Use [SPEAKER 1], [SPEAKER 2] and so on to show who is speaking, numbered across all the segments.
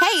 [SPEAKER 1] Hey,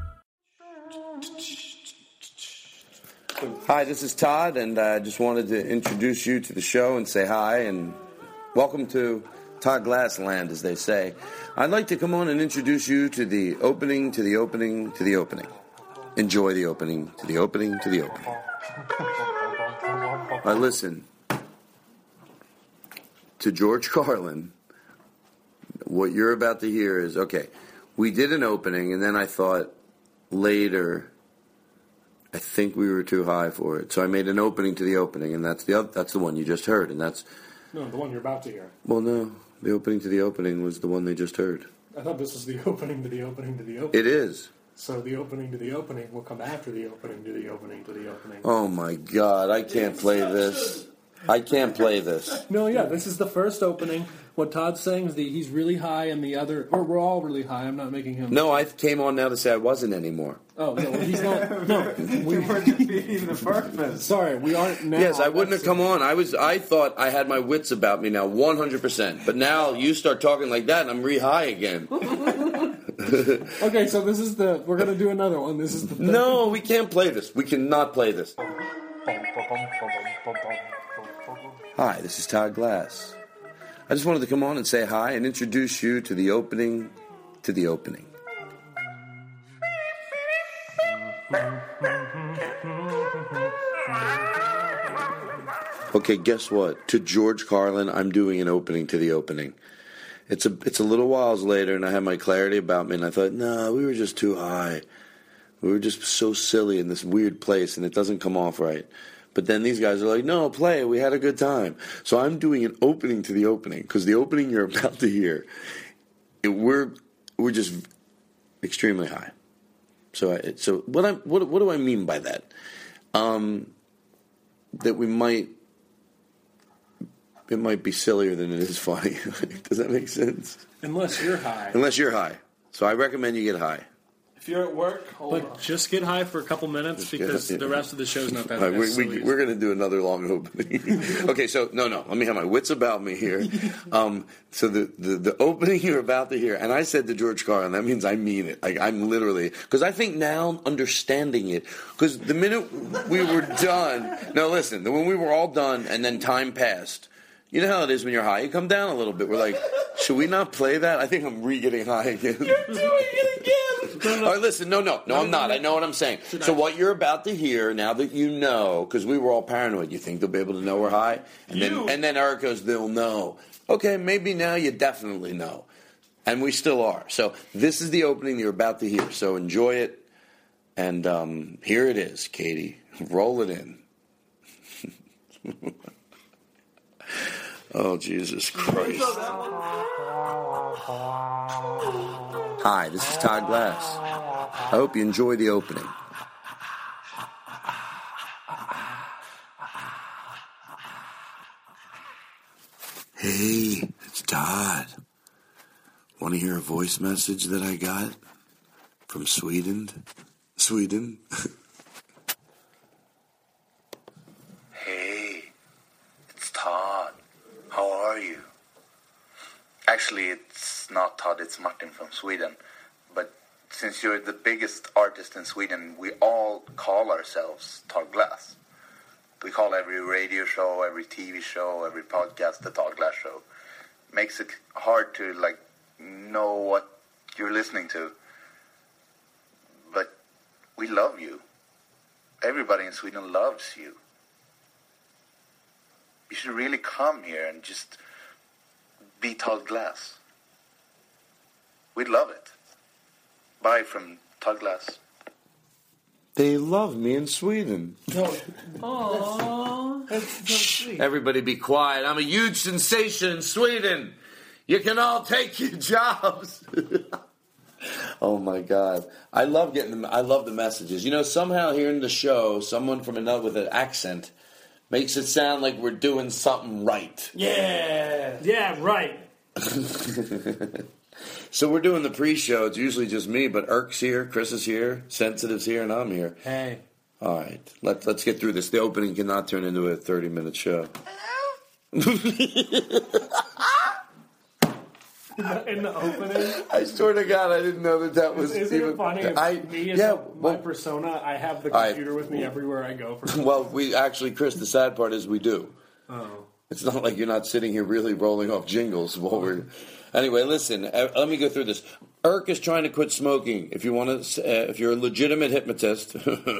[SPEAKER 2] Hi, this is Todd, and I just wanted to introduce you to the show and say hi and welcome to Todd Glassland, as they say. I'd like to come on and introduce you to the opening, to the opening, to the opening. Enjoy the opening, to the opening, to the opening. I listen to George Carlin. What you're about to hear is okay, we did an opening, and then I thought later. I think we were too high for it. So I made an opening to the opening, and that's the oth- that's the one you just heard, and that's
[SPEAKER 3] No, the one you're about to hear.
[SPEAKER 2] well, no, the opening to the opening was the one they just heard.
[SPEAKER 3] I thought this was the opening to the opening to the opening.
[SPEAKER 2] It is.
[SPEAKER 3] So the opening to the opening will come after the opening to the opening to the opening.
[SPEAKER 2] Oh my God, I can't play this. I can't play this.
[SPEAKER 3] No, yeah, this is the first opening. What Todd's saying is that he's really high, and the other, or we're all really high. I'm not making him.
[SPEAKER 2] No, I came on now to say I wasn't anymore.
[SPEAKER 3] Oh no, he's not. No, we,
[SPEAKER 4] We're defeating the purpose.
[SPEAKER 3] sorry, we aren't now.
[SPEAKER 2] Yes, I wouldn't have come on. I was. I thought I had my wits about me now, one hundred percent. But now you start talking like that, and I'm re high again.
[SPEAKER 3] Okay, so this is the. We're gonna do another one. This is the. third-
[SPEAKER 2] No, we can't play this. We cannot play this. Hi, this is Todd Glass. I just wanted to come on and say hi and introduce you to the opening to the opening.
[SPEAKER 5] Mm-hmm.
[SPEAKER 2] Okay, guess what? To George Carlin, I'm doing an opening to the opening. It's a it's a little whiles later and I had my clarity about me and I thought, "Nah, we were just too high." We were just so silly in this weird place, and it doesn't come off right. But then these guys are like, no, play. We had a good time. So I'm doing an opening to the opening because the opening you're about to hear, it- we're we're just extremely high. So I, so what I what what do I mean by that? Um, that we might it might be sillier than it is funny. Does that make sense?
[SPEAKER 3] Unless you're high,
[SPEAKER 2] Unless you're high. So I recommend you get high.
[SPEAKER 4] If you're at work, hold on.
[SPEAKER 3] but just get high for a couple minutes because the rest of the show's not that.
[SPEAKER 2] All right, we,
[SPEAKER 3] silly.
[SPEAKER 2] we, we're going to do another long opening. okay, so no, no, let me have my wits about me here. Um, so the, the the opening you're about to hear, and I said to George Carlin, that means I mean it. Like I'm literally because I think now understanding it because the minute we were done. Now listen, when we were all done, and then time passed. You know how it is when you're high. You come down a little bit. We're like, should we not play that? I think I'm re-getting high again. You're doing it again. All right, listen. No, no, no. I'm not. I know what I'm saying. So what you're about to hear now that you know, because we were all paranoid. You think they'll be able to know we're high, and then and then Eric goes, they'll know. Okay, maybe now you definitely know, and we still are. So this is the opening you're about to hear. So enjoy it, and um, here it is, Katie. Roll it in. Oh, Jesus Christ. Hi, this is Todd Glass. I hope you enjoy the opening. Hey, it's Todd. Want to hear a voice message that I got from Sweden? Sweden?
[SPEAKER 6] Hey, it's Todd. How are you? Actually, it's not Todd, it's Martin from Sweden. But since you're the biggest artist in Sweden, we all call ourselves Todd Glass. We call every radio show, every TV show, every podcast the Todd Glass show. Makes it hard to like know what you're listening to. But We love you. Everybody in Sweden loves you. You should really come here and just be Todd Glass. We'd love it. Bye from Todd Glass.
[SPEAKER 2] They love me in Sweden. Everybody be quiet. I'm a huge sensation in Sweden. You can all take your jobs. oh my god. I love getting the I love the messages. You know, somehow here in the show, someone from another with an accent makes it sound like we're doing something right.
[SPEAKER 5] Yeah. Yeah, right.
[SPEAKER 2] So we're doing the pre-show. It's usually just me, but Irk's here, Chris is here, Sensitive's here, and I'm here.
[SPEAKER 5] Hey.
[SPEAKER 2] All right, let, let's get through this. The opening cannot turn into a 30-minute show.
[SPEAKER 3] in the opening.
[SPEAKER 2] I swear to God, I didn't know that that was
[SPEAKER 3] Isn't
[SPEAKER 2] even.
[SPEAKER 3] it funny? if
[SPEAKER 2] I
[SPEAKER 3] me as
[SPEAKER 2] yeah.
[SPEAKER 3] my
[SPEAKER 2] Well,
[SPEAKER 3] persona. I have the
[SPEAKER 2] I-
[SPEAKER 3] computer with me everywhere I go. For
[SPEAKER 2] well, we actually, Chris. The sad part is we do.
[SPEAKER 3] oh,
[SPEAKER 2] It's not like you're not sitting here really rolling off jingles while we're. Anyway, listen. uh, Let me go through this. Irk is trying to quit smoking. If you want to, uh, if you're a legitimate hypnotist,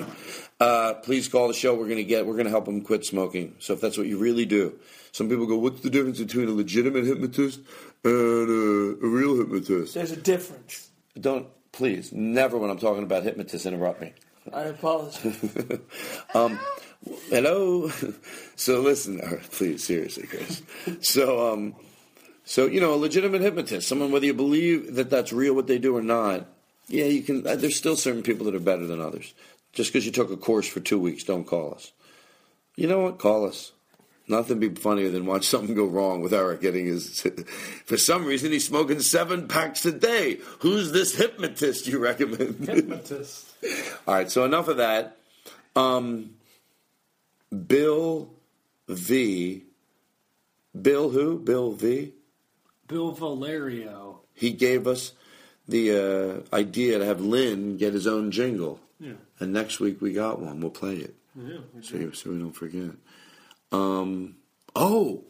[SPEAKER 2] uh, please call the show. We're gonna get. We're gonna help him quit smoking. So if that's what you really do, some people go, "What's the difference between a legitimate hypnotist and uh, a real hypnotist?"
[SPEAKER 5] There's a difference.
[SPEAKER 2] Don't please never when I'm talking about hypnotists interrupt me.
[SPEAKER 5] I apologize.
[SPEAKER 2] um, hello. So listen, all right, please, seriously, Chris. So, um, so you know, a legitimate hypnotist, someone whether you believe that that's real what they do or not. Yeah, you can. uh, There's still certain people that are better than others. Just because you took a course for two weeks, don't call us. You know what? Call us. Nothing be funnier than watch something go wrong with Eric getting his. For some reason, he's smoking seven packs a day. Who's this hypnotist you recommend?
[SPEAKER 3] hypnotist.
[SPEAKER 2] All right, so enough of that. Um, Bill V. Bill who? Bill V.
[SPEAKER 3] Bill Valerio.
[SPEAKER 2] He gave us the uh, idea to have Lynn get his own jingle.
[SPEAKER 3] Yeah.
[SPEAKER 2] And next week we got one. We'll play it
[SPEAKER 3] Yeah.
[SPEAKER 2] so, you- so we don't forget. Um, oh!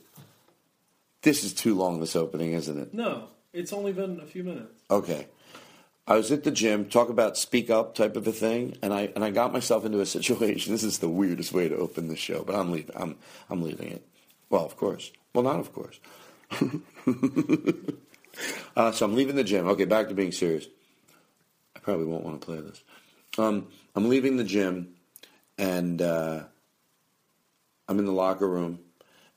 [SPEAKER 2] This is too long, this opening, isn't it?
[SPEAKER 3] No, it's only been a few minutes.
[SPEAKER 2] Okay. I was at the gym, talk about speak up type of a thing, and I and I got myself into a situation. This is the weirdest way to open the show, but I'm leaving. I'm I'm leaving it. Well, of course. Well, not of course. uh, so I'm leaving the gym. Okay, back to being serious. I probably won't want to play this. Um, I'm leaving the gym, and uh, I'm in the locker room,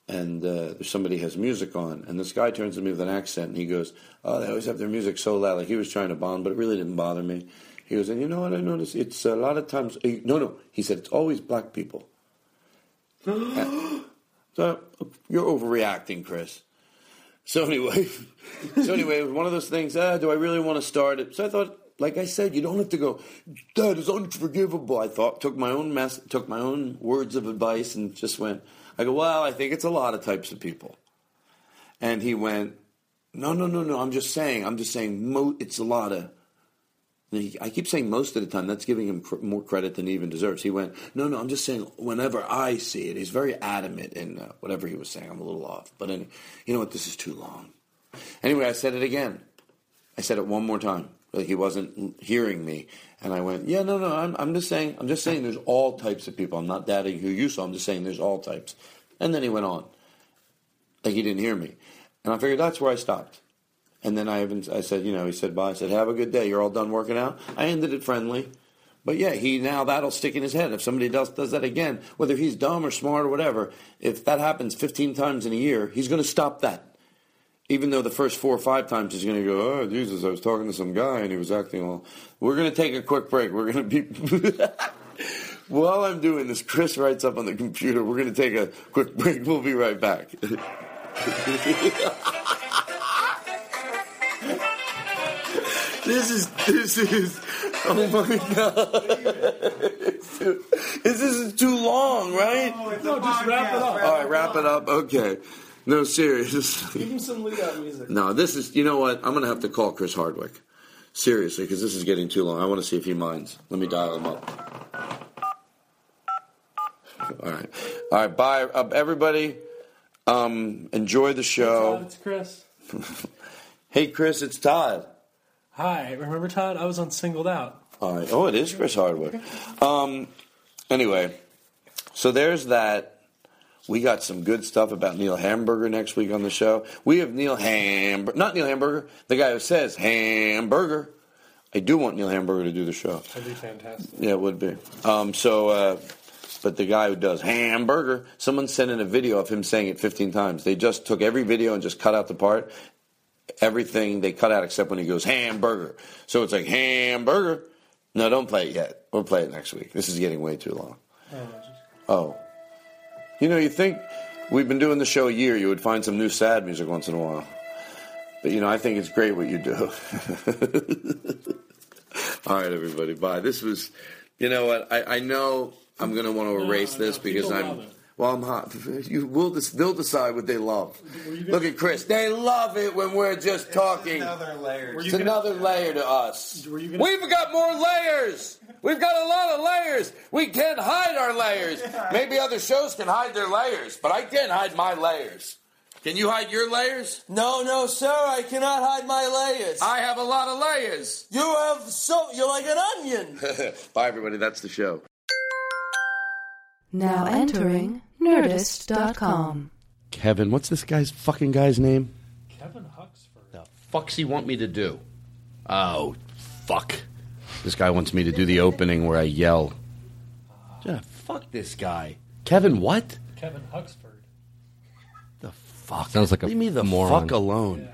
[SPEAKER 2] and uh, somebody has music on, and this guy turns to me with an accent, and he goes, "Oh, they always have their music so loud." Like he was trying to bond, but it really didn't bother me. He goes, "And you know what I noticed? It's a lot of times." eh, No, no, he said it's always black people. so you're overreacting, Chris. So anyway, so anyway, it was one of those things. Ah, do I really want to start it? So I thought, like I said, you don't have to go. That is unforgivable. I thought took my own mess, took my own words of advice, and just went. I go, well, I think it's a lot of types of people. And he went, no, no, no, no. I'm just saying. I'm just saying. Mo- it's a lot of. And he- I keep saying most of the time. That's giving him cr- more credit than he even deserves. He went, no, no. I'm just saying. Whenever I see it, he's very adamant in uh, whatever he was saying. I'm a little off, but any, you know what? This is too long. Anyway, I said it again. I said it one more time. Like he wasn't l- hearing me, and I went, "Yeah, no, no. I'm, I'm just saying. I'm just saying. There's all types of people. I'm not doubting who you saw. I'm just saying there's all types." And then he went on, like he didn't hear me, and I figured that's where I stopped. And then I even I said, you know, he said bye. I said, have a good day. You're all done working out. I ended it friendly, but yeah, he now that'll stick in his head. If somebody else does that again, whether he's dumb or smart or whatever, if that happens 15 times in a year, he's going to stop that even though the first four or five times he's going to go, oh, Jesus, I was talking to some guy and he was acting all. We're going to take a quick break. We're going to be. While I'm doing this, Chris writes up on the computer, we're going to take a quick break. We'll be right back. this is. This is. Oh my God. this is too long, right?
[SPEAKER 3] No, just wrap it up.
[SPEAKER 2] All right, wrap it up. Okay. No, seriously.
[SPEAKER 3] Give him some lead out music.
[SPEAKER 2] No, this is. You know what? I'm going to have to call Chris Hardwick. Seriously, because this is getting too long. I want to see if he minds. Let me dial him up. All right. All right. Bye, uh, everybody. Um, enjoy the
[SPEAKER 3] Todd,
[SPEAKER 2] show.
[SPEAKER 3] it's Chris.
[SPEAKER 2] Hey, Chris, it's Todd.
[SPEAKER 3] Hi, remember Todd? I was on Singled Out.
[SPEAKER 2] All right. Oh, it is Chris Hardwick. Um, anyway, so there's that. We got some good stuff about Neil Hamburger next week on the show. We have Neil Hamburger, not Neil Hamburger, the guy who says hamburger. I do want Neil Hamburger to do the show.
[SPEAKER 7] That'd be fantastic.
[SPEAKER 2] Yeah, it would be. Um, so, uh, but the guy who does hamburger, someone sent in a video of him saying it 15 times. They just took every video and just cut out the part. Everything they cut out except when he goes hamburger. So it's like hamburger. No, don't play it yet. We'll play it next week. This is getting way too long. Oh. You know, you think we've been doing the show a year, you would find some new sad music once in a while. But, you know, I think it's great what you do. All right, everybody. Bye. This was, you know what? I, I know I'm going to want to erase
[SPEAKER 7] no,
[SPEAKER 2] this because
[SPEAKER 7] people
[SPEAKER 2] I'm.
[SPEAKER 7] love it.
[SPEAKER 2] Well, I'm hot. You will. dis- They'll decide what they love. Look at Chris. They love it when we're just talking.
[SPEAKER 8] Another layer.
[SPEAKER 2] It's another layer to us.
[SPEAKER 7] Were you gonna-
[SPEAKER 2] We've got more layers. We've got a lot of layers. We can't hide our layers. Maybe other shows can hide their layers, but I can't hide my layers. Can you hide your layers?
[SPEAKER 9] No, no, sir, I cannot hide my layers.
[SPEAKER 2] I have a lot of layers.
[SPEAKER 9] you have so you're like an onion.
[SPEAKER 2] Bye, everybody. That's the show.
[SPEAKER 10] Now entering Nerdist.com.
[SPEAKER 2] Kevin, what's this guy's fucking guy's name?
[SPEAKER 7] Kevin Huxford.
[SPEAKER 2] The fuck's he want me to do? Oh, fuck. This guy wants me to do the opening where I yell. Yeah, fuck this guy. Kevin, what?
[SPEAKER 7] Kevin Huxford.
[SPEAKER 2] The fuck?
[SPEAKER 11] Sounds Oh, like a
[SPEAKER 2] Leave me the
[SPEAKER 11] moron.
[SPEAKER 2] fuck alone.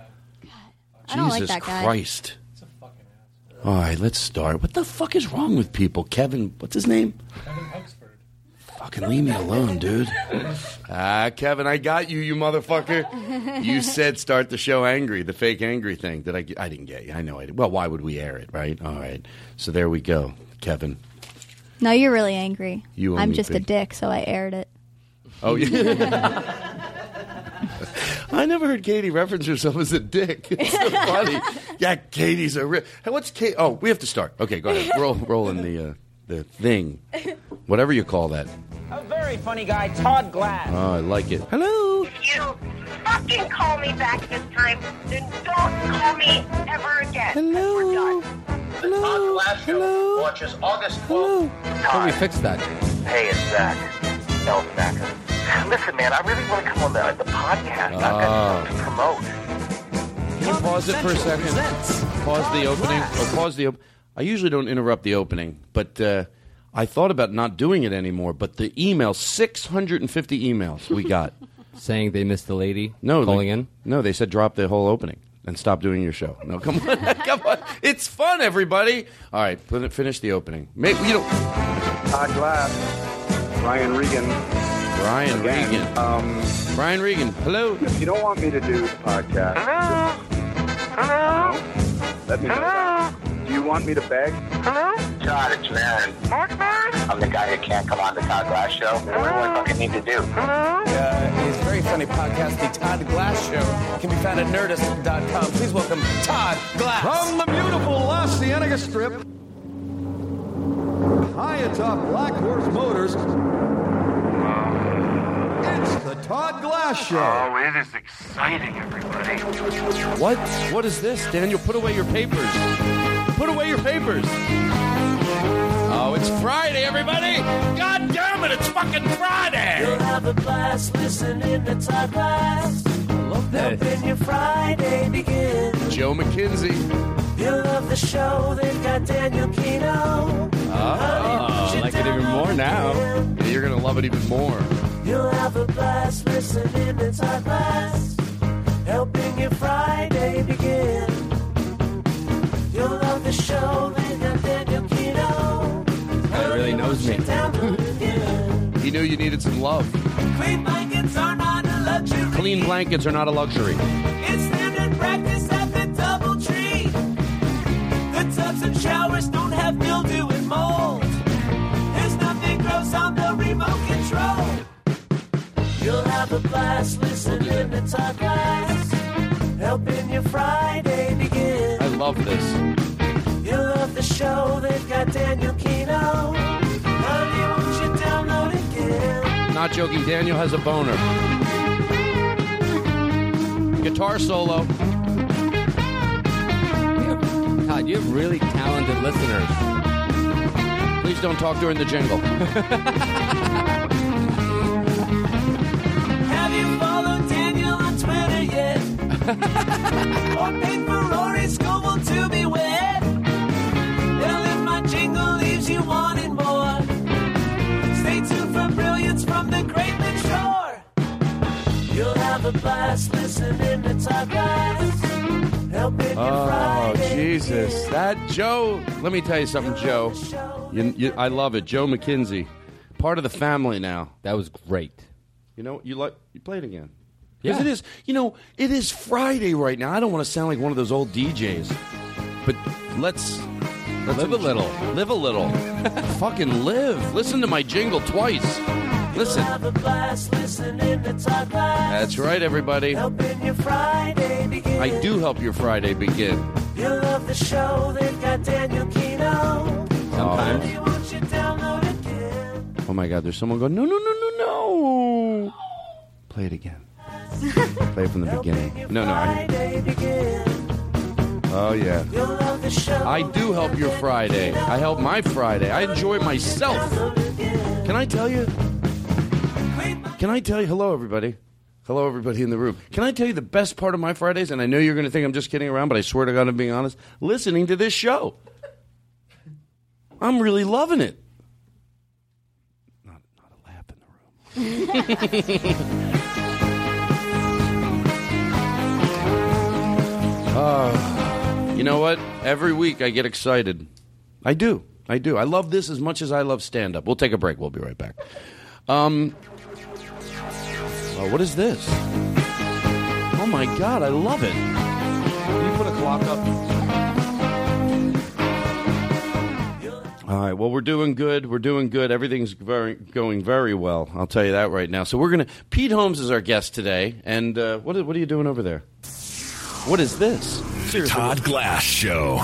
[SPEAKER 12] I don't like
[SPEAKER 2] Jesus
[SPEAKER 12] that guy.
[SPEAKER 2] Christ.
[SPEAKER 7] He's a fucking asshole.
[SPEAKER 2] All right, let's start. What the fuck is wrong with people? Kevin, what's his name?
[SPEAKER 7] Kevin Huxford.
[SPEAKER 2] Fucking leave me alone, dude. Ah, Kevin, I got you, you motherfucker. You said start the show angry, the fake angry thing. Did I? Get, I didn't get you. I know I did. Well, why would we air it, right? All right. So there we go, Kevin.
[SPEAKER 12] No, you're really angry.
[SPEAKER 2] You owe
[SPEAKER 12] I'm
[SPEAKER 2] me
[SPEAKER 12] just a
[SPEAKER 2] big-
[SPEAKER 12] dick, so I aired it.
[SPEAKER 2] Oh yeah. I never heard Katie reference herself as a dick. It's so funny. Yeah, Katie's a. Ri- hey, what's Kate? Oh, we have to start. Okay, go ahead. Roll, roll in the uh, the thing, whatever you call that.
[SPEAKER 13] A very funny guy, Todd Glass.
[SPEAKER 2] Oh, I like it. Hello.
[SPEAKER 14] If you fucking call me back this time, then don't call me ever again. Hello.
[SPEAKER 6] Hello. Hello. Launches August 12th.
[SPEAKER 11] How do we fix that?
[SPEAKER 6] Hey, it's Zach. Elfbacker. Listen, man, I really want to come on the, the podcast. I've got stuff to promote.
[SPEAKER 2] Ah. Can you pause it for a second? Pause the opening. Or pause the. Op- I usually don't interrupt the opening, but uh, I thought about not doing it anymore. But the email, six hundred and fifty emails we got.
[SPEAKER 11] Saying they missed the lady.
[SPEAKER 2] No,
[SPEAKER 11] calling
[SPEAKER 2] like-
[SPEAKER 11] in.
[SPEAKER 2] No, they said drop the whole opening and stop doing your show. No, come on, come on. It's fun, everybody. All right, put it- finish the opening. Maybe you know
[SPEAKER 15] Todd Glass, Ryan Regan.
[SPEAKER 2] Brian Regan.
[SPEAKER 15] Um,
[SPEAKER 2] Brian Regan. Hello.
[SPEAKER 15] if you don't want me to do the podcast,
[SPEAKER 14] Hello.
[SPEAKER 15] let me know. Do you want me to beg?
[SPEAKER 14] Hello.
[SPEAKER 6] Todd, it's Marin.
[SPEAKER 14] Mark Maron.
[SPEAKER 6] I'm the guy who can't come on the Todd Glass show. What do I fucking need to do?
[SPEAKER 14] Hello.
[SPEAKER 9] Uh, his very funny podcast, The Todd Glass Show, can be found at nerdist.com. Please welcome Todd Glass.
[SPEAKER 16] From the beautiful Los Cienega Strip, high atop Black Horse Motors, it's the Todd Glass Show.
[SPEAKER 6] Oh, it is exciting, everybody.
[SPEAKER 2] What? What is this, Daniel? Put away your papers. Put away your papers. Oh, it's Friday, everybody. God damn it, it's fucking Friday.
[SPEAKER 3] have a blast listening to Todd Glass.
[SPEAKER 11] Love that.
[SPEAKER 3] your Friday begins.
[SPEAKER 2] Joe McKenzie.
[SPEAKER 3] You love the show. They've got Daniel Kino.
[SPEAKER 2] Oh, I
[SPEAKER 11] like it even more now.
[SPEAKER 2] You're gonna love it even more.
[SPEAKER 3] You'll have a blast listening to Todd Glass. Helping your Friday begin. You'll love the show. They've got Daniel Kino.
[SPEAKER 11] That really knows me.
[SPEAKER 2] He knew you needed some love.
[SPEAKER 3] Clean blankets are not a luxury.
[SPEAKER 2] Clean blankets are not a luxury.
[SPEAKER 3] It's standard practice at the double tree. The tubs and showers don't have mildew and mold. There's nothing gross on the remote control. You'll have a blast listening to Todd Glass, helping your Friday begin.
[SPEAKER 2] I love this.
[SPEAKER 3] You'll love the show, they've got Daniel Kino. Honey, won't you download again?
[SPEAKER 2] Not joking, Daniel has a boner. Guitar solo.
[SPEAKER 11] You have- Todd, you have really talented listeners.
[SPEAKER 2] Please don't talk during the jingle.
[SPEAKER 3] Have you followed Daniel on Twitter yet? or paid Ferrari Scoble to be wet? Well, if my jingle leaves you wanting more, stay tuned for brilliance from the great Mitch Shore. You'll have a blast listening to Talk Glass. Helping
[SPEAKER 2] Oh, Jesus. That Joe, let me tell you something, Joe. You, you, I love it. Joe McKenzie, part of the family now. That was great. You know, you like you play it again. Because
[SPEAKER 14] Yeah.
[SPEAKER 2] it is, you know, it is Friday right now. I don't want to sound like one of those old DJs. But let's, let's live a little. Live a little. Fucking live. Listen to my jingle twice. Listen.
[SPEAKER 3] Have a blast listening to Talk Glass.
[SPEAKER 2] That's right, everybody.
[SPEAKER 3] Helping your Friday begin.
[SPEAKER 2] I do help your Friday begin.
[SPEAKER 3] You love the show, they've got Daniel Kino.
[SPEAKER 2] Sometimes.
[SPEAKER 3] Really want you downloaded.
[SPEAKER 2] Oh my God, there's someone going, no, no, no, no, no. Play it again. Play it from the beginning. No, no. I,
[SPEAKER 3] Friday begin.
[SPEAKER 2] oh, yeah.
[SPEAKER 3] You love the show.
[SPEAKER 2] I do help your Friday. I help my Friday. I enjoy myself. Can I tell you? Can I tell you? Hello, everybody. Hello, everybody in the room. Can I tell you the best part of my Fridays? And I know you're going to think I'm just kidding around, but I swear to God, I'm being honest. Listening to this show, I'm really loving it. Oh, you know what? Every week I get excited. I do. I do. I love this as much as I love stand up. We'll take a break. We'll be right back. Um, oh, what is this? Oh my God, I love it. Can you put a clock up? All right. Well, we're doing good. We're doing good. Everything's very, going very well. I'll tell you that right now. So we're gonna. Pete Holmes is our guest today. And uh, what are- what are you doing over there? What is this?
[SPEAKER 17] Todd Glass Show.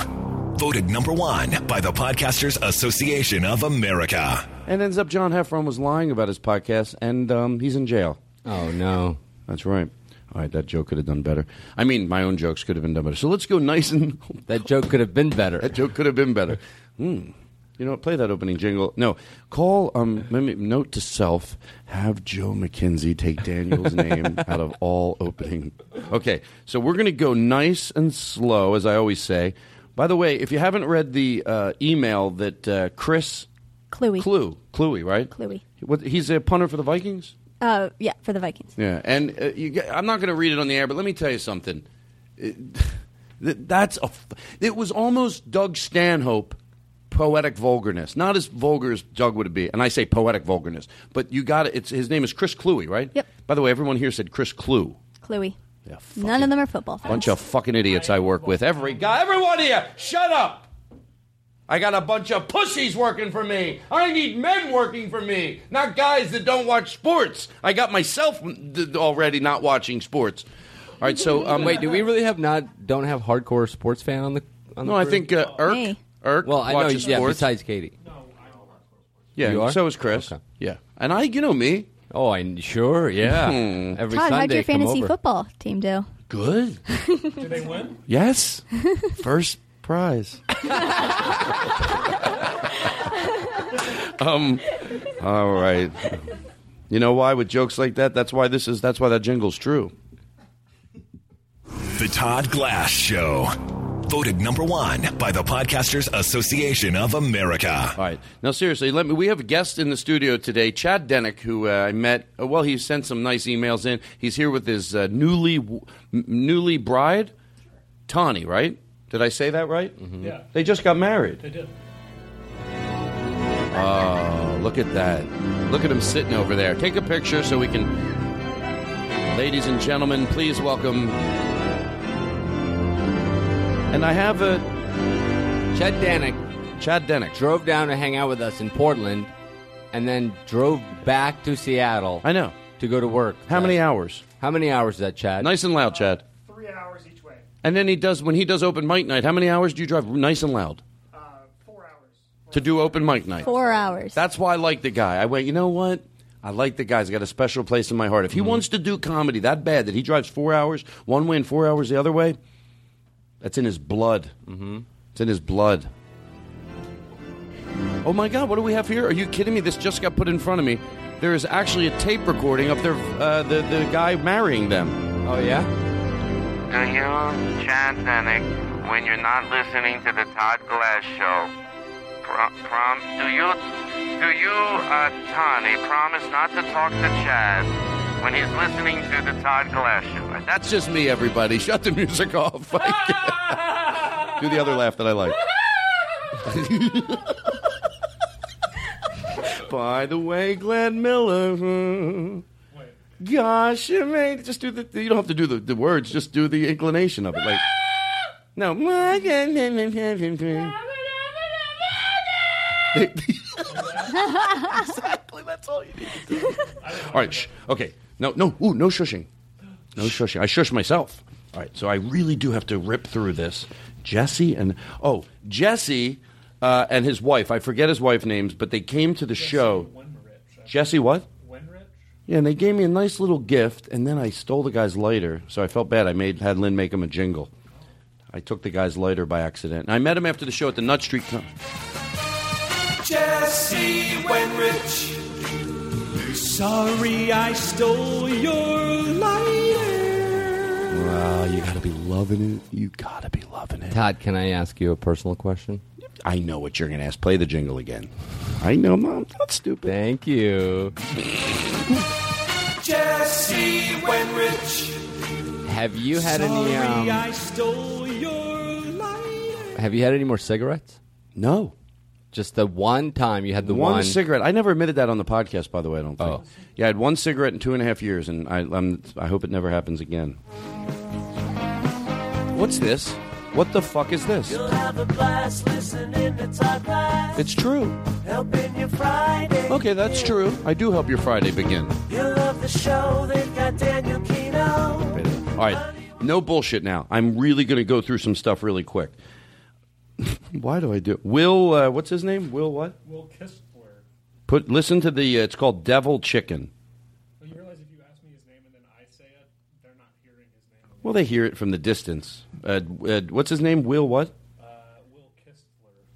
[SPEAKER 17] Voted number one by the Podcasters Association of America.
[SPEAKER 2] And ends up John Heffron was lying about his podcast, and um, he's in jail. Oh no, that's right. All right, that joke could have done better. I mean, my own jokes could have been done better. So let's go nice and that joke could have been better. that joke could have been better. Hmm. You know, what? play that opening jingle. No, call. Um, let me note to self: have Joe McKenzie take Daniel's name out of all opening. Okay, so we're going to go nice and slow, as I always say. By the way, if you haven't read the uh, email that uh, Chris
[SPEAKER 12] Cluey.
[SPEAKER 2] Clue, Cluey, right?
[SPEAKER 12] Cluey.
[SPEAKER 2] What, he's a punter for the Vikings.
[SPEAKER 12] Uh, yeah, for the Vikings.
[SPEAKER 2] Yeah, and uh, you, get- I'm not going to read it on the air, but let me tell you something. It, that- that's a. f- It was almost Doug Stanhope poetic vulgarness, not as vulgar as Doug would be, and I say poetic vulgarness, but you got it. It's his name is Chris Cluey, right? Yep. By the way, everyone here said Chris Clue.
[SPEAKER 12] Chloe. None of them are football fans.
[SPEAKER 2] Bunch of fucking idiots I work with. Every guy, every one of you, shut up. I got a bunch of pussies working for me. I need men working for me, not guys that don't watch sports. I got myself d- already not watching sports. All right, so um,
[SPEAKER 10] Wait, do we really have not don't have hardcore sports fan on the? On the
[SPEAKER 2] No, I
[SPEAKER 10] crew?
[SPEAKER 2] think uh,
[SPEAKER 12] Oh,
[SPEAKER 2] Irk. Irk
[SPEAKER 10] Well, I know.
[SPEAKER 2] watches
[SPEAKER 10] Yeah,
[SPEAKER 2] sports.
[SPEAKER 10] besides Katie.
[SPEAKER 2] Yeah,
[SPEAKER 10] You are?
[SPEAKER 2] so is Chris. Yeah, and I, you know me.
[SPEAKER 10] Oh, I sure. Yeah.
[SPEAKER 2] Hmm.
[SPEAKER 10] Every
[SPEAKER 12] Todd, how'd
[SPEAKER 10] Sunday,
[SPEAKER 12] your
[SPEAKER 10] come
[SPEAKER 12] fantasy
[SPEAKER 10] over.
[SPEAKER 12] football team do?
[SPEAKER 2] Good.
[SPEAKER 18] Did they win?
[SPEAKER 2] Yes. First prize. um, all right. You know why with jokes like that? That's why this is. That's why that jingle's true.
[SPEAKER 17] The Todd Glass Show. Voted number one by the Podcasters Association of America.
[SPEAKER 2] All right. Now, seriously, let me. We have a guest in the studio today, Chad Denick, who uh, I met. uh, Well, he sent some nice emails in. He's here with his uh, newly w- m- newly bride, Tawny. Right? Did I say that right? Mm-hmm.
[SPEAKER 18] Yeah.
[SPEAKER 2] They just got married.
[SPEAKER 18] They did.
[SPEAKER 2] Oh, look at that. Look at him sitting over there. Take a picture so we can. Ladies and gentlemen, please welcome. And I have a.
[SPEAKER 10] Chad Danick.
[SPEAKER 2] Chad Denick
[SPEAKER 10] drove down to hang out with us in Portland, and then drove back to Seattle. I
[SPEAKER 2] know
[SPEAKER 10] to go to work.
[SPEAKER 2] How many hours?
[SPEAKER 10] How many hours is that, Chad?
[SPEAKER 2] Nice and loud, Chad.
[SPEAKER 19] Three hours each way.
[SPEAKER 2] And then he does, when he does open mic night, how many hours do you drive nice and loud?
[SPEAKER 19] Uh,
[SPEAKER 2] To do open mic night.
[SPEAKER 12] Four hours.
[SPEAKER 2] That's why I like the guy. I went, you know what? I like the guy. He's got a special place in my heart. If he wants to do comedy that bad that he drives four hours one way and four hours the other way, that's in his blood. Mm-hmm. It's in his blood. Oh my God, what do we have here? Are you kidding me? This just got put in front of me. There is actually a tape recording of their uh, the the guy marrying them. Oh yeah.
[SPEAKER 19] Do you, Chad Zenick, when you're not listening to the Todd Glass Show, pro- prom- do you, do you, uh, Tani, promise not to talk to Chad when he's listening to the Todd Glass Show?
[SPEAKER 2] That's just me, everybody. Shut the music off. Do the other laugh that I like. By the way, Glenn Miller. Gosh, you made just do the. You don't have to do the, the words. Just do the inclination of it. Like no.
[SPEAKER 3] exactly, that's all you need.
[SPEAKER 2] All right. Shh. Okay. No. No. Ooh. No shushing. No shushing. I shush myself. All right. So I really do have to rip through this. Jesse and oh Jesse uh, and his wife. I forget his wife names, but they came to the show. Jesse what? Yeah, and they gave me a nice little gift, and then I stole the guy's lighter, so I felt bad. I made had Lynn make him a jingle. I took the guy's lighter by accident. And I met him after the show at the Nut Street. Con-
[SPEAKER 3] Jesse Wenrich. Sorry I stole your lighter.
[SPEAKER 2] Wow, you gotta be loving it. You gotta be loving it.
[SPEAKER 10] Todd, can I ask you a personal question?
[SPEAKER 2] I know what you're going to ask. Play the jingle again. I know, Mom. That's stupid. Thank you.
[SPEAKER 3] Jesse Wenrich.
[SPEAKER 10] Have you had
[SPEAKER 3] Sorry
[SPEAKER 10] any? Um,
[SPEAKER 3] I stole your lighter.
[SPEAKER 10] have you had any more cigarettes?
[SPEAKER 2] No.
[SPEAKER 10] Just the one time you had the
[SPEAKER 2] one, Oh.
[SPEAKER 10] one.
[SPEAKER 2] cigarette. I never admitted that on the podcast, by the way. I don't think. Yeah, I had one cigarette in two and a half years, and I, I'm, I hope it never happens again. What's this? What the fuck is this?
[SPEAKER 3] You'll have a blast listening to Todd Glass,
[SPEAKER 2] It's true.
[SPEAKER 3] helping you Friday.
[SPEAKER 2] Okay, that's true. I do help your Friday begin.
[SPEAKER 3] You love the show, they've got Daniel Kino.
[SPEAKER 2] All right, no bullshit. Now I'm really going to go through some stuff really quick. Why do I do? Will, uh, what's his name? Will what?
[SPEAKER 18] Will Kistler.
[SPEAKER 2] Put listen to the. Uh, it's called Devil Chicken. Well, they hear it from the distance. Uh, uh, what's his name? Will what?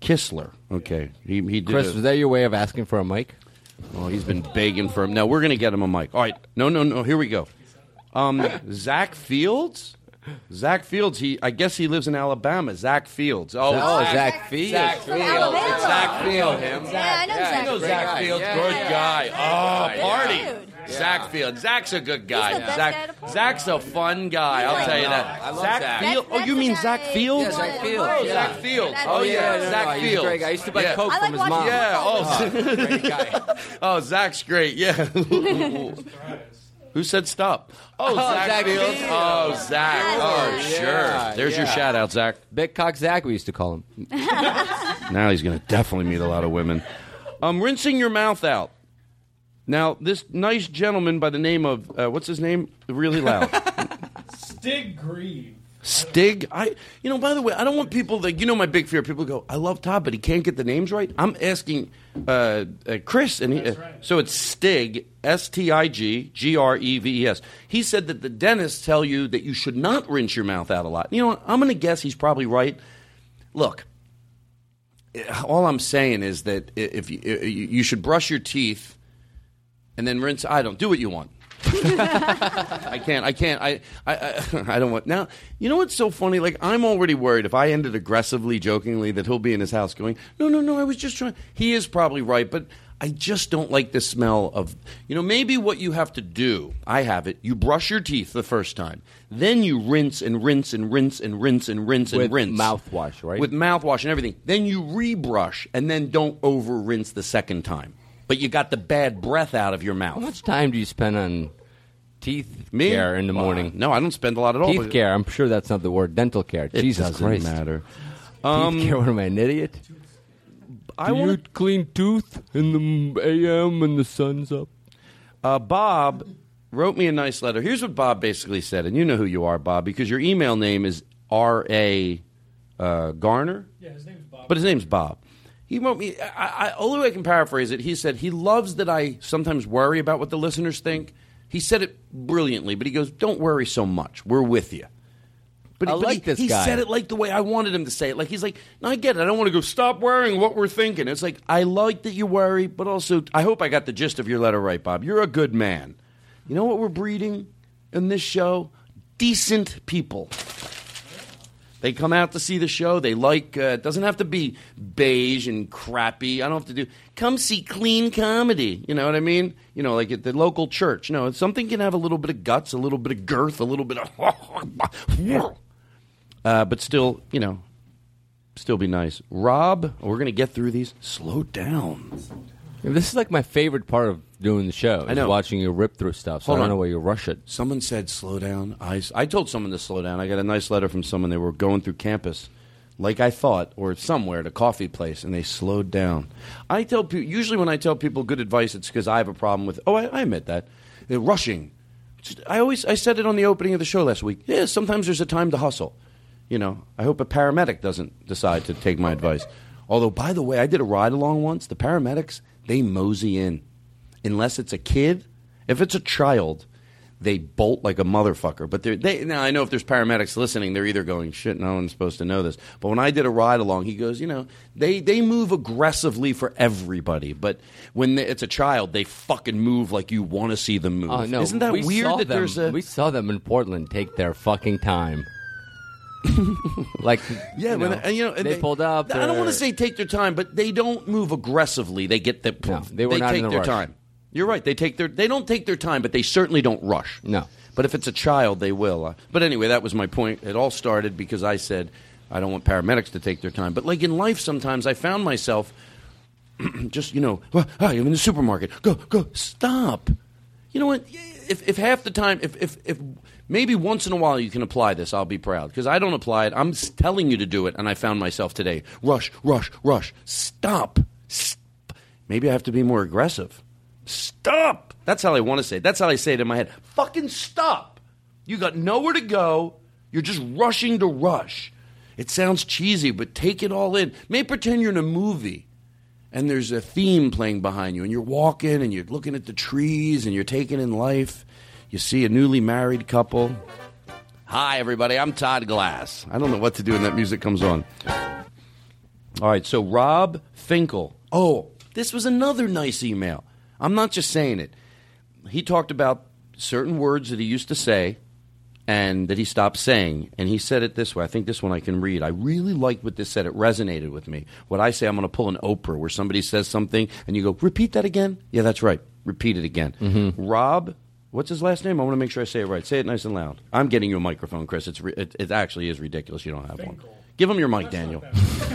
[SPEAKER 2] Kistler. Okay, he he. Did
[SPEAKER 10] Chris, was
[SPEAKER 2] that your way of asking for a mic? Oh, he's been begging for him. No, we're going to get him a mic. All right. No, no, no. Here we go. Um, Zach Fields. Zach Fields. He. I guess he lives in Alabama. Zach Fields. Oh,
[SPEAKER 10] Zach-
[SPEAKER 2] oh,
[SPEAKER 10] Zach Fields.
[SPEAKER 2] Zach
[SPEAKER 10] From
[SPEAKER 2] Fields.
[SPEAKER 10] Alabama.
[SPEAKER 2] It's Zach
[SPEAKER 10] Yeah,
[SPEAKER 2] Field.
[SPEAKER 10] I
[SPEAKER 2] Him.
[SPEAKER 10] know Zach.
[SPEAKER 2] I know
[SPEAKER 10] Great
[SPEAKER 2] Zach
[SPEAKER 10] guy.
[SPEAKER 2] Fields.
[SPEAKER 10] Yeah,
[SPEAKER 2] good
[SPEAKER 10] yeah,
[SPEAKER 2] guy.
[SPEAKER 10] yeah.
[SPEAKER 2] Oh,
[SPEAKER 10] Yeah.
[SPEAKER 2] party.
[SPEAKER 10] Dude.
[SPEAKER 2] Zach Fields. Zach's a good guy.
[SPEAKER 10] He's the best
[SPEAKER 2] Zach.
[SPEAKER 10] guy
[SPEAKER 2] Zach's a fun guy. I'll
[SPEAKER 10] like
[SPEAKER 2] tell you
[SPEAKER 10] him.
[SPEAKER 2] that.
[SPEAKER 10] I love Zach.
[SPEAKER 2] Field. Oh, you mean Zach Fields?
[SPEAKER 10] Yeah, Zach Fields,
[SPEAKER 2] Oh,
[SPEAKER 10] yeah.
[SPEAKER 2] Zach Fields.
[SPEAKER 10] That's
[SPEAKER 2] Oh
[SPEAKER 10] the guy.
[SPEAKER 2] yeah,
[SPEAKER 10] No, no,
[SPEAKER 2] Zach
[SPEAKER 10] he's a
[SPEAKER 2] Fields.
[SPEAKER 10] great guy. I used to buy
[SPEAKER 2] yeah.
[SPEAKER 10] Coke I from like his watching mom.
[SPEAKER 2] Yeah.
[SPEAKER 10] football.
[SPEAKER 2] Oh,
[SPEAKER 10] Great guy.
[SPEAKER 2] oh, Zach's great. Yeah. Who said stop? Oh,
[SPEAKER 10] Oh,
[SPEAKER 2] Zach,
[SPEAKER 10] Zach
[SPEAKER 2] Fields.
[SPEAKER 10] Fields.
[SPEAKER 2] Oh, Zach. Oh,
[SPEAKER 10] Yeah,
[SPEAKER 2] sure. There's your
[SPEAKER 10] yeah.
[SPEAKER 2] shout out, Zach. Big cock Zach, we used to call him. now he's going to definitely meet a lot of women. Um, rinsing your mouth out. Now, this nice gentleman by the name of, uh, what's his name? Really loud.
[SPEAKER 18] Stig Grieve.
[SPEAKER 2] Stig. I, you know, by the way, I don't want people that, you know, my big fear. People go, I love Todd, but he can't get the names right. I'm asking uh, uh, Chris, and he, uh, so it's Stig, S T I G G R E V E S. He said that the dentists tell you that you should not rinse your mouth out a lot. You know what? I'm going to guess he's probably right. Look, all I'm saying is that i- if you, i- you you should brush your teeth and then rinse. I don't do what you want. I can't. I can't. I, I. I. I don't want. Now, you know what's so funny? Like I'm already worried if I ended aggressively, jokingly, that he'll be in his house going, "No, no, no. I was just trying." He is probably right, but I just don't like the smell of. You know, maybe what you have to do. I have it. You brush your teeth the first time, then you rinse and rinse and rinse and rinse and rinse and
[SPEAKER 10] With
[SPEAKER 2] rinse
[SPEAKER 10] mouthwash, right?
[SPEAKER 2] With mouthwash and everything. Then you rebrush, and then don't over rinse the second time. But you got the bad breath out of your mouth. How much time do you spend on teeth
[SPEAKER 10] care in the morning?
[SPEAKER 2] No, I don't spend a lot at all.
[SPEAKER 10] Teeth care. I'm sure that's not the word. Dental care.
[SPEAKER 2] It
[SPEAKER 10] Jesus
[SPEAKER 2] doesn't
[SPEAKER 10] Christ.
[SPEAKER 2] matter. Um,
[SPEAKER 10] Teeth care. What am I, an idiot?
[SPEAKER 2] I
[SPEAKER 10] Do
[SPEAKER 2] wanna-
[SPEAKER 10] you clean tooth in the a.m. when the sun's up?
[SPEAKER 2] Uh, Bob wrote me a nice letter. Here's what Bob basically said, and you know who you are, Bob, because your email name is R A uh, Garner. Yeah, his name's Bob. But his name's Bob. He wrote me. I, I, only way I can paraphrase it, he said he loves that I sometimes worry about what the listeners think. He said it brilliantly, but he goes, "Don't worry so much. We're with you." But,
[SPEAKER 10] I
[SPEAKER 2] but
[SPEAKER 10] like
[SPEAKER 2] he,
[SPEAKER 10] this
[SPEAKER 2] he
[SPEAKER 10] guy.
[SPEAKER 2] said it like the way I wanted him to say it. Like he's like, no, I get it. I don't want to go stop worrying what we're thinking. It's like I like that you worry, but also I hope I got the gist of your letter right, Bob. You're a good man. You know what we're breeding in this show? Decent people. They come out to see the show. They like. Uh, it doesn't have to be beige and crappy. I don't have to do. Come see clean comedy. You know what I mean? You know, like at the local church. No, something can have a little bit of guts, a little bit of girth, a little bit of. Uh, but still, you know, still be nice. Rob, we're gonna get through these. Slow down.
[SPEAKER 10] This is like my favorite part of doing the show.
[SPEAKER 2] I
[SPEAKER 10] is
[SPEAKER 2] know.
[SPEAKER 10] watching you rip through stuff. So I
[SPEAKER 2] Hold
[SPEAKER 10] don't
[SPEAKER 2] on.
[SPEAKER 10] know why you rush it.
[SPEAKER 2] Someone said slow down. I, s- I told someone to slow down. I got a nice letter from someone. They were going through campus, like I thought, or somewhere at a coffee place, and they slowed down. I tell people, usually when I tell people good advice, it's because I have a problem with, oh, I, I admit that. They're rushing. Just- I always, I said it on the opening of the show last week. Yeah, sometimes there's a time to hustle. You know, I hope a paramedic doesn't decide to take my advice. Although, by the way, I did a ride along once. The paramedics, they mosey in. Unless it's a kid, if it's a child, they bolt like a motherfucker. But they're, they now I know if there's paramedics listening, they're either going shit. No one's supposed to know this. But when I did a ride along, he goes, you know, they they move aggressively for everybody. But when they, it's a child, they fucking move like you want to see them move.
[SPEAKER 10] Oh no!
[SPEAKER 2] Isn't that
[SPEAKER 10] we
[SPEAKER 2] weird
[SPEAKER 10] saw
[SPEAKER 2] that
[SPEAKER 10] them-
[SPEAKER 2] there's a
[SPEAKER 10] We saw them in Portland take their fucking time. like
[SPEAKER 2] Yeah,
[SPEAKER 10] you
[SPEAKER 2] when
[SPEAKER 10] know,
[SPEAKER 2] they, and, you know, and
[SPEAKER 10] they, pulled up.
[SPEAKER 2] I don't want
[SPEAKER 10] they're-
[SPEAKER 2] to say take their time, but they don't move aggressively. They get the
[SPEAKER 10] they were not
[SPEAKER 2] take
[SPEAKER 10] in a
[SPEAKER 2] their
[SPEAKER 10] rush.
[SPEAKER 2] time. You're right. They take their they don't take their time, but they certainly don't rush. No. But if it's a child, they will. Uh, But anyway, that was my point. It all started because I said I don't want paramedics to take their time. But like in life, sometimes I found myself just you know, "Well, hi, I'm in the supermarket. Go, go, stop. You know what? If, if half the time, if, if, if maybe once in a while you can apply this, I'll be proud because I don't apply it. I'm s- telling you to do it, and I found myself today rush, rush, rush. Stop. St- maybe I have to be more aggressive. Stop. That's how I want to say it. That's how I say it in my head. Fucking stop. You got nowhere to go. You're just rushing to rush. It sounds cheesy, but take it all in. May pretend you're in a movie and there's a theme playing behind you, and you're walking and you're looking at the trees and you're taking in life. You see a newly married couple. Hi, everybody. I'm Todd Glass. I don't know what to do when that music comes on. All right, so Rob Finkel. Oh, this was another nice email. I'm not just saying it. He talked about certain words that he used to say and that he stopped saying. And he said it this way. I think this one I can read. I really liked what this said. It resonated with me. What I say, I'm going to pull an Oprah where somebody says something and you go, repeat that again. Yeah, that's right. Repeat it again.
[SPEAKER 10] Mm-hmm.
[SPEAKER 2] Rob, what's his last name? I want to make sure I say it right. Say it nice and loud. I'm getting you a microphone, Chris. It's re- it, it actually is ridiculous. You don't have one. Give him your mic, Daniel.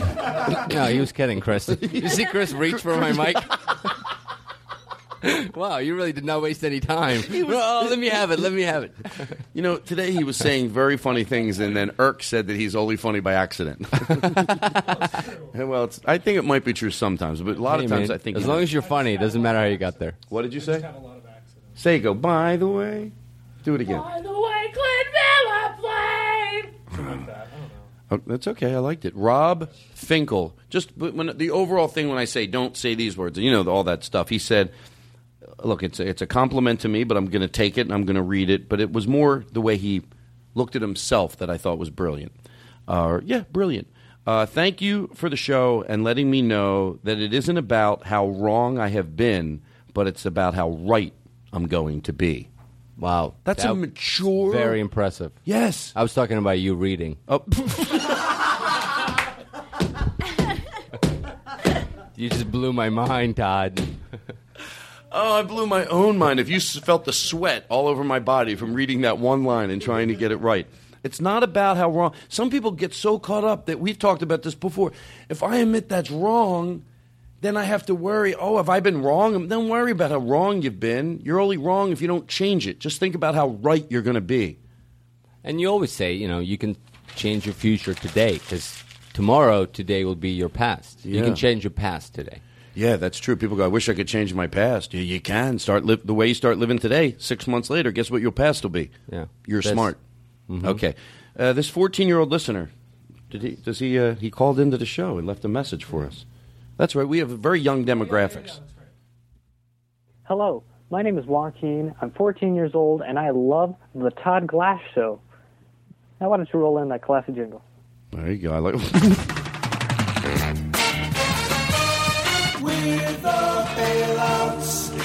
[SPEAKER 10] no, he was kidding, Chris. You see Chris reach for my mic? wow, you really did not waste any time. oh, let me have it. Let me have it.
[SPEAKER 2] You know, today he was saying very funny things, and then Irk said that he's only funny by accident. well, it's, I think it might be true sometimes, but a lot
[SPEAKER 10] Hey,
[SPEAKER 2] of times
[SPEAKER 10] man,
[SPEAKER 2] I think.
[SPEAKER 10] as long as you're funny, it doesn't matter how you got there.
[SPEAKER 2] What did you say? Say go. By the way, do it again.
[SPEAKER 13] By the way, Glenn Miller
[SPEAKER 2] Oh, that's okay. I liked it. Rob Finkel. Just but when the overall thing when I say don't say these words, you know all that stuff. He said, "Look, it's a, it's a compliment to me, but I'm going to take it and I'm going to read it." But it was more the way he looked at himself that I thought was brilliant. Uh, yeah, brilliant. Uh, thank you for the show and letting me know that it isn't about how wrong I have been, but it's about how right I'm going to be.
[SPEAKER 10] Wow,
[SPEAKER 2] that's a
[SPEAKER 10] That-
[SPEAKER 2] mature,
[SPEAKER 10] Very impressive.
[SPEAKER 2] Yes.
[SPEAKER 10] I was talking about you reading.
[SPEAKER 2] Oh.
[SPEAKER 10] you just blew my mind, Todd.
[SPEAKER 2] Oh, I blew my own mind. If you s- felt the sweat all over my body from reading that one line and trying to get it right. It's not about how wrong. Some people get so caught up that we've talked about this before. If I admit that's wrong, then I have to worry, oh, have I been wrong? Don't worry about how wrong you've been. You're only wrong if you don't change it. Just think about how right you're going to be.
[SPEAKER 10] And you always say, you know, you can change your future today because tomorrow, today will be your past. You
[SPEAKER 2] Yeah.
[SPEAKER 10] can change your past today.
[SPEAKER 2] Yeah, that's true. People go, I wish I could change my past. Yeah, you can. Start live the way you start living today. Six months later, guess what your past will be? Yeah. You're
[SPEAKER 10] That's-
[SPEAKER 2] smart.
[SPEAKER 10] Mhm.
[SPEAKER 2] Okay. Uh, this 14 year old listener, did he, does he, uh, he called into the show and left a message for us. That's right. We have very young demographics.
[SPEAKER 5] Hello, my name is Joaquin. I'm 14 years old, and I love the Todd Glass Show. Now, why don't you roll in that classy jingle?
[SPEAKER 2] There you go. I like.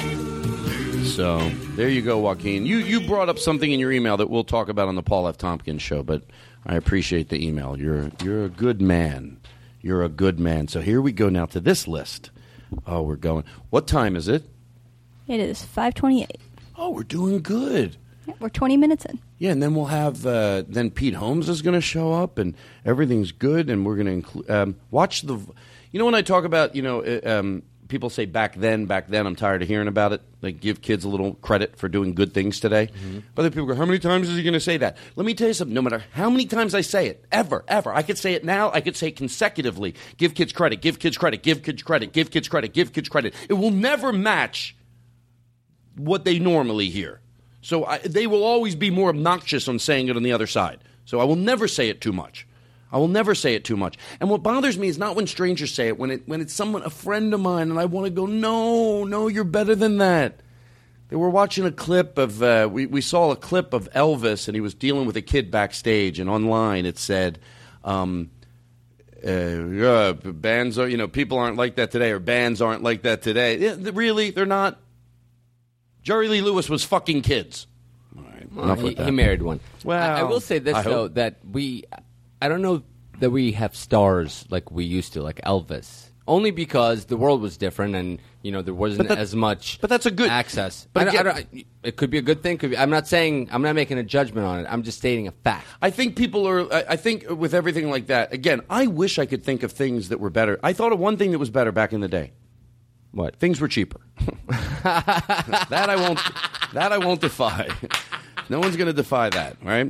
[SPEAKER 2] so there you go, Joaquin. You you brought up something in your email that we'll talk about on the Paul F. Tompkins show, but I appreciate the email. You're you're a good man. You're a good man. So here we go now to this list. Oh, we're going. What time is it?
[SPEAKER 12] It is 528.
[SPEAKER 2] Oh, we're doing good.
[SPEAKER 12] Yeah, we're 20 minutes in.
[SPEAKER 2] Yeah, and then we'll have uh, then Pete Holmes is going to show up, and everything's good, and we're going to include um, watch the. You know, when I talk about you know, uh, um, people say back then, back then. I'm tired of hearing about it. Like give kids a little credit for doing good things today. But then people go, how many times is he going to say that? Let me tell you something. No matter how many times I say it, ever, ever, I could say it now. I could say it consecutively. Give kids credit. Give kids credit. Give kids credit. Give kids credit. Give kids credit. It will never match what they normally hear. So I, they will always be more obnoxious on saying it on the other side. So I will never say it too much. I will never say it too much. And what bothers me is not when strangers say it, when it when it's someone a friend of mine and I want to go, "No, no, you're better than that." They were watching a clip of uh, we we saw a clip of Elvis and he was dealing with a kid backstage and online it said um, uh, yeah, bands are, you know, people aren't like that today, or bands aren't like that today. Yeah, th- really, they're not. Jerry Lee Lewis was fucking kids.
[SPEAKER 10] Well,
[SPEAKER 2] Enough
[SPEAKER 10] he,
[SPEAKER 2] with that.
[SPEAKER 10] he married one.
[SPEAKER 2] Well,
[SPEAKER 10] I, I will say this
[SPEAKER 2] I
[SPEAKER 10] though
[SPEAKER 2] hope-
[SPEAKER 10] that we, I don't know that we have stars like we used to, like Elvis. Only because the world was different, and you know there wasn't
[SPEAKER 2] that-
[SPEAKER 10] as much.
[SPEAKER 2] but that's a good-
[SPEAKER 10] access.
[SPEAKER 2] but
[SPEAKER 10] But I,
[SPEAKER 2] again-
[SPEAKER 10] don't- I don't- it could be a good thing. Could be, I'm not saying I'm not making a judgment on it. I'm just stating a fact.
[SPEAKER 2] I think people are. I, I think with everything like that, again, I wish I could think of things that were better. I thought of one thing that was better back in the day. What things were cheaper. that I won't. That I won't defy. No one's going to defy that, right?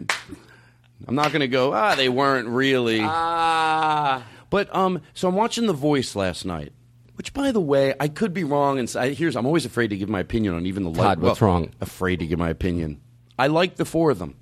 [SPEAKER 2] I'm not going to go. Ah, they weren't really.
[SPEAKER 10] Ah.
[SPEAKER 2] But um, so I'm watching The Voice last night. Which, by the way, I could be wrong. And s- I, here's I'm always afraid to give my opinion on even the light.
[SPEAKER 10] Todd, what's wrong?
[SPEAKER 2] Afraid to give my opinion. I like the four of them.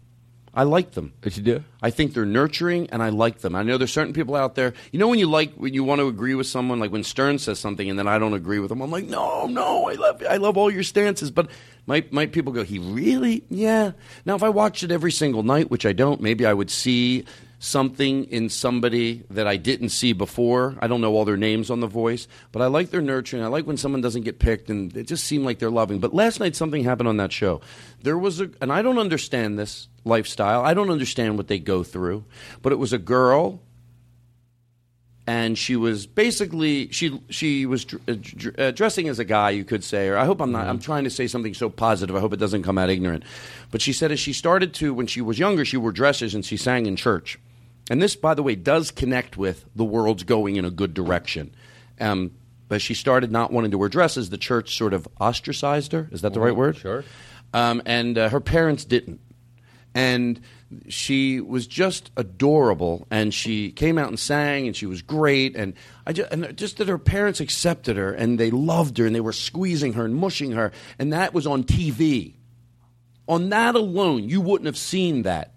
[SPEAKER 2] I like them.
[SPEAKER 10] What you do?
[SPEAKER 2] I think they're nurturing, and I like them. I know there's certain people out there. You know when you like when you want to agree with someone, like when Stern says something, and then I don't agree with him. I'm like, no, no, I love I love all your stances. But might might people go, he really? Yeah. Now if I watched it every single night, which I don't, maybe I would see something in somebody that I didn't see before. I don't know all their names on The Voice, but I like their nurturing. I like when someone doesn't get picked and it just seemed like they're loving. But last night something happened on that show. There was a, and I don't understand this lifestyle. I don't understand what they go through, but it was a girl and she was basically she she was dr- uh, dr- uh, dressing as a guy, you could say. Or I hope I'm not. I'm trying to say something so positive. I hope it doesn't come out ignorant. But she said as she started to when she was younger, she wore dresses and she sang in church. And this, by the way, does connect with the world's going in a good direction. Um, but she started not wanting to wear dresses. The church sort of ostracized her. Is that the right word? Sure. Um, and uh, her parents didn't and she was just adorable and she came out and sang and she was great and I just, and just that her parents accepted her and they loved her and they were squeezing her and mushing her and that was on TV on that alone you wouldn't have seen that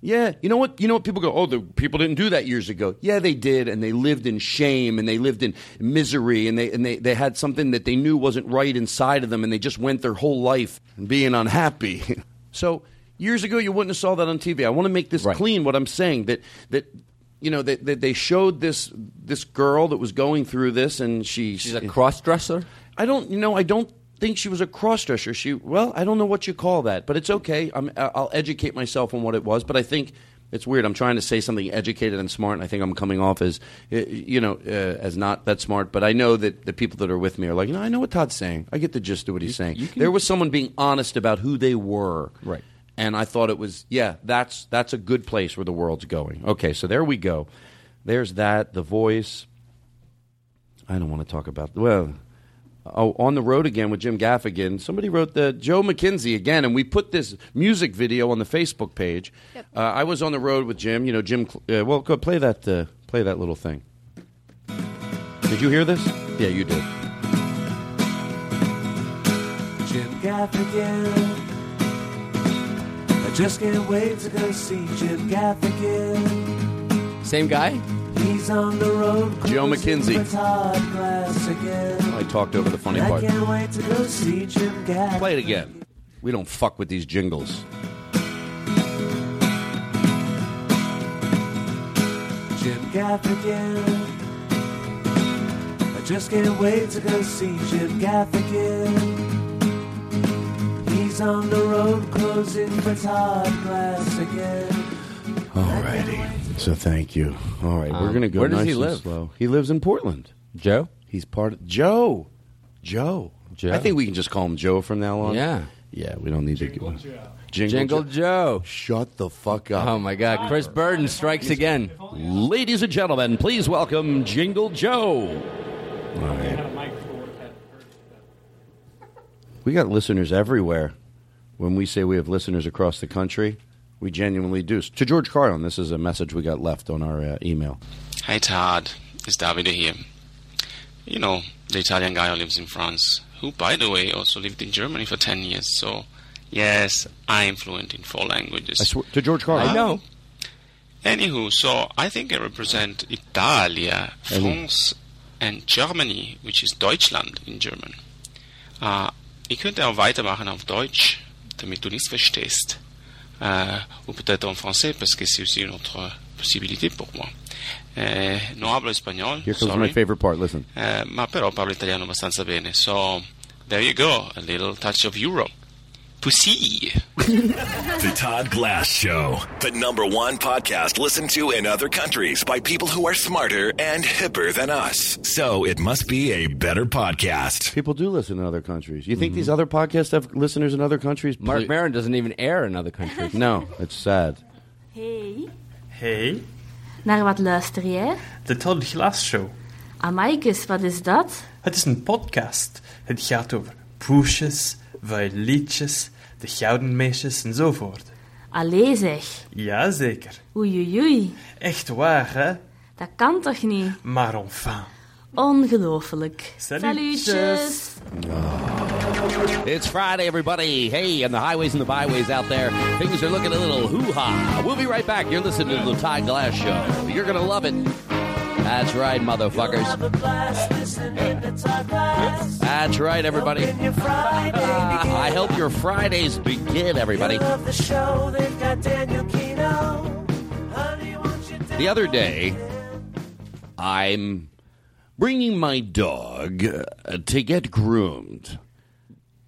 [SPEAKER 2] yeah you know what you know what people go oh the people didn't do that years ago yeah they did and they lived in shame and they lived in misery and they and they, they had something that they knew wasn't right inside of them and they just went their whole life being unhappy so years ago you wouldn't have saw that on tv i want to make this clean what i'm saying that that you know that, that they showed this this girl that was going through this and she she's a
[SPEAKER 10] cross dresser
[SPEAKER 2] i don't you know i don't think she was a cross dresser she well i don't know what you call that but it's okay I'm, i'll educate myself on what it was but i think it's weird i'm trying to say something educated and smart and i think i'm coming off as uh, you know uh, as not that smart but i know that the people that are with me are like you know i know what todd's saying i get the gist of what he's saying there was someone being honest about who they were right and I thought it was yeah, that's that's a good place where the world's going. Okay, so there we go. There's that the voice. I don't want to talk about well. Oh, on the road again with Jim Gaffigan. Somebody wrote the Joe McKenzie again, and we put this music video on the Facebook page. Uh, I was on the road with Jim. You know, Jim. Cl- Uh, well, go play that. Uh, play that little thing. Did you hear this? Yeah, you did.
[SPEAKER 3] Jim Gaffigan. I just can't wait to go see Jim Gaffigan.
[SPEAKER 10] Same guy?
[SPEAKER 3] He's on the road.
[SPEAKER 2] Joe
[SPEAKER 3] cruising
[SPEAKER 2] McKenzie.
[SPEAKER 3] with Todd Glass again.
[SPEAKER 2] I talked over the funny
[SPEAKER 3] I
[SPEAKER 2] part.
[SPEAKER 3] can't wait to go see Jim Gaffigan.
[SPEAKER 2] Play it again. We don't fuck with these jingles.
[SPEAKER 20] Jim Gaff again. I just can't wait to go see Jim Gaff again. He's on the road closing for Todd Glass again.
[SPEAKER 2] Alrighty. So thank you. All right, we're
[SPEAKER 10] Um,
[SPEAKER 2] gonna go.
[SPEAKER 10] where does
[SPEAKER 2] nice
[SPEAKER 10] he
[SPEAKER 2] and
[SPEAKER 10] live?
[SPEAKER 2] Slow. He lives in Portland. Joe. He's part of Joe. Joe. Joe. I think we can just call him Joe from now on.
[SPEAKER 10] Yeah.
[SPEAKER 2] Yeah. We don't need to. Jingle,
[SPEAKER 10] Jingle
[SPEAKER 2] Joe. Shut the fuck up.
[SPEAKER 10] Oh my God! Chris Burden strikes again.
[SPEAKER 2] Ladies and gentlemen, please welcome Jingle Joe. All right. We got listeners everywhere. When we say we have listeners across the country, we genuinely do. To George Carlin, this is a message we got left on our uh, email.
[SPEAKER 16] Hey Todd, it's Davide here. You know, the Italian guy who lives in France, who, by the way, also lived in Germany for 10 years, so yes, I am fluent in four languages.
[SPEAKER 2] I swear, to George Carlin.
[SPEAKER 16] Um, Anywho, so I think I represent Italia,
[SPEAKER 2] Ellie.
[SPEAKER 16] France, and Germany, which is Deutschland in German. Äh, ich könnte auch weitermachen auf Deutsch, damit du nichts verstehst. Äh, ou peut-être en français, parce que c'est aussi une autre possibilité pour moi. Äh, non hablo espagnol,
[SPEAKER 2] Here comes
[SPEAKER 16] sorry.
[SPEAKER 2] my favorite part. Listen.
[SPEAKER 16] Eh, ma però parlo italiano abbastanza bene. So, there you go, a little touch of Europe. Pussy.
[SPEAKER 17] The Todd Glass Show, the number one podcast listened to in other countries by people who are smarter and hipper than us. So it must be a better podcast.
[SPEAKER 2] People do listen in other countries. You think these other podcasts have listeners in other countries?
[SPEAKER 10] Mm-hmm. Mark
[SPEAKER 2] Maron doesn't even air in other countries. no, it's sad.
[SPEAKER 21] Hey,
[SPEAKER 7] Hey,
[SPEAKER 21] naar wat luister jij?
[SPEAKER 7] de Todd Glass Show.
[SPEAKER 21] Amaikus, wat is dat?
[SPEAKER 7] Het is een podcast. Het gaat over poesjes, violetjes, de gouden meisjes enzovoort.
[SPEAKER 21] Allee zeg.
[SPEAKER 7] Jazeker.
[SPEAKER 21] Oei, oei, oei.
[SPEAKER 7] Echt waar, hè?
[SPEAKER 21] Dat kan toch niet?
[SPEAKER 7] Maar enfin.
[SPEAKER 21] Ongelooflijk.
[SPEAKER 7] Salutjes.
[SPEAKER 2] It's Friday, everybody. Hey, on the highways and the byways out there, things are looking a little hoo ha. We'll be right back. You're listening to the Todd Glass Show. You're going to love it. That's right, motherfuckers. That's right, everybody. I hope your Fridays begin, everybody.
[SPEAKER 13] Love the show, they've got Daniel Kino.
[SPEAKER 2] The other day, I'm bringing my dog uh, to get groomed,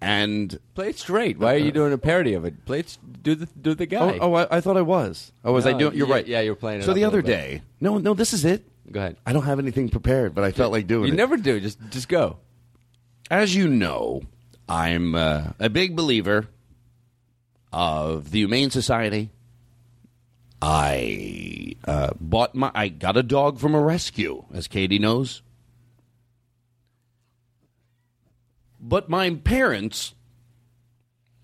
[SPEAKER 2] and Uh-huh.
[SPEAKER 10] Play it straight. Why are you doing a parody of it? Play it. s- Do the do the guy.
[SPEAKER 2] Oh, oh I, I thought I was. Oh, was I
[SPEAKER 10] No,
[SPEAKER 2] doing? You're
[SPEAKER 10] yeah,
[SPEAKER 2] right.
[SPEAKER 10] yeah, you're playing it
[SPEAKER 2] So
[SPEAKER 10] up
[SPEAKER 2] the
[SPEAKER 10] a
[SPEAKER 2] other
[SPEAKER 10] little bit.
[SPEAKER 2] day, no, no, this is it. Go ahead. I don't have anything prepared, but I felt like doing
[SPEAKER 10] You
[SPEAKER 2] it.
[SPEAKER 10] never do. Just just go.
[SPEAKER 2] As you know, I'm uh, a big believer of the Humane Society. I uh, bought my. I got a dog from a rescue, as Katie knows. But my parents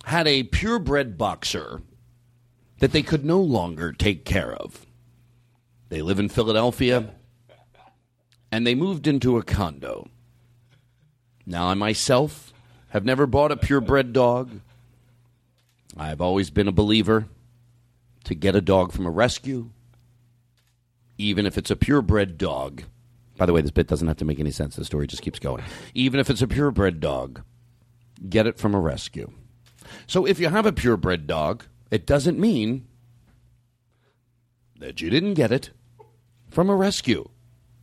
[SPEAKER 2] had a purebred boxer that they could no longer take care of. They live in Philadelphia and they moved into a condo. Now, I myself have never bought a purebred dog. I've always been a believer to get a dog from a rescue, even if it's a purebred dog. By the way, this bit doesn't have to make any sense. The story just keeps going. Even if it's a purebred dog, get it from a rescue. So if you have a purebred dog, it doesn't mean that you didn't get it from a rescue.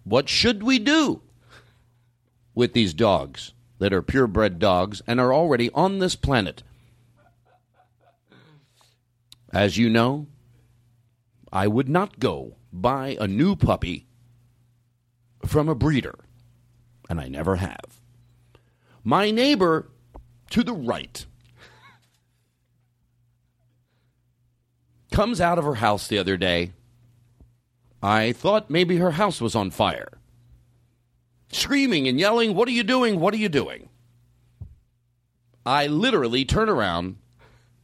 [SPEAKER 2] What should we do with these dogs that are purebred dogs and are already on this planet? As you know, I would not go buy a new puppy from a breeder, and I never have. My neighbor to the right comes out of her house the other day. I thought maybe her house was on fire. Screaming and yelling, What are you doing? What are you doing? I literally turn around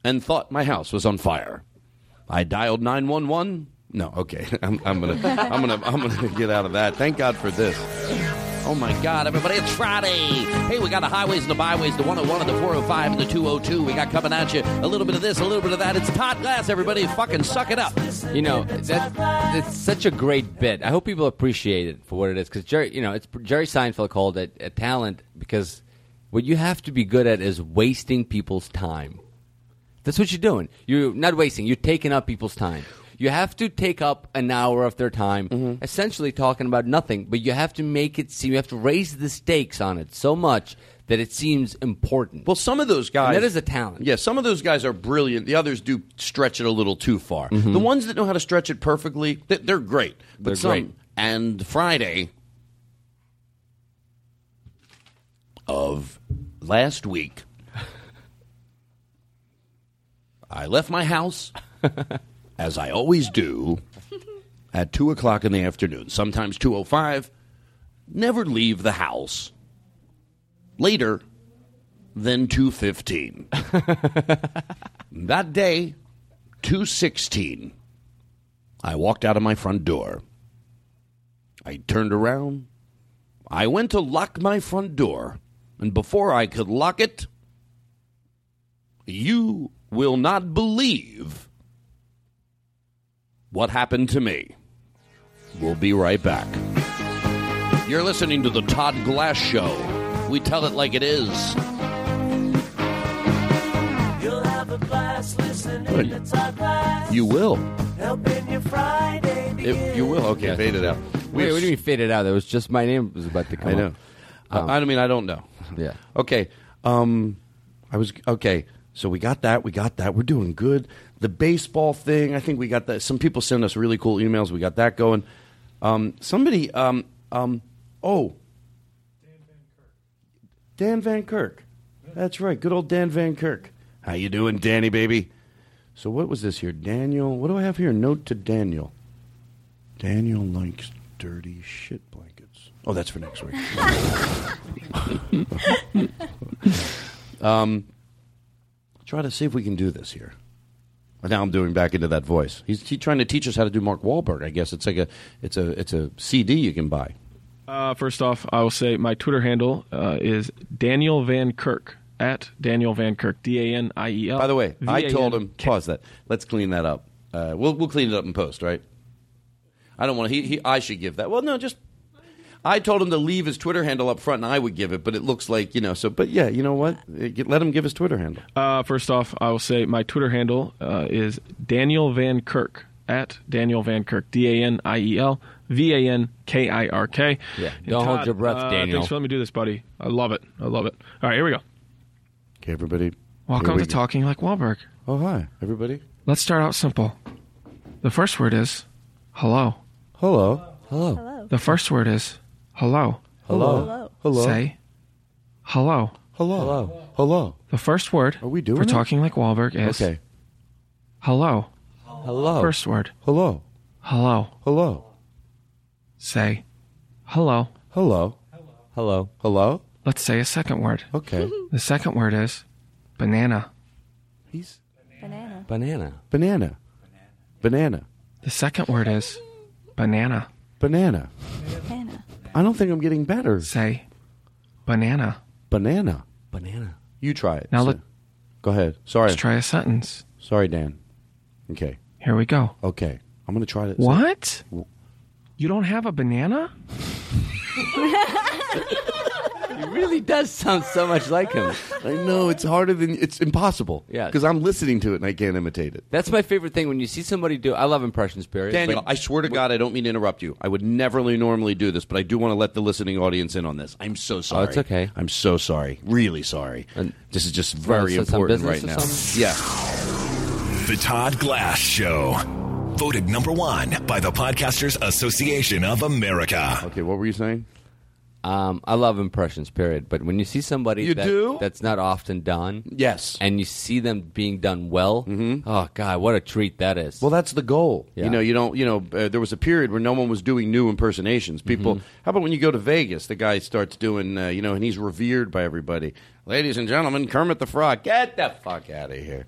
[SPEAKER 2] and thought my house was on fire. I dialed 911. No, okay. I'm, I'm going to I'm going to I'm going to get out of that. Thank God for this. Oh my God, everybody, it's Friday. Hey, we got the highways and the byways, the 101 and the 405 and the 202. We got coming at you a little bit of this, a little bit of that. It's Todd Glass, everybody. Fucking suck it up.
[SPEAKER 10] You know that that's such a great bit. I hope people appreciate it for what it is because Jerry, you know, it's Jerry Seinfeld called it a talent because what you have to be good at is wasting people's time. That's what you're doing. You're not wasting. You're taking up people's time. You have to take up an hour of their time,
[SPEAKER 2] Mm-hmm.
[SPEAKER 10] essentially talking about nothing. But you have to make it seem. You have to raise the stakes on it so much that it seems important.
[SPEAKER 2] Well, some of those guys.
[SPEAKER 10] that is a talent.
[SPEAKER 2] Yeah, some of those guys are brilliant. The others do stretch it a little too far.
[SPEAKER 10] Mhm.
[SPEAKER 2] The ones that know how to stretch it perfectly, they- they're great. But
[SPEAKER 10] They're
[SPEAKER 2] some,
[SPEAKER 10] great.
[SPEAKER 2] And Friday of last week, I left my house, as I always do, at 2 o'clock in the afternoon, sometimes 2.05. Never leave the house later than 2.15. that day, 2.16, I walked out of my front door. I turned around. I went to lock my front door. And before I could lock it, you will not believe what happened to me. We'll be right back. You're listening to The Todd Glass Show. We tell it like it is.
[SPEAKER 3] You'll have a blast listening to
[SPEAKER 2] Good.
[SPEAKER 3] Todd Glass,
[SPEAKER 2] You will.
[SPEAKER 3] helping your Friday begin.
[SPEAKER 2] you will. Okay, fade it out. We
[SPEAKER 10] Wait,
[SPEAKER 2] have
[SPEAKER 10] what do you mean fade it out? That was just my name was about to come. Um,
[SPEAKER 2] I know. I- I mean, I don't know.
[SPEAKER 10] Yeah.
[SPEAKER 2] Okay. Um, I was okay. So we got that. We got that. We're doing good. The baseball thing. I think we got that. Some people send us really cool emails. We got that going. Um, somebody. Um, um, oh, Dan Van Kirk. That's right. Good old Dan Van Kirk. How you doing, Danny baby? So what was this here? Daniel. What do I have here? Note to Daniel. Daniel likes dirty shit blankets. Oh, that's for next week. um, try to see if we can do this here. And Now I'm doing back into that voice. He's, he's trying to teach us how to do Mark Wahlberg. I guess it's like a it's a it's a CD you can buy.
[SPEAKER 4] Uh, first off, I will say my Twitter handle uh, is Daniel Van Kirk at Daniel Van Kirk D A N I E L.
[SPEAKER 2] By the way, I told him pause that. Let's clean that up. Uh, we'll we'll clean it up in post, right? I don't want to. He, he I should give that. Well, no, just I told him to leave his Twitter handle up front, and I would give it. But it looks like you know. So, but yeah, you know what? Uh, get- Let him give his Twitter handle.
[SPEAKER 4] Uh, first off, I will say my Twitter handle uh, is Daniel Van Kirk at Daniel Van Kirk D A N I E L V A N K I R K.
[SPEAKER 10] Yeah,
[SPEAKER 4] And
[SPEAKER 10] don't hold
[SPEAKER 4] Todd,
[SPEAKER 10] your breath,
[SPEAKER 4] uh,
[SPEAKER 10] Daniel.
[SPEAKER 4] Thanks for letting me do this, buddy. I love it. I love it. All right, here we go.
[SPEAKER 2] Okay, everybody.
[SPEAKER 4] Welcome
[SPEAKER 2] Here we
[SPEAKER 4] to
[SPEAKER 2] go.
[SPEAKER 4] Talking Like Wahlberg.
[SPEAKER 2] Oh, hi, everybody.
[SPEAKER 4] Let's start out simple. The first word is hello.
[SPEAKER 2] Hello.
[SPEAKER 4] Hello. The first word is hello.
[SPEAKER 2] Hello. Hello. Hello.
[SPEAKER 4] Say hello.
[SPEAKER 2] Hello. Hello. Hello.
[SPEAKER 4] The first word Are we
[SPEAKER 2] doing
[SPEAKER 4] for
[SPEAKER 2] it?
[SPEAKER 4] talking like Wahlberg is
[SPEAKER 2] Okay.
[SPEAKER 4] hello.
[SPEAKER 2] Hello.
[SPEAKER 4] First word.
[SPEAKER 2] Hello.
[SPEAKER 4] Hello.
[SPEAKER 2] Hello.
[SPEAKER 4] Say hello.
[SPEAKER 2] Hello.
[SPEAKER 4] Hello.
[SPEAKER 2] Hello.
[SPEAKER 4] Let's say a second word.
[SPEAKER 2] Okay.
[SPEAKER 4] the second word is banana.
[SPEAKER 2] He's
[SPEAKER 12] Banana.
[SPEAKER 4] banana.
[SPEAKER 2] banana. Banana.
[SPEAKER 4] The second word is banana.
[SPEAKER 2] Banana.
[SPEAKER 12] Banana.
[SPEAKER 2] I don't think I'm getting better.
[SPEAKER 4] Say banana.
[SPEAKER 2] Banana.
[SPEAKER 4] Banana.
[SPEAKER 2] You try it.
[SPEAKER 4] Now
[SPEAKER 2] So-
[SPEAKER 4] let-
[SPEAKER 2] Go ahead. Sorry.
[SPEAKER 4] Let's try a sentence.
[SPEAKER 2] Sorry, Dan. Okay.
[SPEAKER 4] Here we go.
[SPEAKER 2] Okay. I'm going to try to.
[SPEAKER 4] What? You don't have a banana?
[SPEAKER 10] Oh, He really does sound so much like him.
[SPEAKER 2] I know it's harder than it's impossible.
[SPEAKER 10] Yeah.
[SPEAKER 2] Because I'm listening to it and I can't imitate it.
[SPEAKER 10] That's my favorite thing when you see somebody do. I love impressions, Barry.
[SPEAKER 2] Daniel,
[SPEAKER 10] but-
[SPEAKER 2] I swear to God, I don't mean to interrupt you. I would never really normally do this, but I do want to let the listening audience in on this. I'm so sorry.
[SPEAKER 10] it's okay. Uh,
[SPEAKER 2] I'm so sorry. Really sorry. this is just very
[SPEAKER 10] Well, so some
[SPEAKER 2] important
[SPEAKER 10] business
[SPEAKER 2] right
[SPEAKER 10] or
[SPEAKER 2] now.
[SPEAKER 10] something?
[SPEAKER 2] Yeah.
[SPEAKER 17] The Todd Glass Show. Voted number one by the Podcasters Association of America.
[SPEAKER 2] Okay, what were you saying?
[SPEAKER 10] Um, I love impressions, period. But when you see somebody
[SPEAKER 2] You
[SPEAKER 10] that-
[SPEAKER 2] do?
[SPEAKER 10] that's not often done,
[SPEAKER 2] yes, Mm-hmm.
[SPEAKER 10] and you see them being done well, oh god, what a treat that is.
[SPEAKER 2] Well, that's the goal.
[SPEAKER 10] Yeah.
[SPEAKER 2] You know, you don't. You know, uh, there was a period where no one was doing new impersonations. People, how about when you go to Vegas, the guy starts doing, uh, you know, and he's revered by everybody. Ladies and gentlemen, Kermit the Frog, get the fuck out of here.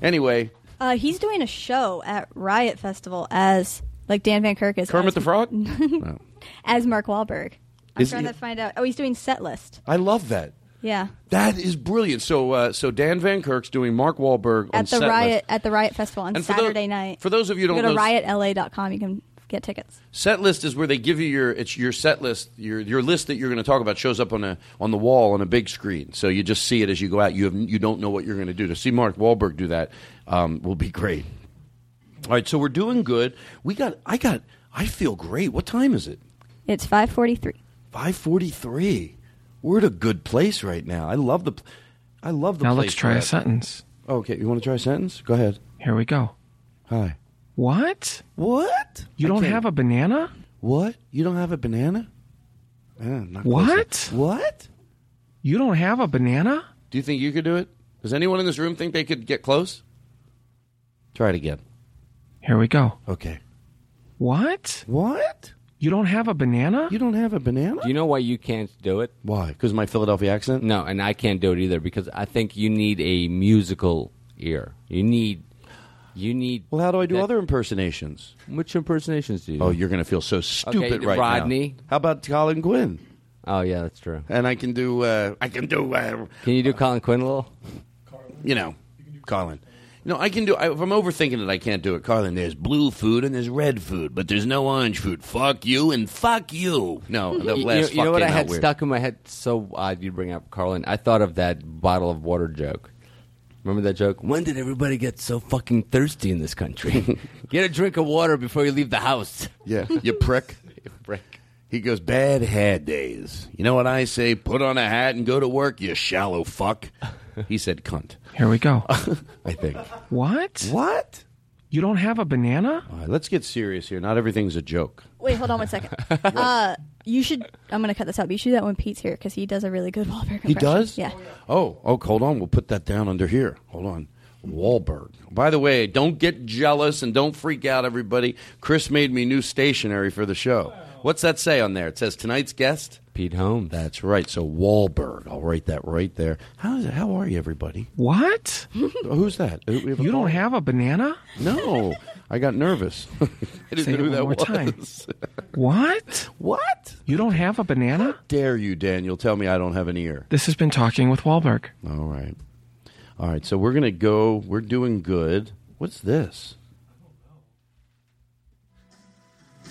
[SPEAKER 2] Anyway,
[SPEAKER 12] Uh, he's doing a show at Riot Festival as like Dan Van Kirk is
[SPEAKER 2] Kermit
[SPEAKER 12] as,
[SPEAKER 2] the Frog. No.
[SPEAKER 12] as Mark Wahlberg. I'm
[SPEAKER 2] Is
[SPEAKER 12] trying
[SPEAKER 2] he-
[SPEAKER 12] to find out. Oh, he's doing set list.
[SPEAKER 2] I love that.
[SPEAKER 12] Yeah,
[SPEAKER 2] That is brilliant. So, uh, so Dan Van Kirk's doing Mark Wahlberg on
[SPEAKER 12] at the
[SPEAKER 2] Setlist.
[SPEAKER 12] Riot at the Riot Festival on
[SPEAKER 2] And for tho-
[SPEAKER 12] Saturday night.
[SPEAKER 2] for those of you who
[SPEAKER 12] go
[SPEAKER 2] don't
[SPEAKER 12] to
[SPEAKER 2] know-
[SPEAKER 12] riotla.com, you can get tickets.
[SPEAKER 2] Set list is where they give you your it's your set list your your list that you're going to talk about shows up on a on the wall on a big screen so you just see it as you go out you have you don't know what you're going to do to see Mark Wahlberg do that um, will be great All right, so we're doing good. We got, I got, I feel great. What time is it?
[SPEAKER 12] It's 5:43.
[SPEAKER 2] 543. We're at a good place right now. I love the, pl- I love the
[SPEAKER 4] Now
[SPEAKER 2] place.
[SPEAKER 4] let's try
[SPEAKER 2] we're
[SPEAKER 4] a
[SPEAKER 2] at.
[SPEAKER 4] sentence.
[SPEAKER 2] Okay, you want to try a sentence? Go ahead.
[SPEAKER 4] Here we go.
[SPEAKER 2] Hi.
[SPEAKER 4] What?
[SPEAKER 2] What?
[SPEAKER 4] You
[SPEAKER 2] I
[SPEAKER 4] don't
[SPEAKER 2] can't-
[SPEAKER 4] have a banana?
[SPEAKER 2] What? You don't have a banana? Eh, not
[SPEAKER 4] What?
[SPEAKER 2] close What?
[SPEAKER 4] You don't have a banana?
[SPEAKER 2] Do you think you could do it? Does anyone in this room think they could get close? Try it again.
[SPEAKER 4] Here we go.
[SPEAKER 2] Okay.
[SPEAKER 4] What?
[SPEAKER 2] What?
[SPEAKER 4] You don't have a banana?
[SPEAKER 2] You don't have a banana?
[SPEAKER 10] Do you know why you can't do it?
[SPEAKER 2] Why? Because my Philadelphia accent?
[SPEAKER 10] No, and I can't do it either because I think you need a musical ear. You need. You need.
[SPEAKER 2] Well, how do I do other impersonations?
[SPEAKER 10] Which impersonations do you?
[SPEAKER 2] Oh, you're going to feel so stupid right now.
[SPEAKER 10] Rodney.
[SPEAKER 2] How about Colin Quinn?
[SPEAKER 10] Oh yeah, that's true.
[SPEAKER 2] And I can do. Uh, I can do. Uh,
[SPEAKER 10] Can you do Colin Quinn a little?
[SPEAKER 2] You know, Colin. You know, I can do. I, if I'm overthinking it, I can't do it, Carlin. There's blue food and there's red food, but there's no orange food. Fuck you and fuck you. No, the
[SPEAKER 10] You- you,
[SPEAKER 2] Oh, last
[SPEAKER 10] you know
[SPEAKER 2] fuck
[SPEAKER 10] what I
[SPEAKER 2] came out
[SPEAKER 10] had
[SPEAKER 2] weird.
[SPEAKER 10] stuck in my head so odd you bring up Carlin. I thought of that bottle of water joke. Remember that joke? When did everybody get so fucking thirsty in this country? get a drink of water before you leave the house.
[SPEAKER 2] Yeah, you prick.
[SPEAKER 10] you prick.
[SPEAKER 2] He goes, bad hat days. You know what I say? Put on a hat and go to work, you shallow fuck. He said cunt,
[SPEAKER 4] Here we go.
[SPEAKER 2] I think.
[SPEAKER 4] what?
[SPEAKER 2] What?
[SPEAKER 4] You don't have a banana?
[SPEAKER 2] All right, let's get serious here. Not everything's a joke.
[SPEAKER 12] Wait, hold on one second. uh, you should. I'm gonna cut this out. But you should do that when Pete's here because he does a really good Wahlberg impression.
[SPEAKER 2] He does?
[SPEAKER 12] Yeah.
[SPEAKER 2] Oh, oh, hold on. We'll put that down under here. Hold on. Wahlberg. By the way, don't get jealous and don't freak out, everybody. Chris made me new stationery for the show. What's that say on there? It says tonight's guest?
[SPEAKER 10] Pete Holmes.
[SPEAKER 2] That's right. So Wahlberg. I'll write that right there. How, is it, how are you, everybody?
[SPEAKER 4] What?
[SPEAKER 2] Who's that? You
[SPEAKER 4] You don't have a banana?
[SPEAKER 2] No. I got nervous. I didn't
[SPEAKER 4] Say
[SPEAKER 2] know
[SPEAKER 4] it
[SPEAKER 2] who
[SPEAKER 4] one
[SPEAKER 2] that
[SPEAKER 4] more time.
[SPEAKER 2] was.
[SPEAKER 4] What?
[SPEAKER 2] What?
[SPEAKER 4] You don't have a banana?
[SPEAKER 2] Dare you, Daniel, tell me I don't have an ear.
[SPEAKER 4] This has been Talking with Wahlberg.
[SPEAKER 2] All right. All right. So we're going to go. We're doing good. What's this?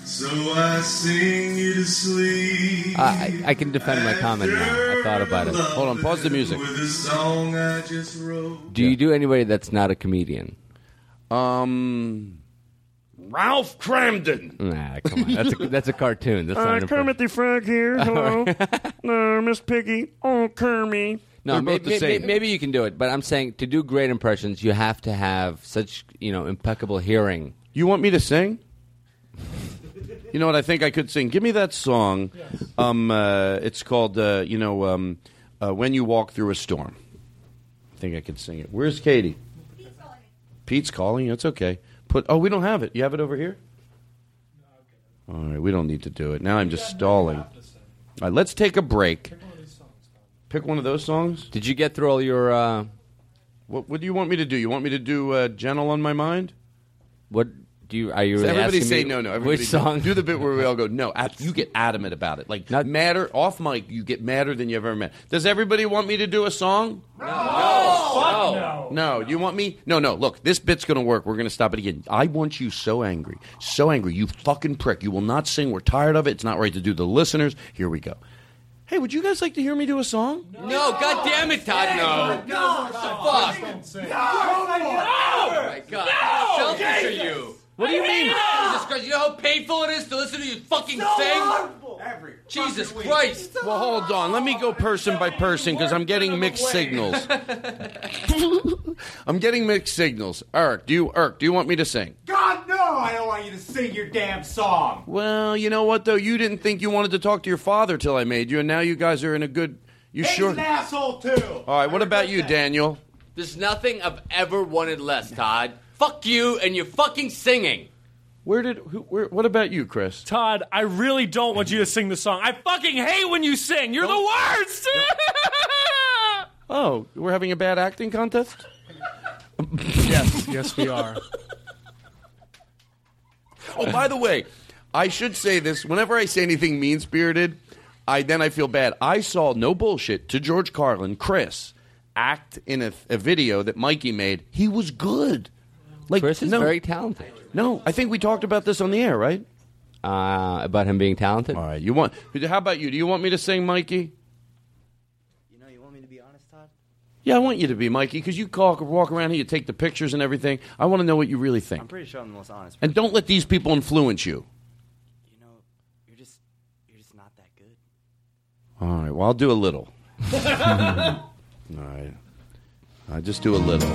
[SPEAKER 1] So I sing you to sleep.
[SPEAKER 10] Uh, I, I can defend my comment now. I thought about it.
[SPEAKER 2] Hold on. Pause the music.
[SPEAKER 1] With a song I just wrote.
[SPEAKER 10] Do you do anybody that's not a comedian?
[SPEAKER 2] Um, Ralph Cramden.
[SPEAKER 10] Nah, come on. That's a, that's a cartoon. That's not an impression.
[SPEAKER 2] Uh, the Frog here.
[SPEAKER 10] Hello.
[SPEAKER 2] no, Miss Piggy. Oh, Kermit.
[SPEAKER 10] No, may- may- may- maybe, you can do it, but I'm saying to do great impressions, you have to have such you know impeccable hearing.
[SPEAKER 2] You want me to sing? You know what? I think I could sing. Give me that song. Um, uh, it's called, uh, you know, um, uh, When You Walk Through a Storm. I think I could sing it. Where's Katie? Pete's calling. It's okay. Put. Oh, we don't have it. You have it over here. All right, we don't need to do it now. I'm just stalling. All right, let's take a break. Pick one of those songs.
[SPEAKER 10] Did you get through all your? Uh,
[SPEAKER 2] What, what do you want me to do? You want me to do uh, "Gentle on My Mind"?
[SPEAKER 10] what do you? Are you?
[SPEAKER 2] So
[SPEAKER 10] Really
[SPEAKER 2] everybody
[SPEAKER 10] asking
[SPEAKER 2] say
[SPEAKER 10] me
[SPEAKER 2] no, no. Everybody
[SPEAKER 10] Which song?
[SPEAKER 2] Do, do the bit where we all go no. ab- You get adamant about it, like madder off mic. You get madder than you have ever met. Does everybody want me to do a song? No. No. You want me? No, no. Look, this bit's gonna work. We're gonna stop it again. I want you so angry, so angry. You fucking prick. You will not sing. We're tired of it. It's not right to do the listeners. Here we go. Hey, would you guys like to hear me do a song?
[SPEAKER 10] No, God damn it, Todd! No,
[SPEAKER 1] No,
[SPEAKER 10] fuck! Oh my God! How selfish are you?
[SPEAKER 2] What do you mean?
[SPEAKER 10] Jesus Christ! You know how painful it is to listen to you fucking sing. Jesus Christ!
[SPEAKER 2] Well, hold on. Let me go person by person because I'm getting mixed signals. I'm getting mixed signals. Eric, do you Eric, do you want me to sing?
[SPEAKER 22] God, no! I don't want you to sing your damn song.
[SPEAKER 2] Well, you know what though? You didn't think you wanted to talk to your father till I made you, and now you guys are in a good. You
[SPEAKER 22] He's
[SPEAKER 2] sure?
[SPEAKER 22] an asshole too.
[SPEAKER 2] All right. What about you, Daniel?
[SPEAKER 10] There's nothing I've ever wanted less, Todd. Fuck you and your fucking singing.
[SPEAKER 2] Where did? Who, where, what about you, Chris?
[SPEAKER 23] Todd, I really don't want you to sing the song. I fucking hate when you sing. You're the worst.
[SPEAKER 2] Oh, we're having a bad acting contest.
[SPEAKER 23] yes, yes, we are.
[SPEAKER 2] Oh, by the way, I should say this. Whenever I say anything mean spirited, I then I feel bad. I saw no bullshit to George Carlin, Chris, act in a, a video that Mikey made. He was good. Like
[SPEAKER 10] Chris is
[SPEAKER 2] no,
[SPEAKER 10] very talented.
[SPEAKER 2] No, I think we talked about this on the air, right?
[SPEAKER 10] Uh, about him being talented.
[SPEAKER 2] All right, you want? How about you? Do you want me to sing, Mikey? Yeah, I want you to be, Mikey, because you call, walk around here, you take the pictures and everything. I want to know what you really think.
[SPEAKER 24] I'm pretty sure I'm the most honest.
[SPEAKER 2] And don't let these people influence you.
[SPEAKER 24] You're just, you're just not that good.
[SPEAKER 2] All right, well, I'll do a little. All right. I just do a little.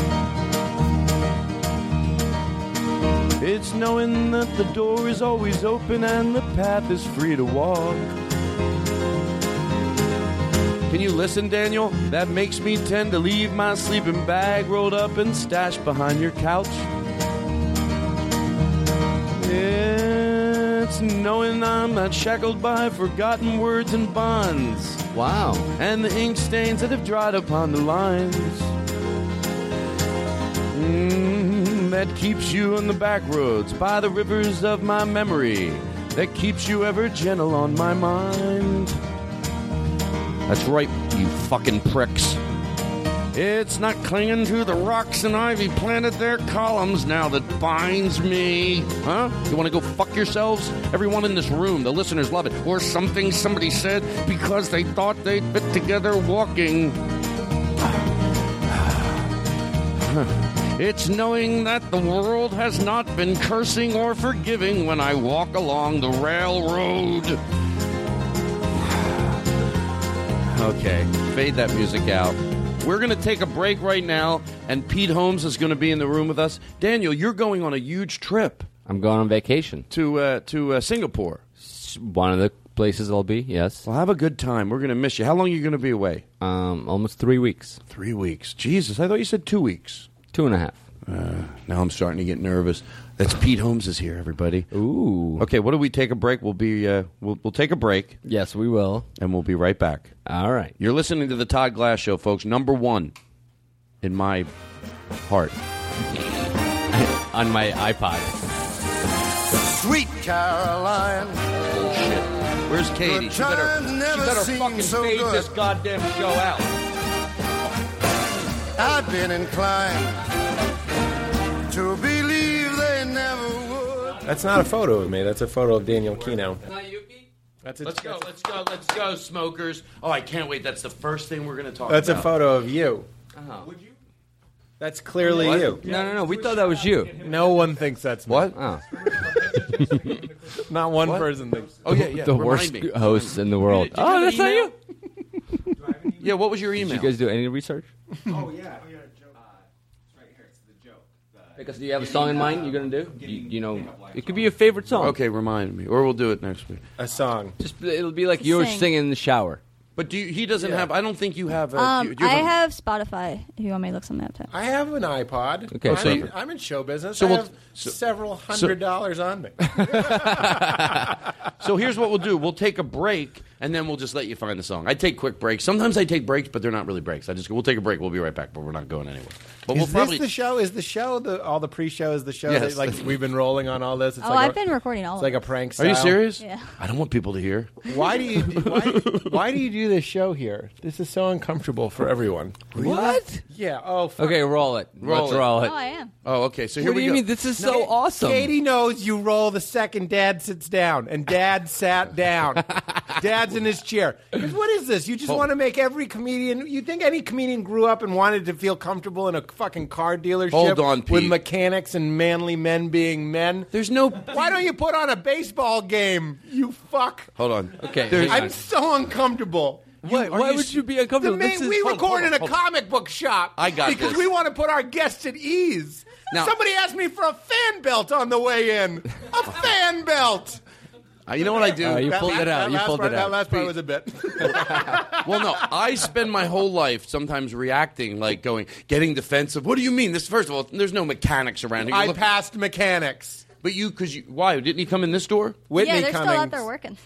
[SPEAKER 25] It's knowing that the door is always open and the path is free to walk.
[SPEAKER 2] Can you listen, Daniel? That makes me tend to leave my sleeping bag rolled up and stashed behind your couch. It's knowing I'm not shackled by forgotten words and bonds. Wow. And the ink stains that have dried upon the lines. Mm, that keeps you on the back roads by the rivers of my memory. That keeps you ever gentle on my mind. That's right, you fucking pricks. It's not clinging to the rocks and ivy planted their columns now that binds me. Huh? You want to go fuck yourselves? Everyone in this room, the listeners love it. Or something somebody said because they thought they'd fit together walking. It's knowing that the world has not been cursing or forgiving when I walk along the railroad. Okay, fade that music out. We're going to take a break right now, and Pete Holmes is going to be in the room with us. Daniel, you're going on a huge trip.
[SPEAKER 10] I'm going on vacation
[SPEAKER 2] to uh, to uh, Singapore.
[SPEAKER 10] One of the places I'll be. Yes.
[SPEAKER 2] Well, have a good time. We're going to miss you. How long are you going to be away?
[SPEAKER 10] Um, almost three weeks.
[SPEAKER 2] Three weeks. Jesus, I thought you said two weeks.
[SPEAKER 10] Two and a half.
[SPEAKER 2] Uh, now I'm starting to get nervous. That's Pete Holmes is here, everybody.
[SPEAKER 10] Ooh.
[SPEAKER 2] Okay, what do we take a break? We'll be uh, we'll we'll take a break.
[SPEAKER 10] Yes, we will,
[SPEAKER 2] and we'll be right back.
[SPEAKER 10] All right.
[SPEAKER 2] You're listening to the Todd Glass Show, folks. Number one in my heart.
[SPEAKER 10] On my iPod.
[SPEAKER 25] Sweet Caroline. Bullshit.
[SPEAKER 2] Where's Katie?
[SPEAKER 25] She
[SPEAKER 2] She better, she better fucking fade this goddamn show out.
[SPEAKER 25] I've been inclined to believe they never would.
[SPEAKER 24] That's not a photo of me. That's a photo of Daniel Kino. That's
[SPEAKER 2] let's go, let's go, let's go, smokers. Oh, I can't wait. That's the first thing we're going to talk
[SPEAKER 24] That's a
[SPEAKER 2] about. Uh-huh.
[SPEAKER 24] photo of you.
[SPEAKER 2] photo. Would you?
[SPEAKER 24] That's clearly
[SPEAKER 2] What?
[SPEAKER 24] you.
[SPEAKER 2] No, no, no,
[SPEAKER 24] We thought that was you. No one thinks that's me. What?
[SPEAKER 2] Oh.
[SPEAKER 24] Not one person thinks.
[SPEAKER 2] Oh, yeah, yeah.
[SPEAKER 10] The
[SPEAKER 2] Remind
[SPEAKER 10] worst
[SPEAKER 2] me.
[SPEAKER 10] hosts in the world.
[SPEAKER 2] Did you
[SPEAKER 10] Oh,
[SPEAKER 2] have
[SPEAKER 10] that's
[SPEAKER 2] an
[SPEAKER 10] not you.
[SPEAKER 2] email? yeah, what was your
[SPEAKER 10] Did
[SPEAKER 2] email?
[SPEAKER 10] you guys do any research?
[SPEAKER 24] Oh yeah.
[SPEAKER 10] Because do you have a song in mind you're gonna do? You, you know, it could be a favorite song.
[SPEAKER 2] Okay, remind me, or we'll do it next week.
[SPEAKER 24] A song.
[SPEAKER 10] Just it'll be like you were
[SPEAKER 12] Sing.
[SPEAKER 10] singing in the shower.
[SPEAKER 2] But do you, he doesn't have? I don't think you have. A,
[SPEAKER 12] Um,
[SPEAKER 2] you- you
[SPEAKER 12] I
[SPEAKER 2] a-
[SPEAKER 12] have Spotify. If you want me to look something up,
[SPEAKER 24] I have an iPod.
[SPEAKER 2] Okay,
[SPEAKER 24] I'm,
[SPEAKER 2] so-
[SPEAKER 24] in, I'm in show business.
[SPEAKER 2] so
[SPEAKER 24] I
[SPEAKER 2] we'll-
[SPEAKER 24] have
[SPEAKER 2] so-
[SPEAKER 24] several
[SPEAKER 2] so-
[SPEAKER 24] hundred dollars on me.
[SPEAKER 2] So here's what we'll do: we'll take a break, and then we'll just let you find the song. I take quick breaks. Sometimes I take breaks, but they're not really breaks. I just go, we'll take a break. We'll be right back, but we're not going anywhere. But
[SPEAKER 24] is
[SPEAKER 2] we'll
[SPEAKER 24] this
[SPEAKER 2] probably
[SPEAKER 24] the show? Is the show the all the pre-show? Is the show
[SPEAKER 2] Yes.
[SPEAKER 24] that, like we've been rolling on all this? It's
[SPEAKER 12] Oh,
[SPEAKER 24] like
[SPEAKER 12] I've been recording all
[SPEAKER 24] It's
[SPEAKER 12] of
[SPEAKER 24] like
[SPEAKER 12] it.
[SPEAKER 24] a prank.
[SPEAKER 2] Are you
[SPEAKER 24] style.
[SPEAKER 2] serious?
[SPEAKER 12] Yeah.
[SPEAKER 2] I don't want people to hear.
[SPEAKER 24] Why do you do, why, why do you do this show here? This is so uncomfortable for everyone.
[SPEAKER 10] What?
[SPEAKER 24] Yeah. Oh. fuck.
[SPEAKER 10] Okay, roll it.
[SPEAKER 24] Roll
[SPEAKER 10] Let's
[SPEAKER 24] it.
[SPEAKER 10] roll it.
[SPEAKER 24] Oh,
[SPEAKER 12] I am.
[SPEAKER 2] Oh, okay. So here
[SPEAKER 10] What do
[SPEAKER 2] we
[SPEAKER 10] you
[SPEAKER 2] go.
[SPEAKER 10] mean? This is so awesome.
[SPEAKER 24] Katie knows you roll the second dad sits down, and dad sat down. Dad's in his chair. 'Cause What is this? You just want to make every comedian. You think any comedian grew up and wanted to feel comfortable in a fucking car dealership?
[SPEAKER 2] Hold on,
[SPEAKER 24] With
[SPEAKER 2] Pete.
[SPEAKER 24] mechanics and manly men being men?
[SPEAKER 2] There's no.
[SPEAKER 24] Why don't you put on a baseball game, you fuck?
[SPEAKER 2] Hold on. Okay.
[SPEAKER 24] I'm so uncomfortable.
[SPEAKER 10] Why- why would you be uncomfortable?
[SPEAKER 24] The main-
[SPEAKER 10] This is-
[SPEAKER 24] we
[SPEAKER 10] hold on,
[SPEAKER 24] record
[SPEAKER 10] hold
[SPEAKER 24] in
[SPEAKER 10] on,
[SPEAKER 24] a
[SPEAKER 10] hold on.
[SPEAKER 24] comic book shop.
[SPEAKER 2] I got
[SPEAKER 24] because
[SPEAKER 2] this.
[SPEAKER 24] we want to put our guests at ease.
[SPEAKER 2] Now-
[SPEAKER 24] Somebody asked me for a fan belt on the way in. A fan belt.
[SPEAKER 2] Uh, you know what I do?
[SPEAKER 24] That la- that last part, That last part was a bit.
[SPEAKER 2] well, no, I spend my whole life sometimes reacting, like going, getting defensive. What do you mean? This first of all, there's no mechanics around here.
[SPEAKER 24] I passed mechanics.
[SPEAKER 2] But you, because you, why didn't he come in this door?
[SPEAKER 12] yeah, they're still out there working.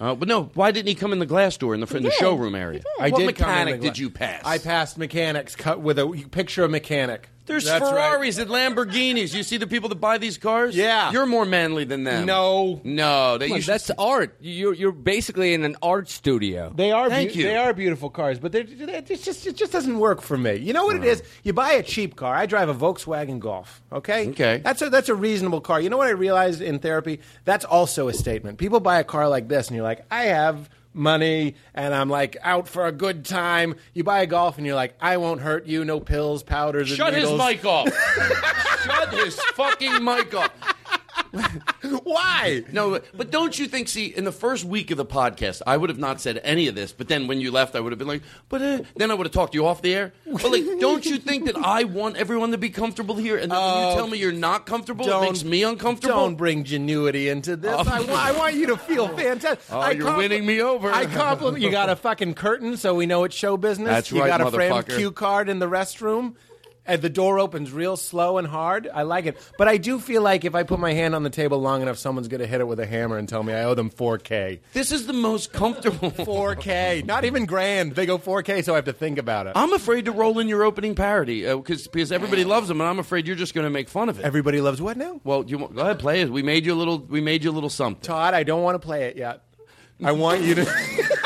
[SPEAKER 2] Uh, but no, why didn't he come in the glass door in the, in the
[SPEAKER 12] did.
[SPEAKER 2] showroom area? what
[SPEAKER 24] I did come in
[SPEAKER 2] mechanic
[SPEAKER 24] the gla-
[SPEAKER 2] did you pass?
[SPEAKER 24] I passed mechanics cut with a picture of mechanic.
[SPEAKER 2] There's
[SPEAKER 24] That's right.
[SPEAKER 2] Ferraris and Lamborghinis. You see the people that buy these cars? Yeah. You're more manly than them.
[SPEAKER 24] No.
[SPEAKER 2] No. They,
[SPEAKER 10] Come on,
[SPEAKER 2] you should-
[SPEAKER 10] that's art. You're you're basically in an art studio.
[SPEAKER 24] They are
[SPEAKER 10] Thank
[SPEAKER 24] beau-
[SPEAKER 10] you.
[SPEAKER 24] they are beautiful cars, but they're, they're- it's just it just doesn't work for me. You know what it is? You buy a cheap car. I drive a Volkswagen Golf. Okay,
[SPEAKER 2] Okay.
[SPEAKER 24] That's a that's a reasonable car. You know what I realized in therapy? That's also a statement. People buy a car like this, and you're like, I have money and I'm like out for a good time. You buy a golf and you're like, I won't hurt you, no pills, powders,
[SPEAKER 6] Shut
[SPEAKER 24] and
[SPEAKER 6] his
[SPEAKER 24] needles.
[SPEAKER 6] mic off.
[SPEAKER 2] Shut his fucking mic off.
[SPEAKER 24] Why?
[SPEAKER 2] No, but- but don't you think? See, in the first week of the podcast, I would have not said any of this. But then when you left, I would have been like, "But uh, then I would have talked you off the air." But like, don't you think that I want everyone to be comfortable here? And then when
[SPEAKER 24] Oh,
[SPEAKER 2] you tell me you're not comfortable, it
[SPEAKER 24] don't-
[SPEAKER 2] makes me uncomfortable.
[SPEAKER 24] Don't bring genuity into this.
[SPEAKER 2] Oh.
[SPEAKER 24] I, wa- I want you to feel fantastic.
[SPEAKER 2] Oh,
[SPEAKER 24] I
[SPEAKER 2] you're winning me over.
[SPEAKER 24] I compliment you. Got a fucking curtain, so we know it's show business.
[SPEAKER 2] That's
[SPEAKER 24] you
[SPEAKER 2] right,
[SPEAKER 24] got a framed
[SPEAKER 2] motherfucker.
[SPEAKER 24] cue card in the restroom. And the door opens real slow and hard. I like it, but I do feel like if I put my hand on the table long enough, someone's going to hit it with a hammer and tell me I owe them 4K.
[SPEAKER 2] This is the most comfortable
[SPEAKER 24] 4K, not even grand. They go 4K, so I have to think about it.
[SPEAKER 2] I'm afraid to roll in your opening parody uh, 'cause- because everybody loves them, and I'm afraid you're just going to make fun of it.
[SPEAKER 24] Everybody loves what now?
[SPEAKER 2] Well, you want- go ahead, play it. We made you a little. We made you a little something.
[SPEAKER 24] Todd, I don't want to play it yet. I want you to.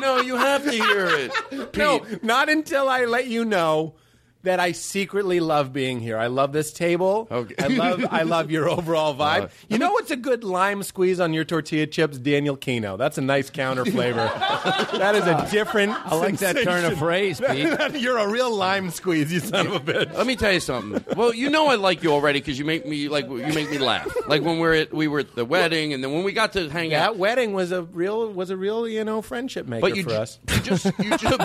[SPEAKER 2] no, you have to hear it.
[SPEAKER 24] No, not until I let you know that I secretly love being here. I love this table. Okay. I love I love your overall vibe.
[SPEAKER 2] Uh,
[SPEAKER 24] you know what's a good lime squeeze on your tortilla chips? Daniel Kino. That's a nice counter flavor. that is a different
[SPEAKER 2] I like that turn of
[SPEAKER 24] sensation.
[SPEAKER 2] phrase, Pete.
[SPEAKER 24] You're a real lime squeeze, you son of a bitch.
[SPEAKER 2] Let me tell you something. Well, you know I like you already because you make me like you make me laugh. Like when we're at we were at the wedding, and then when we got to hang
[SPEAKER 24] That
[SPEAKER 2] out.
[SPEAKER 24] wedding was a real was a real, you know, friendship maker
[SPEAKER 2] But you
[SPEAKER 24] for
[SPEAKER 2] ju-
[SPEAKER 24] us.
[SPEAKER 2] You just you just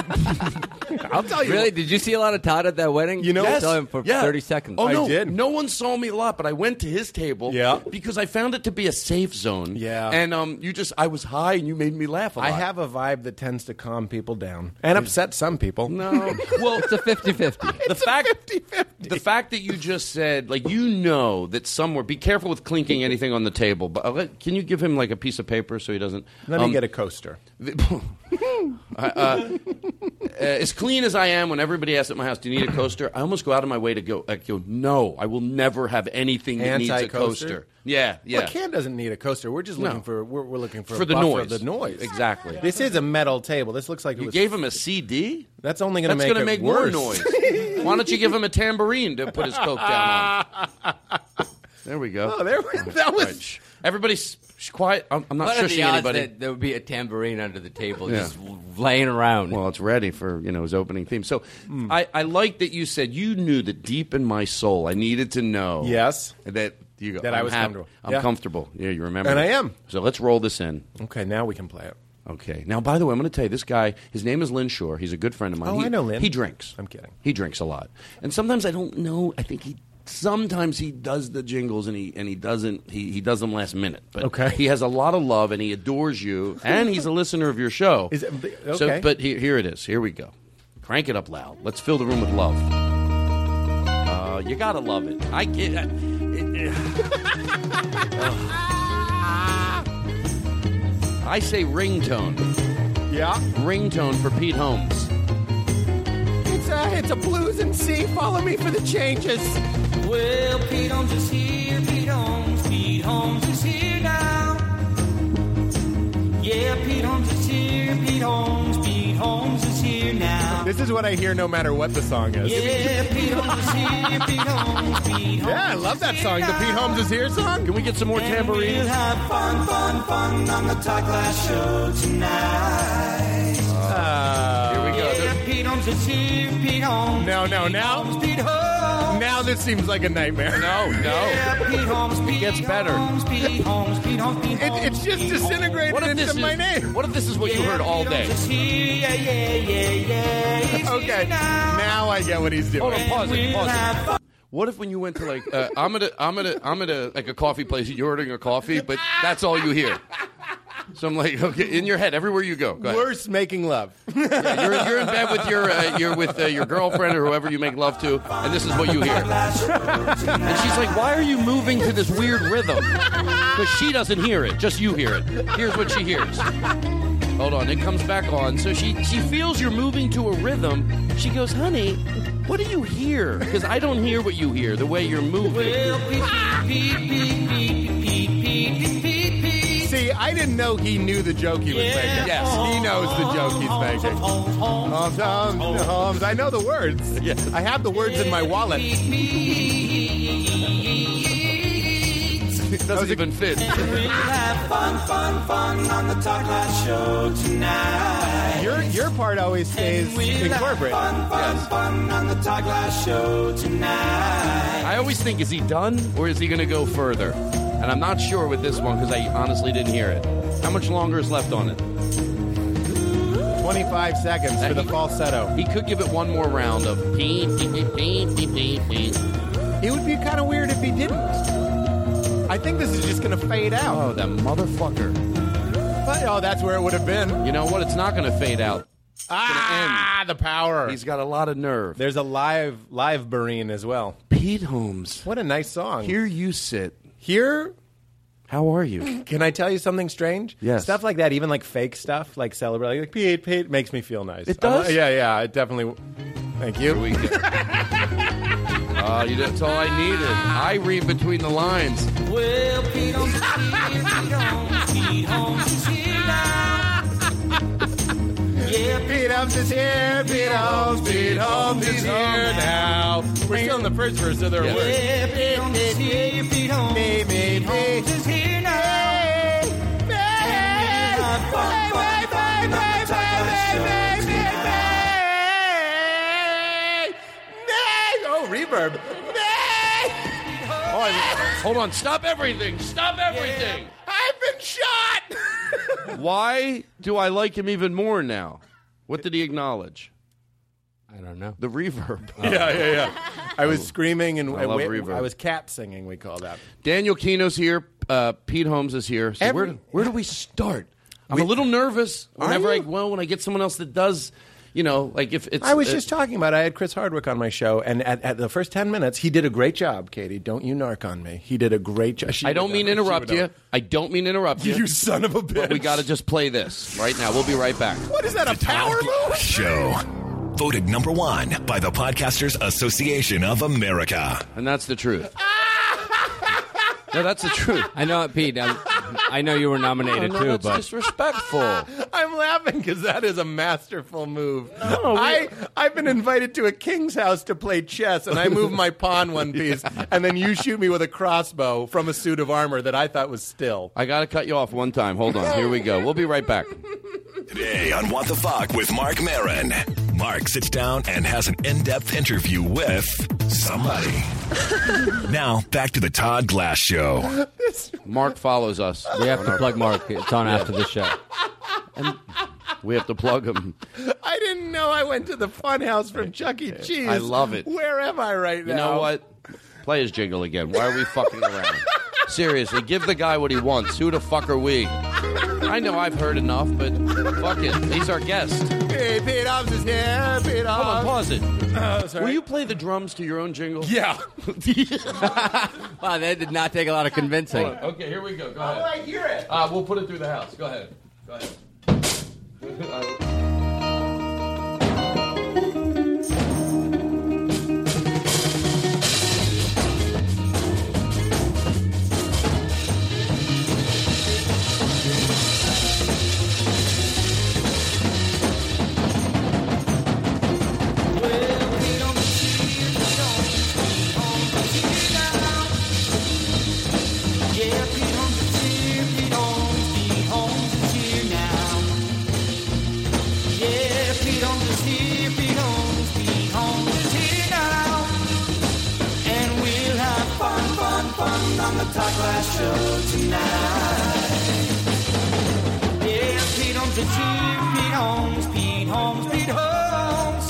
[SPEAKER 24] I'll tell you
[SPEAKER 10] Really?
[SPEAKER 24] what-
[SPEAKER 10] Did you see a lot of Todd at that wedding?
[SPEAKER 2] You know-
[SPEAKER 10] I
[SPEAKER 2] Yes.
[SPEAKER 10] saw him for
[SPEAKER 2] Yeah.
[SPEAKER 10] 30 seconds.
[SPEAKER 2] Oh no! No one saw me a lot, but I went to his table. Yeah. because I found it to be a safe zone. Yeah, and um, you just I was high, and you made me laugh. a lot.
[SPEAKER 24] I have a vibe that tends to calm people down and upset some people.
[SPEAKER 2] No. Well, it's a 50-50. The fact the fact that you just said like you know that somewhere be careful with clinking anything on the table. But uh, let- can you give him like a piece of paper so he doesn't um,
[SPEAKER 24] Let me get a coaster.
[SPEAKER 2] I- uh, uh, as clean as I am, when everybody asks at my house, "Do you need a coaster?" I almost go out of my way to go. I go, "No, I will never have anything that needs a
[SPEAKER 24] Anti-coaster?
[SPEAKER 2] coaster." Yeah, yeah.
[SPEAKER 24] Well, Cam doesn't need a coaster. We're just
[SPEAKER 2] No.
[SPEAKER 24] looking for we're, we're looking for,
[SPEAKER 2] For
[SPEAKER 24] a
[SPEAKER 2] the
[SPEAKER 24] buffer
[SPEAKER 2] noise.
[SPEAKER 24] of the noise.
[SPEAKER 2] Exactly.
[SPEAKER 24] This is a metal table. This looks like it
[SPEAKER 2] you
[SPEAKER 24] was,
[SPEAKER 2] gave him a CD.
[SPEAKER 24] That's only going to
[SPEAKER 2] That's
[SPEAKER 24] make
[SPEAKER 2] gonna
[SPEAKER 24] it
[SPEAKER 2] make
[SPEAKER 24] worse.
[SPEAKER 2] more noise. Why don't you give him a tambourine to put his coke down on? There we go.
[SPEAKER 10] Oh, there we- that was-
[SPEAKER 2] Right, shh. Everybody, shh, shh, quiet. I'm, I'm not
[SPEAKER 10] What are the
[SPEAKER 2] shushing
[SPEAKER 10] odds
[SPEAKER 2] anybody.
[SPEAKER 10] that there would be a tambourine under the table
[SPEAKER 2] Yeah.
[SPEAKER 10] just laying around?
[SPEAKER 2] Well, it's ready for you know his opening theme. So I, I like that you said you knew that deep in my soul I needed to know. Yes, that you go,
[SPEAKER 24] That I
[SPEAKER 2] I'm
[SPEAKER 24] was
[SPEAKER 2] hap-
[SPEAKER 24] comfortable.
[SPEAKER 2] I'm
[SPEAKER 24] Yeah.
[SPEAKER 2] comfortable. Yeah, you remember,
[SPEAKER 24] And
[SPEAKER 2] it.
[SPEAKER 24] I am.
[SPEAKER 2] So let's roll this in.
[SPEAKER 24] Okay, now we can play it.
[SPEAKER 2] Okay. Now, by the way, I'm going to tell you this guy. His name is Lynn Shore. He's a good friend of mine.
[SPEAKER 24] Oh,
[SPEAKER 2] He-
[SPEAKER 24] I know Lynn.
[SPEAKER 2] He drinks. I'm kidding. He drinks a lot, and sometimes I don't know. I think he sometimes he does the jingles and he and he doesn't. He he does them last minute. But
[SPEAKER 24] Okay.
[SPEAKER 2] He has a lot of love and he adores you, and he's a listener of your show.
[SPEAKER 24] Is it-
[SPEAKER 2] So,
[SPEAKER 24] okay.
[SPEAKER 2] but he- here it is. Here we go. Crank it up loud. Let's fill the room with love. Uh, you gotta love it. I get. uh, I- it- Ugh. I say ringtone.
[SPEAKER 24] Yeah.
[SPEAKER 2] Ringtone for Pete Holmes.
[SPEAKER 24] It's a it's a blues and C. Follow me for the changes.
[SPEAKER 26] Well, Pete Holmes is here, Pete Holmes, Pete Holmes is here now. Yeah, Pete Holmes is here, Pete Holmes, Pete Holmes is here now.
[SPEAKER 24] This is what I hear no matter what the song is.
[SPEAKER 26] Yeah, Pete Holmes is here, Pete Holmes, Pete Holmes.
[SPEAKER 24] Yeah, I love that song. The Pete Holmes is here song. Can
[SPEAKER 2] we get some more
[SPEAKER 26] We'll have fun, fun, fun on the Todd Glass Show tonight.
[SPEAKER 24] here we go.
[SPEAKER 26] Yeah, Pete Holmes is here, Pete Holmes.
[SPEAKER 24] No, no, now.
[SPEAKER 26] Pete Holmes.
[SPEAKER 24] Now this seems like a nightmare.
[SPEAKER 2] No, no.
[SPEAKER 26] Yeah, Pete Holmes, Pete
[SPEAKER 24] It gets better.
[SPEAKER 26] Holmes, Pete Holmes, Pete Holmes, Pete
[SPEAKER 24] It-
[SPEAKER 26] Holmes.
[SPEAKER 24] it's just
[SPEAKER 26] Pete
[SPEAKER 24] disintegrated
[SPEAKER 26] Holmes.
[SPEAKER 24] into my name.
[SPEAKER 2] What if this is what you heard all day?
[SPEAKER 26] Yeah, yeah, yeah, yeah. He's
[SPEAKER 24] Okay,
[SPEAKER 26] here now.
[SPEAKER 24] now I get what he's doing.
[SPEAKER 2] Hold on, pause it, pause it. What if when you went to like uh, I'm at a I'm at a I'm at a like a coffee place, you're ordering a coffee, but that's all you hear. So I'm like, okay, in your head, everywhere you go. go ahead.
[SPEAKER 24] Worse making love.
[SPEAKER 2] Yeah, you're, you're in bed with your uh, you're with uh, your girlfriend or whoever you make love to, and this is what you hear. And she's like, "Why are you moving to this weird rhythm?" Because she doesn't hear it, just you hear it. Here's what she hears. Hold on, it comes back on. So she she feels you're moving to a rhythm. She goes, "Honey, what do you hear?" Because I don't hear what you hear. The way you're moving.
[SPEAKER 24] See, I didn't know he knew the joke he was making.
[SPEAKER 2] Yes.
[SPEAKER 24] He knows the joke he's making. Holmes, Holmes, Holmes. I know the words. I have the words in my wallet.
[SPEAKER 2] It doesn't even fit.
[SPEAKER 3] We'll have fun, fun, fun on the Todd Glass Show tonight.
[SPEAKER 24] Your your part always stays
[SPEAKER 3] We'll have
[SPEAKER 24] incorporated.
[SPEAKER 3] fun, fun, fun on the Todd Glass Show tonight.
[SPEAKER 2] I always think, is he done or is he going to go further? And I'm not sure with this one because I honestly didn't hear it. How much longer is left on it?
[SPEAKER 24] 25 seconds for the falsetto.
[SPEAKER 2] He could give it one more round of beep, beep, beep, beep, beep, beep, beep.
[SPEAKER 24] It would be kind of weird if he didn't. I think this is just going to fade out.
[SPEAKER 2] Oh, that motherfucker.
[SPEAKER 24] But, oh, that's where it would have been.
[SPEAKER 2] You know what? It's not going to fade out.
[SPEAKER 24] Ah, the power.
[SPEAKER 2] He's got a lot of nerve.
[SPEAKER 24] There's a live live Barine as well.
[SPEAKER 2] Pete Holmes.
[SPEAKER 24] What a nice song.
[SPEAKER 2] Here you sit.
[SPEAKER 24] Here
[SPEAKER 2] How are you?
[SPEAKER 24] Can I tell you something strange?
[SPEAKER 2] Yes.
[SPEAKER 24] Stuff like that, even like fake stuff, like celebrate, like Pete, Pete, makes me feel nice.
[SPEAKER 2] It does?
[SPEAKER 24] I'm- yeah, yeah, it definitely. Thank you.
[SPEAKER 2] Ah, you that's all I needed. I read between the lines.
[SPEAKER 3] Well, Pete Holmes is here, Pete Holmes, Pete Holmes is here now. Yeah,
[SPEAKER 24] Pete Holmes is here, Pete Holmes, Pete Holmes is here now. We're still in the first verse, so there are words.
[SPEAKER 3] yeah, Pete Holmes is here, Pete Holmes, Pete Holmes is here now. And we'll have fun, fun, fun on the Todd Glass Show tonight.
[SPEAKER 24] Oh, reverb.
[SPEAKER 2] Oh, I- hold on. Stop everything. Stop everything.
[SPEAKER 24] I've been shot.
[SPEAKER 2] Why do I like him even more now? What did he acknowledge? I don't know. The reverb.
[SPEAKER 24] Yeah, yeah, yeah. I was screaming and
[SPEAKER 2] Oh. I
[SPEAKER 24] and
[SPEAKER 2] love
[SPEAKER 24] wa-
[SPEAKER 2] reverb.
[SPEAKER 24] I was cat singing. We call that.
[SPEAKER 2] Daniel Kino's here. Uh, Pete Holmes is here. So
[SPEAKER 24] Every-
[SPEAKER 2] where, where do we start? I'm a little nervous whenever I well when I get someone else that does, you know, like if it's
[SPEAKER 24] I was
[SPEAKER 2] uh,
[SPEAKER 24] just talking about. I had Chris Hardwick on my show, and at, at the first ten minutes, he did a great job. Katie, don't you narc on me. He did a great job.
[SPEAKER 2] I don't mean to interrupt you. I don't mean to interrupt you.
[SPEAKER 24] You son of a bitch.
[SPEAKER 2] But we got to just play this right now. We'll be right back.
[SPEAKER 24] What is that? A power move?
[SPEAKER 17] Show. Voted number one by the Podcasters Association of America.
[SPEAKER 2] And that's the truth. No, that's the truth. Oh,
[SPEAKER 10] I know it, Pete. I, I know you were nominated
[SPEAKER 2] no,
[SPEAKER 10] too,
[SPEAKER 2] that's
[SPEAKER 10] but
[SPEAKER 2] disrespectful.
[SPEAKER 24] I'm laughing because that is a masterful move. I I've been invited to a king's house to play chess, and I move my pawn one piece, and then you shoot me with a crossbow from a suit of armor that I thought was still.
[SPEAKER 2] I got to cut you off one time. Hold on. Here we go. We'll be right back.
[SPEAKER 17] Today on What the Fuck with Mark Marin. Mark sits down and has an in depth interview with somebody. now, back to the Todd Glass Show.
[SPEAKER 2] Mark follows us.
[SPEAKER 10] we have to plug Mark. It's on after the show.
[SPEAKER 2] We have to plug him.
[SPEAKER 24] I didn't know I went to the fun house from Chuck E. Cheese.
[SPEAKER 2] I love it.
[SPEAKER 24] Where am I right
[SPEAKER 2] You
[SPEAKER 24] now?
[SPEAKER 2] know what? Play his jingle again. Why are we fucking around? Seriously, give the guy what he wants. Who the fuck are we? I know I've heard enough, but fuck it. He's our guest.
[SPEAKER 24] Hey, Pete Hobbs is here. Pete
[SPEAKER 2] Hold on,
[SPEAKER 24] Hobbs.
[SPEAKER 2] pause it.
[SPEAKER 24] Uh, sorry.
[SPEAKER 2] Will you play the drums to your own jingle?
[SPEAKER 24] Yeah.
[SPEAKER 10] Wow, that did not take a lot of convincing.
[SPEAKER 2] Okay, here we go. Go
[SPEAKER 24] How do I hear it?
[SPEAKER 2] Uh, we'll put it through the house. Go ahead. Go ahead.
[SPEAKER 3] Yeah, Pete Holmes is here, Pete Holmes, Pete Holmes is here now. Yeah, Pete Holmes is here, Pete Holmes, Pete Holmes is here now. And we'll have fun, fun, fun on the Todd Glass Show tonight. Yeah, Pete Holmes is here, Pete Holmes, Pete Holmes, Pete Holmes.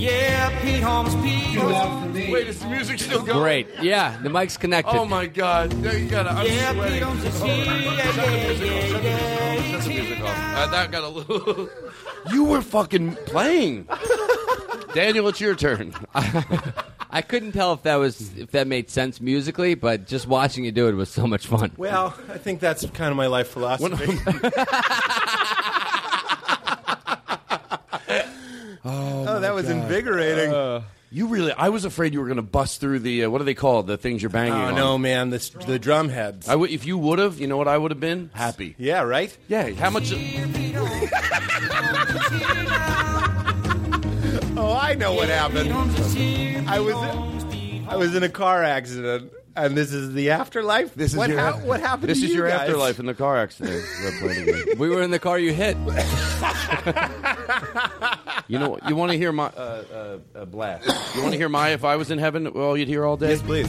[SPEAKER 3] Yeah, Pete Holmes, Pete Holmes.
[SPEAKER 2] Wait, is the music still going?
[SPEAKER 10] Great. Yeah, the mic's connected.
[SPEAKER 2] Oh my god. No, you gotta, I'm
[SPEAKER 3] Yeah,
[SPEAKER 2] sweating.
[SPEAKER 3] Pete Holmes is
[SPEAKER 2] Hold on.
[SPEAKER 3] here,
[SPEAKER 2] Shut the
[SPEAKER 3] yeah,
[SPEAKER 2] music off. Shut the music off. Shut the music off. Uh, that got a little. you were fucking playing. Daniel, it's your turn.
[SPEAKER 10] I couldn't tell if that was if that made sense musically, but just watching you do it was so much fun.
[SPEAKER 24] Well, I think that's kind of my life philosophy.
[SPEAKER 2] Oh,
[SPEAKER 24] Oh, that
[SPEAKER 2] my
[SPEAKER 24] was
[SPEAKER 2] God.
[SPEAKER 24] invigorating.
[SPEAKER 2] You really? I was afraid you were going to bust through the uh, what do they call it? The things you're banging.
[SPEAKER 24] oh
[SPEAKER 2] on.
[SPEAKER 24] no, man, the the drum heads.
[SPEAKER 2] I w- if you would have, you know what I would have been happy.
[SPEAKER 24] yeah, right.
[SPEAKER 2] Yeah. How much?
[SPEAKER 24] Oh, I know what happened.
[SPEAKER 3] Pete
[SPEAKER 24] Oh,
[SPEAKER 3] Holmes is here,
[SPEAKER 24] I was I was in a car accident. and this is the afterlife.
[SPEAKER 2] This is
[SPEAKER 24] what,
[SPEAKER 2] your,
[SPEAKER 24] hap- what happened?
[SPEAKER 2] This
[SPEAKER 24] to
[SPEAKER 2] is
[SPEAKER 24] you
[SPEAKER 2] your
[SPEAKER 24] guys?
[SPEAKER 2] afterlife in the car accident. We're playing again. we were in the car you hit. you know, you want to hear my uh, uh, uh, blast? You want to hear my if I was in heaven? Well, you'd hear all day. Yes,
[SPEAKER 24] please.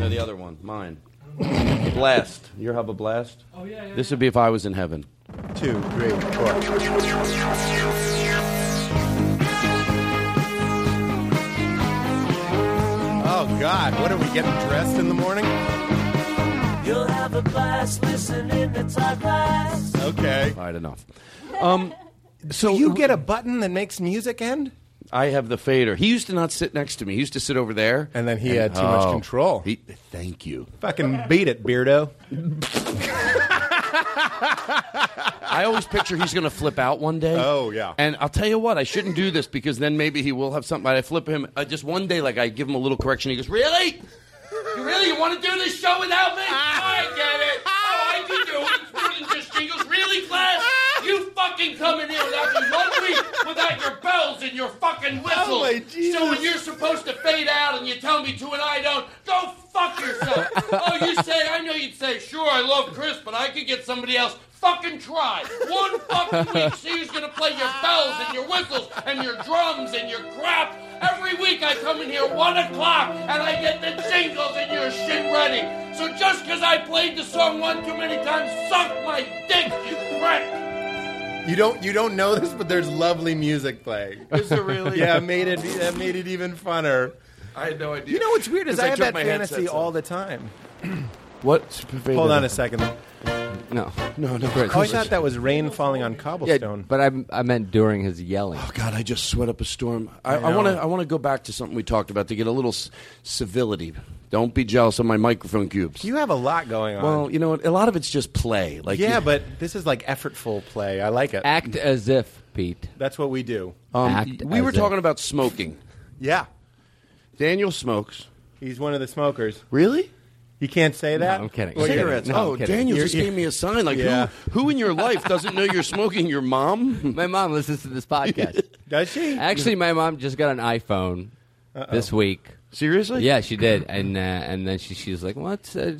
[SPEAKER 2] No, the other one, mine. blast. Your hub a blast.
[SPEAKER 3] Oh, yeah, yeah,
[SPEAKER 2] This would be if I was in heaven.
[SPEAKER 24] Two, three, Oh God! What are we getting dressed in the morning?
[SPEAKER 3] You'll have a blast listening to Todd Glass.
[SPEAKER 24] Okay.
[SPEAKER 2] All right, enough. Um,
[SPEAKER 24] so you get a button that makes music eh? end.
[SPEAKER 2] I have the fader. He used to not sit next to me. He used to sit over there, and then
[SPEAKER 24] he had too much control.
[SPEAKER 2] thank you.
[SPEAKER 24] Fucking beat it, Beardo.
[SPEAKER 2] I always picture he's going to flip out one day.
[SPEAKER 24] Oh, yeah.
[SPEAKER 2] And I'll tell you what, I shouldn't do this because then maybe he will have something. I flip him uh, just one day, like I give him a little correction. He goes, "Really? You really you want to do this show without me? I get it. Oh, I can do it. It's really just jingles. Really, class? You fucking coming in without me one week without your bells and your fucking whistles.
[SPEAKER 3] Oh, my
[SPEAKER 2] So when you're supposed to fade out and you tell me to and I don't, go fuck yourself. oh, you say I know you'd say, sure, I love Chris, but I could get somebody else. Fucking try. One fucking week, see who's gonna play your bells and your whistles and your drums and your crap. Every week I come in here one o'clock and I get the jingles and your shit ready. So just because I played the song one too many times, suck my dick, you prick.
[SPEAKER 24] You don't you don't know this, but there's lovely music playing. Is
[SPEAKER 2] there really?
[SPEAKER 24] yeah, it made it that made it even funner.
[SPEAKER 2] I had no idea.
[SPEAKER 24] You know what's weird is
[SPEAKER 2] 'Cause
[SPEAKER 24] I have
[SPEAKER 2] took
[SPEAKER 24] that
[SPEAKER 2] my
[SPEAKER 24] fantasy
[SPEAKER 2] headsets
[SPEAKER 24] all the time.
[SPEAKER 2] off. What?
[SPEAKER 24] Hold on a second.
[SPEAKER 10] No,
[SPEAKER 2] no, no.
[SPEAKER 24] Oh, I thought that was rain falling on cobblestone.
[SPEAKER 10] but I, I meant during his yelling. Oh
[SPEAKER 2] God, I just sweat up a storm. I,
[SPEAKER 10] I
[SPEAKER 2] I want to.
[SPEAKER 10] know.
[SPEAKER 2] I want to go back to something we talked about to get a little s- civility. Don't be jealous of my microphone cubes.
[SPEAKER 24] You have a lot going on.
[SPEAKER 2] Well, you know what? A lot of it's just play. Like
[SPEAKER 24] yeah, but this is like effortful play. I like it.
[SPEAKER 10] Act as if, Pete.
[SPEAKER 24] That's what we do.
[SPEAKER 2] um, we were talking about smoking.
[SPEAKER 24] Yeah,
[SPEAKER 2] Daniel smokes.
[SPEAKER 24] He's one of the smokers.
[SPEAKER 2] Really?
[SPEAKER 24] You can't say that.
[SPEAKER 2] I'm kidding.
[SPEAKER 24] Well, yeah.
[SPEAKER 2] Cigarettes. oh, Daniel just gave me a sign. Like,
[SPEAKER 24] Yeah.
[SPEAKER 2] who, who in your life doesn't know you're smoking? Your mom?
[SPEAKER 10] My mom listens to this podcast.
[SPEAKER 24] Does she?
[SPEAKER 10] Actually, my mom just got an iPhone
[SPEAKER 2] Uh-oh.
[SPEAKER 10] this week.
[SPEAKER 2] Seriously?
[SPEAKER 10] Yeah, she did. And uh, and then she she's like, "What? Uh,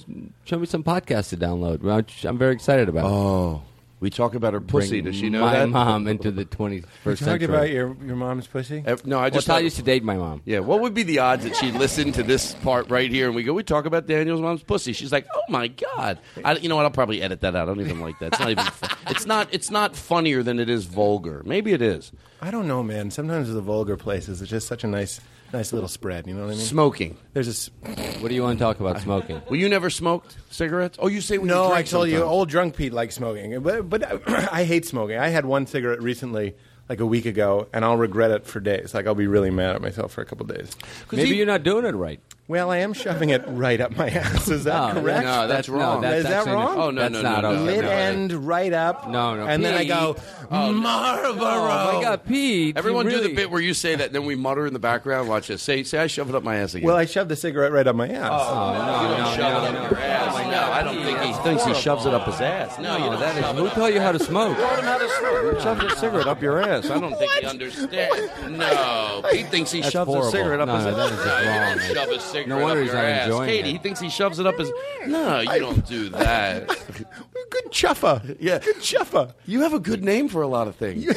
[SPEAKER 10] show me some podcasts to download." Well, sh- I'm very excited about.
[SPEAKER 2] Oh, we talk about her pussy. Does she know
[SPEAKER 10] my
[SPEAKER 2] that?
[SPEAKER 10] mom into the 21st
[SPEAKER 24] You talked
[SPEAKER 10] century?
[SPEAKER 24] about your your mom's pussy.
[SPEAKER 2] Uh, No, I
[SPEAKER 10] Well,
[SPEAKER 2] just
[SPEAKER 10] Todd
[SPEAKER 2] thought-
[SPEAKER 10] used to date my mom.
[SPEAKER 2] Yeah, what would be the odds that she listened to this part right here and we go, we talk about Daniel's mom's pussy? She's like, oh my god! I, you know what? I'll probably edit that out. I don't even like that. It's not even. fu- it's not. It's not funnier than it is vulgar. Maybe it is.
[SPEAKER 24] I don't know, man. Sometimes the vulgar places it's just such a nice nice little spread. You know what I mean?
[SPEAKER 2] Smoking.
[SPEAKER 24] There's a. s-
[SPEAKER 10] What do you want to talk about smoking?
[SPEAKER 2] Well, you never smoked cigarettes. Oh, you say when
[SPEAKER 24] no,
[SPEAKER 2] You
[SPEAKER 24] I
[SPEAKER 2] drink
[SPEAKER 24] told you,
[SPEAKER 2] sometimes.
[SPEAKER 24] old drunk Pete likes smoking, but but I hate smoking. I had one cigarette recently, like a week ago, and I'll regret it for days. Like I'll be really mad at myself for a couple days.
[SPEAKER 10] Maybe you're not doing it right.
[SPEAKER 24] Well, I am shoving it right up my ass. Is that
[SPEAKER 10] No,
[SPEAKER 24] correct?
[SPEAKER 10] no, that's
[SPEAKER 24] No,
[SPEAKER 10] wrong. That's
[SPEAKER 24] is that
[SPEAKER 10] actually-
[SPEAKER 24] wrong?
[SPEAKER 10] oh, no, That's no, no, not no, okay.
[SPEAKER 24] Mid
[SPEAKER 10] no,
[SPEAKER 24] end, right up.
[SPEAKER 10] No, no.
[SPEAKER 24] And then I go
[SPEAKER 10] Pete.
[SPEAKER 24] Marlboro.
[SPEAKER 10] Oh my God, Pete! you
[SPEAKER 2] Everyone do
[SPEAKER 10] really-
[SPEAKER 2] the bit where you say that, then we mutter in the background. Watch this. Say, say, I shove it up my ass again.
[SPEAKER 24] Well, I shoved the cigarette right up my ass.
[SPEAKER 2] you don't shove it up your
[SPEAKER 10] Oh
[SPEAKER 2] ass. No, I don't think he thinks he shoves it up his ass. No, you don't
[SPEAKER 10] that is-
[SPEAKER 2] shove it
[SPEAKER 10] who
[SPEAKER 2] up
[SPEAKER 10] taught you how to smoke?
[SPEAKER 2] Taught him how to smoke. Shoved a cigarette up your ass. I don't think he understands. No, Pete thinks he
[SPEAKER 10] That's
[SPEAKER 2] shoves
[SPEAKER 10] horrible.
[SPEAKER 2] a cigarette up
[SPEAKER 10] No,
[SPEAKER 2] his
[SPEAKER 10] no, that
[SPEAKER 2] ass.
[SPEAKER 10] is
[SPEAKER 2] no,
[SPEAKER 10] just
[SPEAKER 2] you
[SPEAKER 10] wrong.
[SPEAKER 2] don't shove a cigarette
[SPEAKER 10] No wonder
[SPEAKER 2] up
[SPEAKER 10] he's
[SPEAKER 2] your
[SPEAKER 10] not
[SPEAKER 2] ass.
[SPEAKER 10] enjoying
[SPEAKER 2] Katie,
[SPEAKER 10] it.
[SPEAKER 2] he thinks he shoves it up his. No, you don't do that.
[SPEAKER 24] Good chuffa.
[SPEAKER 2] Yeah,
[SPEAKER 24] good chuffa.
[SPEAKER 2] You have a good name for a lot of things.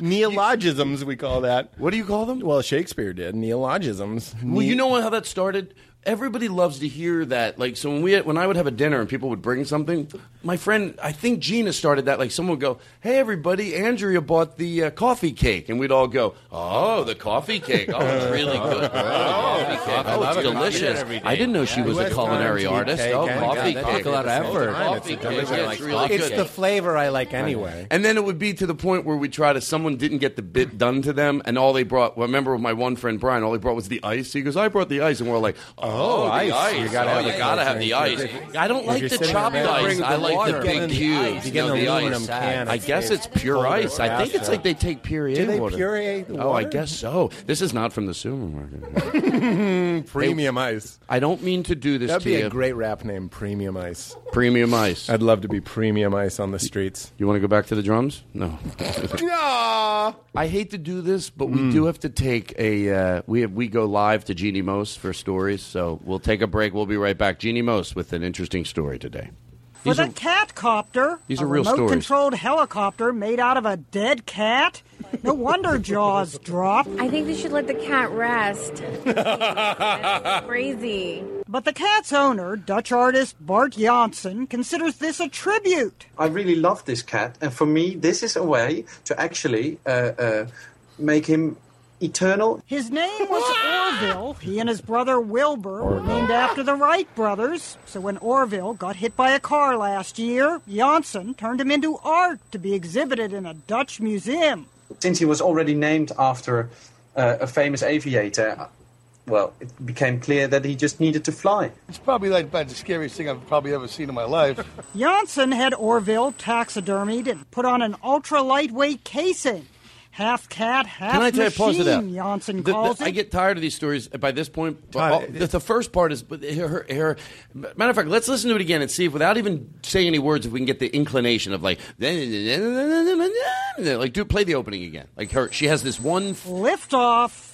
[SPEAKER 24] Neologisms, we call that.
[SPEAKER 2] What do you call them?
[SPEAKER 24] Well, Shakespeare did neologisms.
[SPEAKER 2] Well, you know how that started. Everybody loves to hear that. Like, so when we when I would have a dinner and people would bring something, my friend, I think Gina started that. Like, someone would go, "Hey, everybody, Andrea bought the uh, coffee cake," and we'd all go, "Oh, the coffee cake! Oh, it's really good. Oh, coffee cake!
[SPEAKER 10] I
[SPEAKER 2] Oh,
[SPEAKER 10] love
[SPEAKER 2] it's
[SPEAKER 10] a coffee
[SPEAKER 2] delicious.
[SPEAKER 10] every day.
[SPEAKER 2] I didn't know she
[SPEAKER 10] Yeah.
[SPEAKER 2] was a
[SPEAKER 10] West
[SPEAKER 2] culinary
[SPEAKER 10] Orange
[SPEAKER 2] artist.
[SPEAKER 10] cake.
[SPEAKER 2] Oh,
[SPEAKER 10] Oh my
[SPEAKER 2] coffee
[SPEAKER 10] God, that
[SPEAKER 2] cake!
[SPEAKER 10] took a lot of
[SPEAKER 2] It's
[SPEAKER 10] effort.
[SPEAKER 2] Coffee
[SPEAKER 10] It's a
[SPEAKER 2] cake!
[SPEAKER 10] delicious
[SPEAKER 2] It's really
[SPEAKER 24] it's
[SPEAKER 2] good.
[SPEAKER 24] the flavor I like anyway.
[SPEAKER 2] And then it would be to the point where we try to someone didn't get the bit done to them, and all they brought. Well, I remember with my one friend Brian, all he brought was the ice. He goes, "I brought the ice," and we're like, "Oh,
[SPEAKER 24] Oh,
[SPEAKER 2] the
[SPEAKER 24] ice.
[SPEAKER 2] ice!
[SPEAKER 24] You
[SPEAKER 2] You
[SPEAKER 24] gotta
[SPEAKER 2] gotta oh,
[SPEAKER 24] have
[SPEAKER 2] you
[SPEAKER 24] the
[SPEAKER 2] gotta
[SPEAKER 24] ice
[SPEAKER 2] have the
[SPEAKER 24] drink.
[SPEAKER 2] ice." I don't
[SPEAKER 24] If
[SPEAKER 2] like
[SPEAKER 24] you're
[SPEAKER 2] the
[SPEAKER 24] sitting
[SPEAKER 2] chopped
[SPEAKER 24] there,
[SPEAKER 2] ice.
[SPEAKER 24] bring
[SPEAKER 2] I
[SPEAKER 24] the water.
[SPEAKER 2] like the
[SPEAKER 24] Get in
[SPEAKER 2] big
[SPEAKER 24] the ice.
[SPEAKER 2] cubes.
[SPEAKER 24] You get
[SPEAKER 2] no,
[SPEAKER 24] in
[SPEAKER 2] the
[SPEAKER 24] the aluminum
[SPEAKER 2] ice.
[SPEAKER 24] can.
[SPEAKER 2] I
[SPEAKER 24] It's
[SPEAKER 2] guess
[SPEAKER 24] made
[SPEAKER 2] it's pure
[SPEAKER 24] colder
[SPEAKER 2] ice. I think
[SPEAKER 24] faster.
[SPEAKER 2] it's like they take pure
[SPEAKER 24] Do they
[SPEAKER 2] water.
[SPEAKER 24] puree the
[SPEAKER 2] Oh, I
[SPEAKER 24] water?
[SPEAKER 2] guess so. This is not from the supermarket.
[SPEAKER 24] Premium ice.
[SPEAKER 2] I don't mean to do this
[SPEAKER 24] That'd
[SPEAKER 2] to
[SPEAKER 24] be
[SPEAKER 2] you.
[SPEAKER 24] a great rap name, Premium Ice.
[SPEAKER 2] Premium ice.
[SPEAKER 24] I'd love to be Premium Ice on the streets.
[SPEAKER 2] You want to go back to the drums? No.
[SPEAKER 24] No.
[SPEAKER 2] I hate
[SPEAKER 24] Mm. Hmm.
[SPEAKER 2] to do this, but we do have to take a. Uh, we have, we go live to Jeannie Most for stories. So So we'll take a break. We'll be right back. Jeannie Most with an interesting story today.
[SPEAKER 14] For
[SPEAKER 2] These
[SPEAKER 14] the
[SPEAKER 2] are-
[SPEAKER 14] cat copter,
[SPEAKER 2] these
[SPEAKER 14] a
[SPEAKER 2] are real stories.
[SPEAKER 14] remote-controlled helicopter made out of a dead cat. No wonder jaws drop.
[SPEAKER 6] I think they should let the cat rest. Crazy.
[SPEAKER 14] But the cat's owner, Dutch artist Bart Janssen, considers this a tribute.
[SPEAKER 27] I really love this cat, and for me, this is a way to actually uh, uh, make him eternal.
[SPEAKER 14] His name was Orville. He and his brother Wilbur were named after the Wright brothers. So when Orville got hit by a car last year, Janssen turned him into art to be exhibited in a Dutch museum.
[SPEAKER 27] Since he was already named after uh, a famous aviator, uh, well, it became clear that he just needed to fly.
[SPEAKER 28] It's probably like about the scariest thing I've probably ever seen in my life.
[SPEAKER 14] Janssen had Orville taxidermied and put on an ultra lightweight casing. Half cat, half
[SPEAKER 2] Can I tell you,
[SPEAKER 14] machine,
[SPEAKER 2] pause it out.
[SPEAKER 14] Janssen
[SPEAKER 2] The- the-
[SPEAKER 14] calls
[SPEAKER 2] I
[SPEAKER 14] it.
[SPEAKER 2] get tired of these stories by this point. but all- the, the first part is, but her, her, her- matter of fact, let's listen to it again and see if, without even saying any words, if we can get the inclination of like, like, do play the opening again. Like her, she has this one.
[SPEAKER 14] Lift off.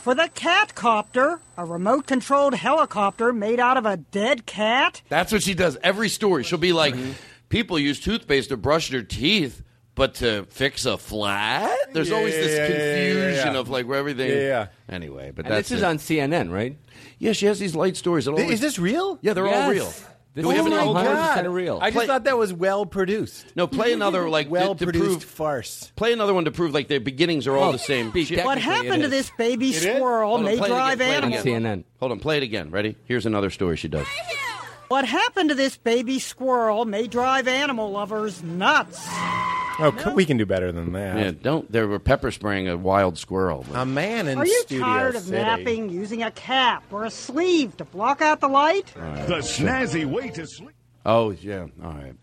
[SPEAKER 14] For the cat copter, a remote controlled helicopter made out of a dead cat.
[SPEAKER 2] That's what she does every story. She'll be like,
[SPEAKER 10] Mm-hmm.
[SPEAKER 2] people use toothpaste to brush their teeth, but to fix a flat. There's
[SPEAKER 10] Yeah,
[SPEAKER 2] always
[SPEAKER 10] yeah,
[SPEAKER 2] this
[SPEAKER 10] yeah, yeah, yeah,
[SPEAKER 2] confusion
[SPEAKER 10] yeah.
[SPEAKER 2] of like where everything.
[SPEAKER 10] Yeah, yeah, yeah.
[SPEAKER 2] Anyway, but
[SPEAKER 10] And
[SPEAKER 2] that's
[SPEAKER 10] this is
[SPEAKER 2] it.
[SPEAKER 10] on CNN, right?
[SPEAKER 2] Yeah, she has these light stories.
[SPEAKER 10] Is this
[SPEAKER 2] real? Yeah, they're all
[SPEAKER 10] Yes.
[SPEAKER 2] real.
[SPEAKER 10] This
[SPEAKER 2] Do we
[SPEAKER 10] is
[SPEAKER 2] have any-
[SPEAKER 10] 100% real. I just
[SPEAKER 2] thought
[SPEAKER 24] that was well produced.
[SPEAKER 2] No, play another like well to, prove farce. Play another one to prove like their beginnings are all the same. shit.
[SPEAKER 14] What happened to this baby squirrel
[SPEAKER 2] Hold on,
[SPEAKER 14] may
[SPEAKER 2] play it
[SPEAKER 14] drive
[SPEAKER 2] again, play it
[SPEAKER 14] animals?
[SPEAKER 2] again. Hold on, play it again. Ready? Here's another story she does.
[SPEAKER 14] What happened to this baby squirrel may drive animal lovers nuts.
[SPEAKER 24] Oh, c- we can do better than that.
[SPEAKER 2] Yeah, don't. They were pepper spraying a wild squirrel.
[SPEAKER 24] A man in
[SPEAKER 14] Are you
[SPEAKER 24] Studio
[SPEAKER 14] tired of
[SPEAKER 24] City.
[SPEAKER 14] napping using a cap or a sleeve to block out the light?
[SPEAKER 2] All right.
[SPEAKER 29] The snazzy way to sleep.
[SPEAKER 2] Oh yeah. All right.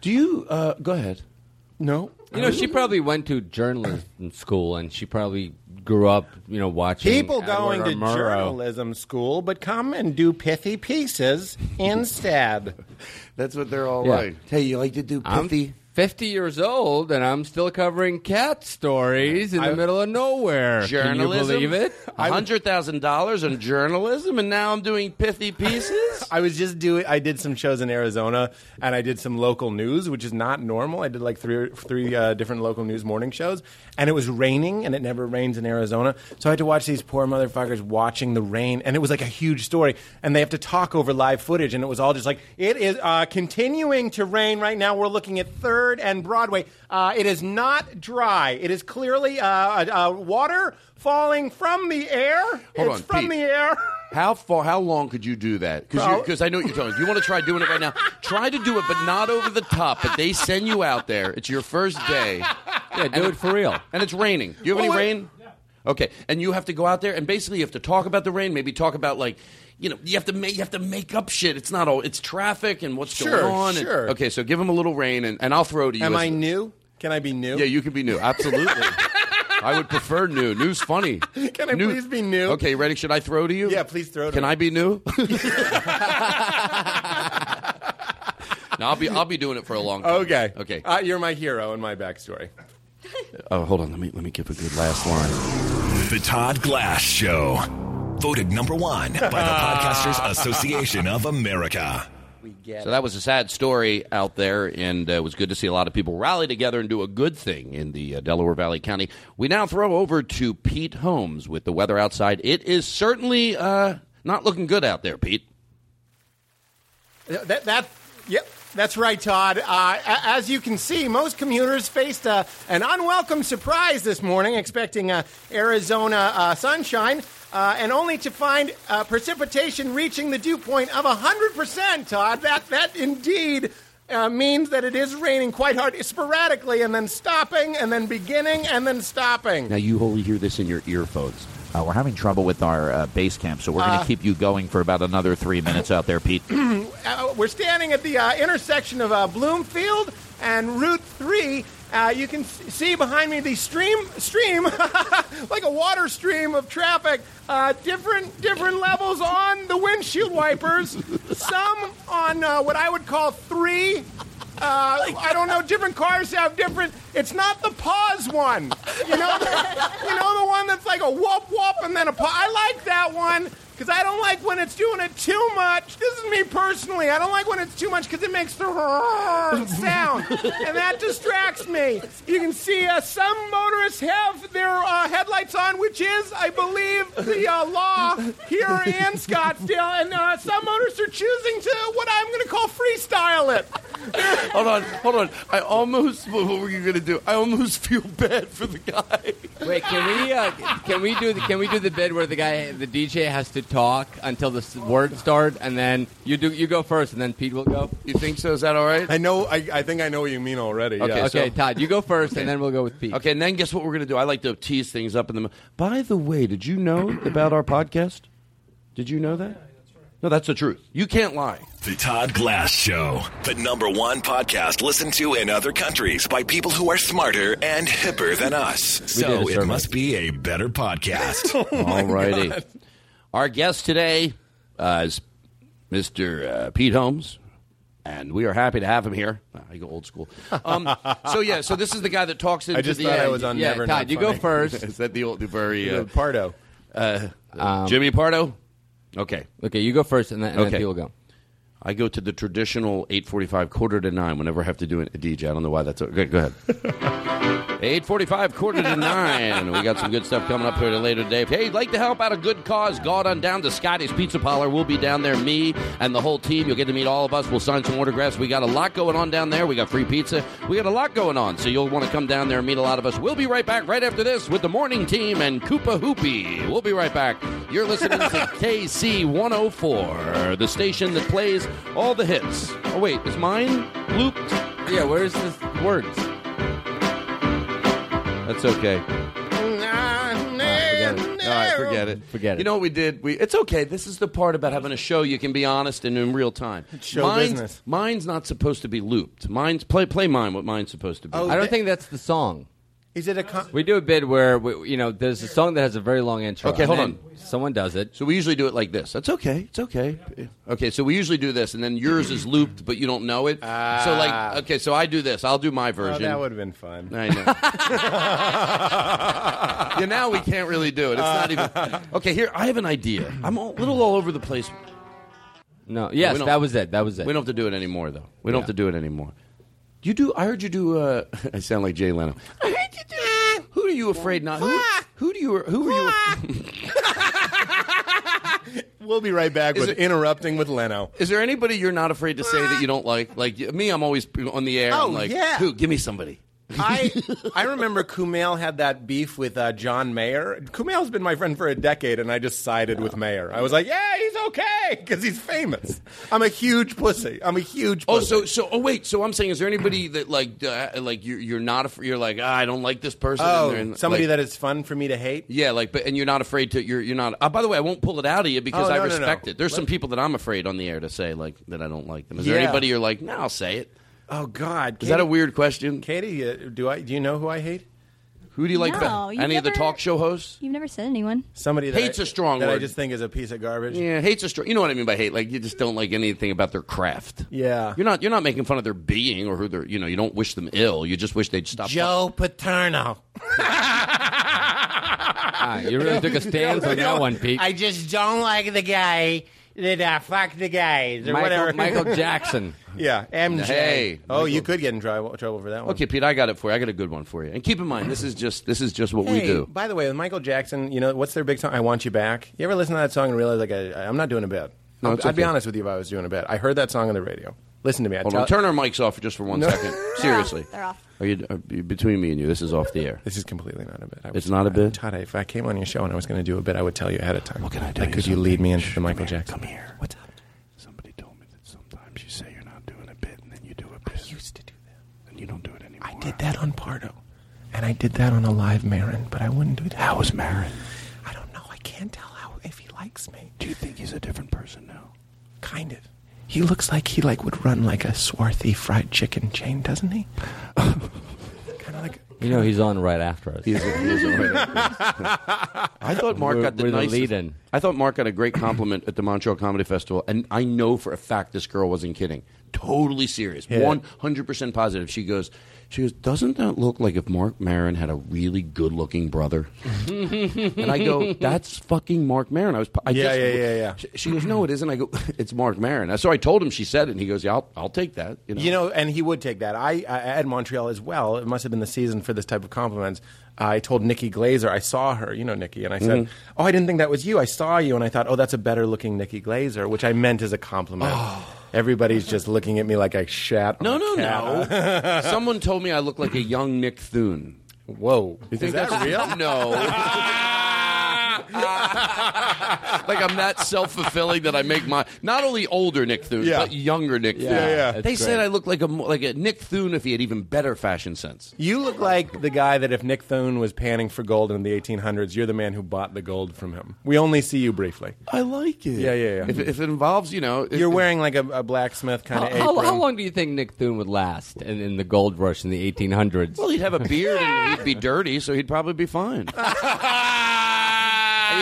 [SPEAKER 2] Do you uh, go ahead?
[SPEAKER 24] No.
[SPEAKER 10] You know, she probably went to journalism school, and she probably grew up, you know, watching
[SPEAKER 24] People
[SPEAKER 10] Edward
[SPEAKER 24] going to
[SPEAKER 10] Murrow.
[SPEAKER 24] journalism school, but come and do pithy pieces instead.
[SPEAKER 2] That's what they're all
[SPEAKER 10] Yeah.
[SPEAKER 2] Hey, you like to do
[SPEAKER 10] I'm fifty years old, and I'm still covering cat stories in
[SPEAKER 2] I-
[SPEAKER 10] the middle of nowhere.
[SPEAKER 2] Journalism.
[SPEAKER 10] Can you believe it?
[SPEAKER 2] hundred thousand dollars in journalism, and now I'm doing pithy pieces.
[SPEAKER 24] I was just doing. I did some shows in Arizona, and I did some local news, which is not normal. I did like three, three uh, different local news morning shows, and it was raining, and it never rains in Arizona, so I had to watch these poor motherfuckers watching the rain, and it was like a huge story, and they have to talk over live footage, and it was all just like it is uh, continuing to rain right now. We're looking at Third and Broadway. Uh, it is not dry. It is clearly uh, uh, uh, water falling from the air.
[SPEAKER 2] Hold
[SPEAKER 24] it's
[SPEAKER 2] on,
[SPEAKER 24] from
[SPEAKER 2] Pete.
[SPEAKER 24] the air.
[SPEAKER 2] How far? How long could you do that?
[SPEAKER 24] Well-
[SPEAKER 2] Because I know what you're talking. about. You want to try doing it right now. try to do it, but not over the top. But they send you out there. It's your first day. Yeah,
[SPEAKER 10] do it for real.
[SPEAKER 2] And it's raining. Do you have
[SPEAKER 10] Well,
[SPEAKER 2] any
[SPEAKER 10] what-
[SPEAKER 2] rain? Okay, and you have to go out there and basically you have to talk about the rain. Maybe talk about like. You know, you have to make you have to make up shit. It's not all. It's traffic and what's
[SPEAKER 24] Sure,
[SPEAKER 2] going on. and-
[SPEAKER 24] sure.
[SPEAKER 2] okay, so give them a little rain, and, and I'll throw to you.
[SPEAKER 24] Am
[SPEAKER 2] as-
[SPEAKER 24] I new? Can I be new?
[SPEAKER 2] Yeah, you can be new. Absolutely. I would prefer new. New's funny.
[SPEAKER 24] Can I
[SPEAKER 2] New-
[SPEAKER 24] please be new?
[SPEAKER 2] Okay, ready? Should I throw to you?
[SPEAKER 24] Yeah, please throw to
[SPEAKER 2] Can
[SPEAKER 24] me.
[SPEAKER 2] I be new? no, I'll be I'll be doing it for a long time.
[SPEAKER 24] Okay.
[SPEAKER 2] Okay.
[SPEAKER 24] Uh, you're my hero in my backstory.
[SPEAKER 2] Oh, hold on. Let me let me give a good last line.
[SPEAKER 17] The Todd Glass Show. Voted number one by the Podcasters Association of America.
[SPEAKER 2] So that was a sad story out there, and uh, it was good to see a lot of people rally together and do a good thing in the uh, Delaware Valley County. We now throw over to Pete Holmes with the weather outside. It is certainly uh, not looking good out there, Pete.
[SPEAKER 24] That, that, yep, that's right, Todd. Uh, a- as you can see, most commuters faced uh, an unwelcome surprise this morning, expecting uh, Arizona uh, sunshine, uh, and only to find uh, precipitation reaching the dew point of 100%, Todd. That, that indeed. Uh, means that it is raining quite hard sporadically and then stopping and then beginning and then stopping.
[SPEAKER 14] Now you only hear this in your earphones. Uh, we're having trouble with our uh, base camp, so we're going
[SPEAKER 24] Uh,
[SPEAKER 14] to keep you going for about another three minutes out there, Pete.
[SPEAKER 24] uh, we're standing at the uh, intersection of uh, Bloomfield and Route Three. Uh, you can s- see behind me the stream, stream, like a water stream of traffic. Uh, different, different levels on the windshield wipers. Some on uh, what I would call three. Uh, I don't know. Different cars have different. It's not the pause one. You know, you know the one that's like a whoop whoop and then a pause. I like that one. Because I don't like when it's doing it too much. This is me personally. I don't like when it's too much because it makes the sound, and that distracts me. You can see uh, some motorists have their uh, headlights on, which is, I believe, the uh, law here in Scottsdale. And uh, some motorists are choosing to what I'm going to call freestyle it.
[SPEAKER 2] Hold on, hold on. I almost. What were you gonna do? I almost feel bad for the guy.
[SPEAKER 10] Wait, can we uh, can we do the, can we do the bit where the guy the DJ has to talk until the s- words start and then you do you go first and then Pete will go.
[SPEAKER 2] You think so? Is that all right?
[SPEAKER 24] I know. I, I think I know what you mean already.
[SPEAKER 2] Okay,
[SPEAKER 10] Okay,
[SPEAKER 2] so-
[SPEAKER 10] okay, Todd, you go first and then we'll go with Pete.
[SPEAKER 2] Okay, and then guess what we're gonna do? I like to tease things up in the. mo- By the way, did you know about our podcast? Did you know that? No, that's the truth. You can't lie.
[SPEAKER 17] The Todd Glass Show, the number one podcast listened to in other countries by people who are smarter and hipper than us. So
[SPEAKER 2] a
[SPEAKER 17] it
[SPEAKER 2] survey.
[SPEAKER 17] must be a better podcast.
[SPEAKER 24] Oh
[SPEAKER 3] Oh
[SPEAKER 2] All righty. Our guest today uh, is Mr. Uh, Pete Holmes, and we are happy to have him here. Wow, I go old school. Um, so yeah, so this is the guy that talks into
[SPEAKER 24] I just
[SPEAKER 2] the
[SPEAKER 24] thought I
[SPEAKER 2] end.
[SPEAKER 24] was on
[SPEAKER 2] Yeah,
[SPEAKER 24] Never
[SPEAKER 2] Todd,
[SPEAKER 24] Not
[SPEAKER 2] you
[SPEAKER 24] Funny.
[SPEAKER 2] go first. is that the old, the very
[SPEAKER 24] uh, Pardo?
[SPEAKER 2] Uh, Jimmy Pardo. Okay.
[SPEAKER 10] Um, Okay, you go first, and then, and then
[SPEAKER 2] Okay.
[SPEAKER 10] Pete will go.
[SPEAKER 2] I go to the traditional eight forty-five quarter to nine whenever I have to do an- a DJ. I don't know why that's okay. Go ahead. Eight forty-five quarter to nine. we got some good stuff coming up here later today. If hey, you'd like to help out a good cause, go on down to Scotty's Pizza Parlor. We'll be down there, me and the whole team. You'll get to meet all of us. We'll sign some autographs. We got a lot going on down there. We got free pizza. We got a lot going on, so you'll want to come down there and meet a lot of us. We'll be right back right after this with the morning team and Koopa Hoopy. We'll be right back. You're listening to KC one hundred and four, the station that plays all the hits. Oh wait, is mine looped?
[SPEAKER 10] Yeah, where's the words?
[SPEAKER 2] That's okay.
[SPEAKER 24] Ah,
[SPEAKER 2] All right, forget it.
[SPEAKER 10] Forget it.
[SPEAKER 2] You know what we did? We it's okay. This is the part about having a show you can be honest and in real time.
[SPEAKER 10] show
[SPEAKER 2] mine's,
[SPEAKER 10] business.
[SPEAKER 2] Mine's not supposed to be looped. Mine's play play mine. What mine's supposed to be?
[SPEAKER 10] I don't think that's the song.
[SPEAKER 24] Is it a con-
[SPEAKER 10] We do a bit where we, you know there's a song that has a very long intro.
[SPEAKER 2] Okay, hold
[SPEAKER 10] and then Someone does it.
[SPEAKER 2] So we usually do it like this. That's okay. It's okay. Okay, so we usually do this, and then yours is looped, but you don't know it. so
[SPEAKER 24] Ah.
[SPEAKER 2] like, okay, so I do this. I'll do
[SPEAKER 10] Oh,
[SPEAKER 2] my version.
[SPEAKER 24] Oh, that would have been fun.
[SPEAKER 2] I know. yeah, now we can't really do it. It's not even okay. Here, I have an idea. I'm a little all over the place.
[SPEAKER 10] No,
[SPEAKER 2] We
[SPEAKER 10] Uh, yes,
[SPEAKER 2] don't-
[SPEAKER 10] that was it. That was it.
[SPEAKER 2] We don't have to do it anymore, though. We don't
[SPEAKER 10] Yeah.
[SPEAKER 2] have to do it anymore. You do. I heard you do. Uh, I sound like Jay Leno. I heard you do. Who are you afraid not? Who, who do you? Who are you?
[SPEAKER 24] We'll be right back
[SPEAKER 2] Is
[SPEAKER 24] with
[SPEAKER 2] it-
[SPEAKER 24] interrupting with Leno.
[SPEAKER 2] Is there anybody you're not afraid to say that you don't like? Like me, I'm always on the air.
[SPEAKER 24] Oh,
[SPEAKER 2] I'm like,
[SPEAKER 24] yeah.
[SPEAKER 2] Who? Give me somebody.
[SPEAKER 24] I I remember Kumail had that beef with uh, John Mayer. Kumail's been my friend for a decade, and I just sided with Mayer. I was like, yeah, he's okay because he's famous. I'm a huge pussy. I'm a huge.
[SPEAKER 2] Oh, so so. Oh, wait. So I'm saying, is there anybody that like uh, like you're you're not af- you're like ah, I don't like this person.
[SPEAKER 24] Oh,
[SPEAKER 2] and they're in-
[SPEAKER 24] somebody
[SPEAKER 2] like-
[SPEAKER 24] that it's fun for me to hate.
[SPEAKER 2] Yeah, like, but and you're not afraid to. You're you're not. Uh, by the way, I won't pull it out of you because
[SPEAKER 24] Oh,
[SPEAKER 2] I
[SPEAKER 24] no, no, no.
[SPEAKER 2] respect it. There's some
[SPEAKER 24] Let-
[SPEAKER 2] people that I'm afraid on the air to say like that I don't like them. Is there
[SPEAKER 24] Yeah.
[SPEAKER 2] anybody you're like? No, I'll say it.
[SPEAKER 24] Oh God,
[SPEAKER 2] Is that a weird question?
[SPEAKER 24] Katie, uh, do I do you know who I hate?
[SPEAKER 2] Who do you like?
[SPEAKER 12] No,
[SPEAKER 24] Oh,
[SPEAKER 2] be-
[SPEAKER 12] you've
[SPEAKER 2] Any of the
[SPEAKER 12] never-
[SPEAKER 2] talk show hosts?
[SPEAKER 12] You've never said anyone.
[SPEAKER 24] Somebody that
[SPEAKER 2] Hate's
[SPEAKER 24] I,
[SPEAKER 2] a strong
[SPEAKER 24] that I
[SPEAKER 2] word.
[SPEAKER 24] just think is a piece of garbage.
[SPEAKER 2] Yeah, hate's a strong. You know what I mean by hate? Like you just don't like anything about their craft.
[SPEAKER 24] Yeah.
[SPEAKER 2] You're not you're not making fun of their being or who they're. You know, you don't wish them ill. You just wish they'd stop.
[SPEAKER 24] Joe Paterno.
[SPEAKER 10] Ah, you really took a stance on that one, Pete.
[SPEAKER 24] I just don't like the guy that uh, fuck the guys or
[SPEAKER 10] Michael-
[SPEAKER 24] whatever.
[SPEAKER 10] Michael Jackson.
[SPEAKER 24] yeah, MJ.
[SPEAKER 2] Hey,
[SPEAKER 24] oh, you could get in trouble, trouble for that one.
[SPEAKER 2] Okay, Pete, I got it for you. I got a good one for you. And keep in mind, this is just this is just what we
[SPEAKER 24] Hey,
[SPEAKER 2] do.
[SPEAKER 24] By the way, with Michael Jackson, you know what's their big song? "I Want You Back." You ever listen to that song and realize like I, I'm not doing a bit?
[SPEAKER 2] No,
[SPEAKER 24] I'd
[SPEAKER 2] it's
[SPEAKER 24] be
[SPEAKER 2] okay.
[SPEAKER 24] honest with you if I was doing a bit. I heard that song on the radio. Listen to me. I
[SPEAKER 2] Hold
[SPEAKER 24] tell-
[SPEAKER 2] on, turn our mics off just for one
[SPEAKER 24] No.
[SPEAKER 2] second. Seriously, they're off. Are you are you- between me and you? This is off the air.
[SPEAKER 24] This is completely not a bit. I
[SPEAKER 2] it's not a bit.
[SPEAKER 24] Todd, if I came on your show and I was going to do a bit, I would tell you ahead of time. What can I do? Like, could you lead me into the Michael Jackson? Come here. What's up?
[SPEAKER 18] Sometimes you say you're not doing a bit, and then you do a bit. I used to do that, and you don't do it anymore.
[SPEAKER 24] I did that on Pardo, and I did that on a live Marin, but I wouldn't do that. How was Marin? I don't know. I can't tell how if he likes me. Do you think he's a different person now? Kind of. He looks like he like would run like a swarthy fried chicken chain, doesn't he?
[SPEAKER 10] You know he's on right after us.
[SPEAKER 2] I thought Mark
[SPEAKER 10] We're-
[SPEAKER 2] got the
[SPEAKER 10] we're the
[SPEAKER 2] nicest.
[SPEAKER 10] lead-in.
[SPEAKER 2] I thought Mark got a great compliment at the Montreal Comedy Festival, and I know for a fact this girl wasn't kidding. Totally serious,
[SPEAKER 10] Yeah.
[SPEAKER 2] one hundred percent positive. She goes, She goes, Doesn't that look like if Mark Marin had a really good looking brother? and I go, That's fucking Mark Marin. I was, I
[SPEAKER 24] Yeah,
[SPEAKER 2] just,
[SPEAKER 24] yeah, yeah, yeah.
[SPEAKER 2] She, she goes, No, it isn't. I go, It's Mark Marin. So I told him she said it, and he goes, Yeah, I'll, I'll take that. You know?
[SPEAKER 24] You know, and he would take that. I, I at Montreal as well. It must have been the season for this type of compliments. I told Nikki Glazer, I saw her, you know Nikki, and I said,
[SPEAKER 2] Mhm.
[SPEAKER 24] "Oh, I didn't think that was you. I saw you, and I thought, oh, that's a better looking Nikki Glazer," which I meant as a compliment. Everybody's just looking at me like I shat.
[SPEAKER 2] Oh. No,
[SPEAKER 24] on
[SPEAKER 2] no,
[SPEAKER 24] a cat.
[SPEAKER 2] no. Someone told me I look like a young Nick Thune.
[SPEAKER 24] Whoa. You
[SPEAKER 2] think
[SPEAKER 24] Is that
[SPEAKER 2] that's
[SPEAKER 24] real?
[SPEAKER 2] No. like I'm that self fulfilling that I make my not only older Nick Thune
[SPEAKER 24] Yeah.
[SPEAKER 2] but younger Nick
[SPEAKER 24] Yeah,
[SPEAKER 2] Thune.
[SPEAKER 24] yeah.
[SPEAKER 2] They
[SPEAKER 24] That's great.
[SPEAKER 2] said I look like a mo- like a Nick Thune if he had even better fashion sense.
[SPEAKER 24] You look like the guy that if Nick Thune was panning for gold in the 1800s, you're the man who bought the gold from him. We only see you briefly.
[SPEAKER 2] I like it.
[SPEAKER 24] Yeah, yeah, yeah.
[SPEAKER 2] If, if Oh, it involves, you know,
[SPEAKER 24] You're wearing like a, a blacksmith kind
[SPEAKER 10] How,
[SPEAKER 24] of
[SPEAKER 10] how,
[SPEAKER 24] apron.
[SPEAKER 10] how long do you think Nick Thune would last in, in the gold rush in the 1800s?
[SPEAKER 2] Well, he'd have a beard and he'd be dirty, so he'd probably be
[SPEAKER 10] And
[SPEAKER 2] fine.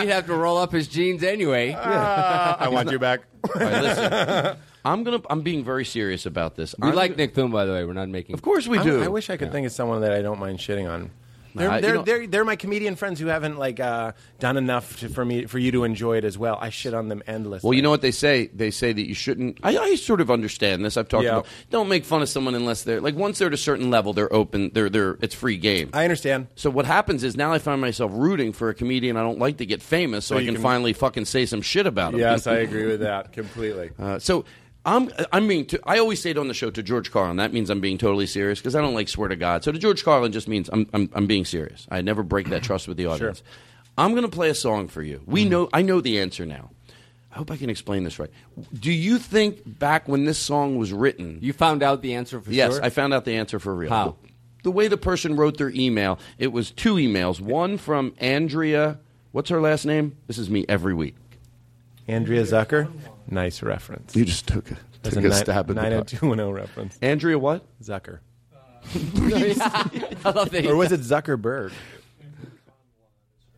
[SPEAKER 10] he'd have to roll up his jeans anyway.
[SPEAKER 24] I want you back.
[SPEAKER 2] All right, listen. I'm gonna. I'm being very serious about this.
[SPEAKER 10] We
[SPEAKER 2] I'm
[SPEAKER 10] like Nick Thune, by the way. We're not making. Of
[SPEAKER 2] course
[SPEAKER 24] I don't- I wish I could think of someone that I don't mind shitting on. They're,
[SPEAKER 10] Nah, you
[SPEAKER 24] they're,
[SPEAKER 10] don't-
[SPEAKER 24] they're, they're my comedian friends who haven't like uh, done enough to, for me for you to enjoy it as well. I shit on them endlessly.
[SPEAKER 2] Well, you know what they say? They say that you shouldn't. I, I sort of understand this. I've talked
[SPEAKER 24] Yeah.
[SPEAKER 2] about. Don't make fun of someone unless they're like once they're at a certain level, they're open. They're they're it's free game.
[SPEAKER 24] I understand.
[SPEAKER 2] So what happens is now I find myself rooting for a comedian I don't like to get famous, so,
[SPEAKER 24] So
[SPEAKER 2] I
[SPEAKER 24] you
[SPEAKER 2] can,
[SPEAKER 24] can-
[SPEAKER 2] finally fucking say some shit about him.
[SPEAKER 24] Yes, I agree with that completely.
[SPEAKER 2] Uh, so. I'm, I'm being. To, I always say it on the show to George Carlin. That means I'm being totally serious because I don't like swear to God. So to George Carlin just means I'm, I'm, I'm being serious. I never break that trust with the audience. I'm going to play a song for you.
[SPEAKER 10] Mm-hmm.
[SPEAKER 2] We know. I know the answer now. I hope I can explain this right. Do you think back when this song was written,
[SPEAKER 10] you found out the answer for
[SPEAKER 2] yes,
[SPEAKER 10] sure?
[SPEAKER 2] I found out the answer for real.
[SPEAKER 10] How?
[SPEAKER 2] The way the person wrote their email, it was two emails. One from Andrea. What's her last name? This is me every week.
[SPEAKER 24] Andrea Zucker, nice reference.
[SPEAKER 2] You just took a,
[SPEAKER 24] That's
[SPEAKER 2] took
[SPEAKER 24] a
[SPEAKER 2] a
[SPEAKER 24] ni-
[SPEAKER 2] stab at the
[SPEAKER 24] 90210 reference.
[SPEAKER 2] Andrea what?
[SPEAKER 24] Zucker.
[SPEAKER 10] I love that.
[SPEAKER 24] Or was it Zuckerberg?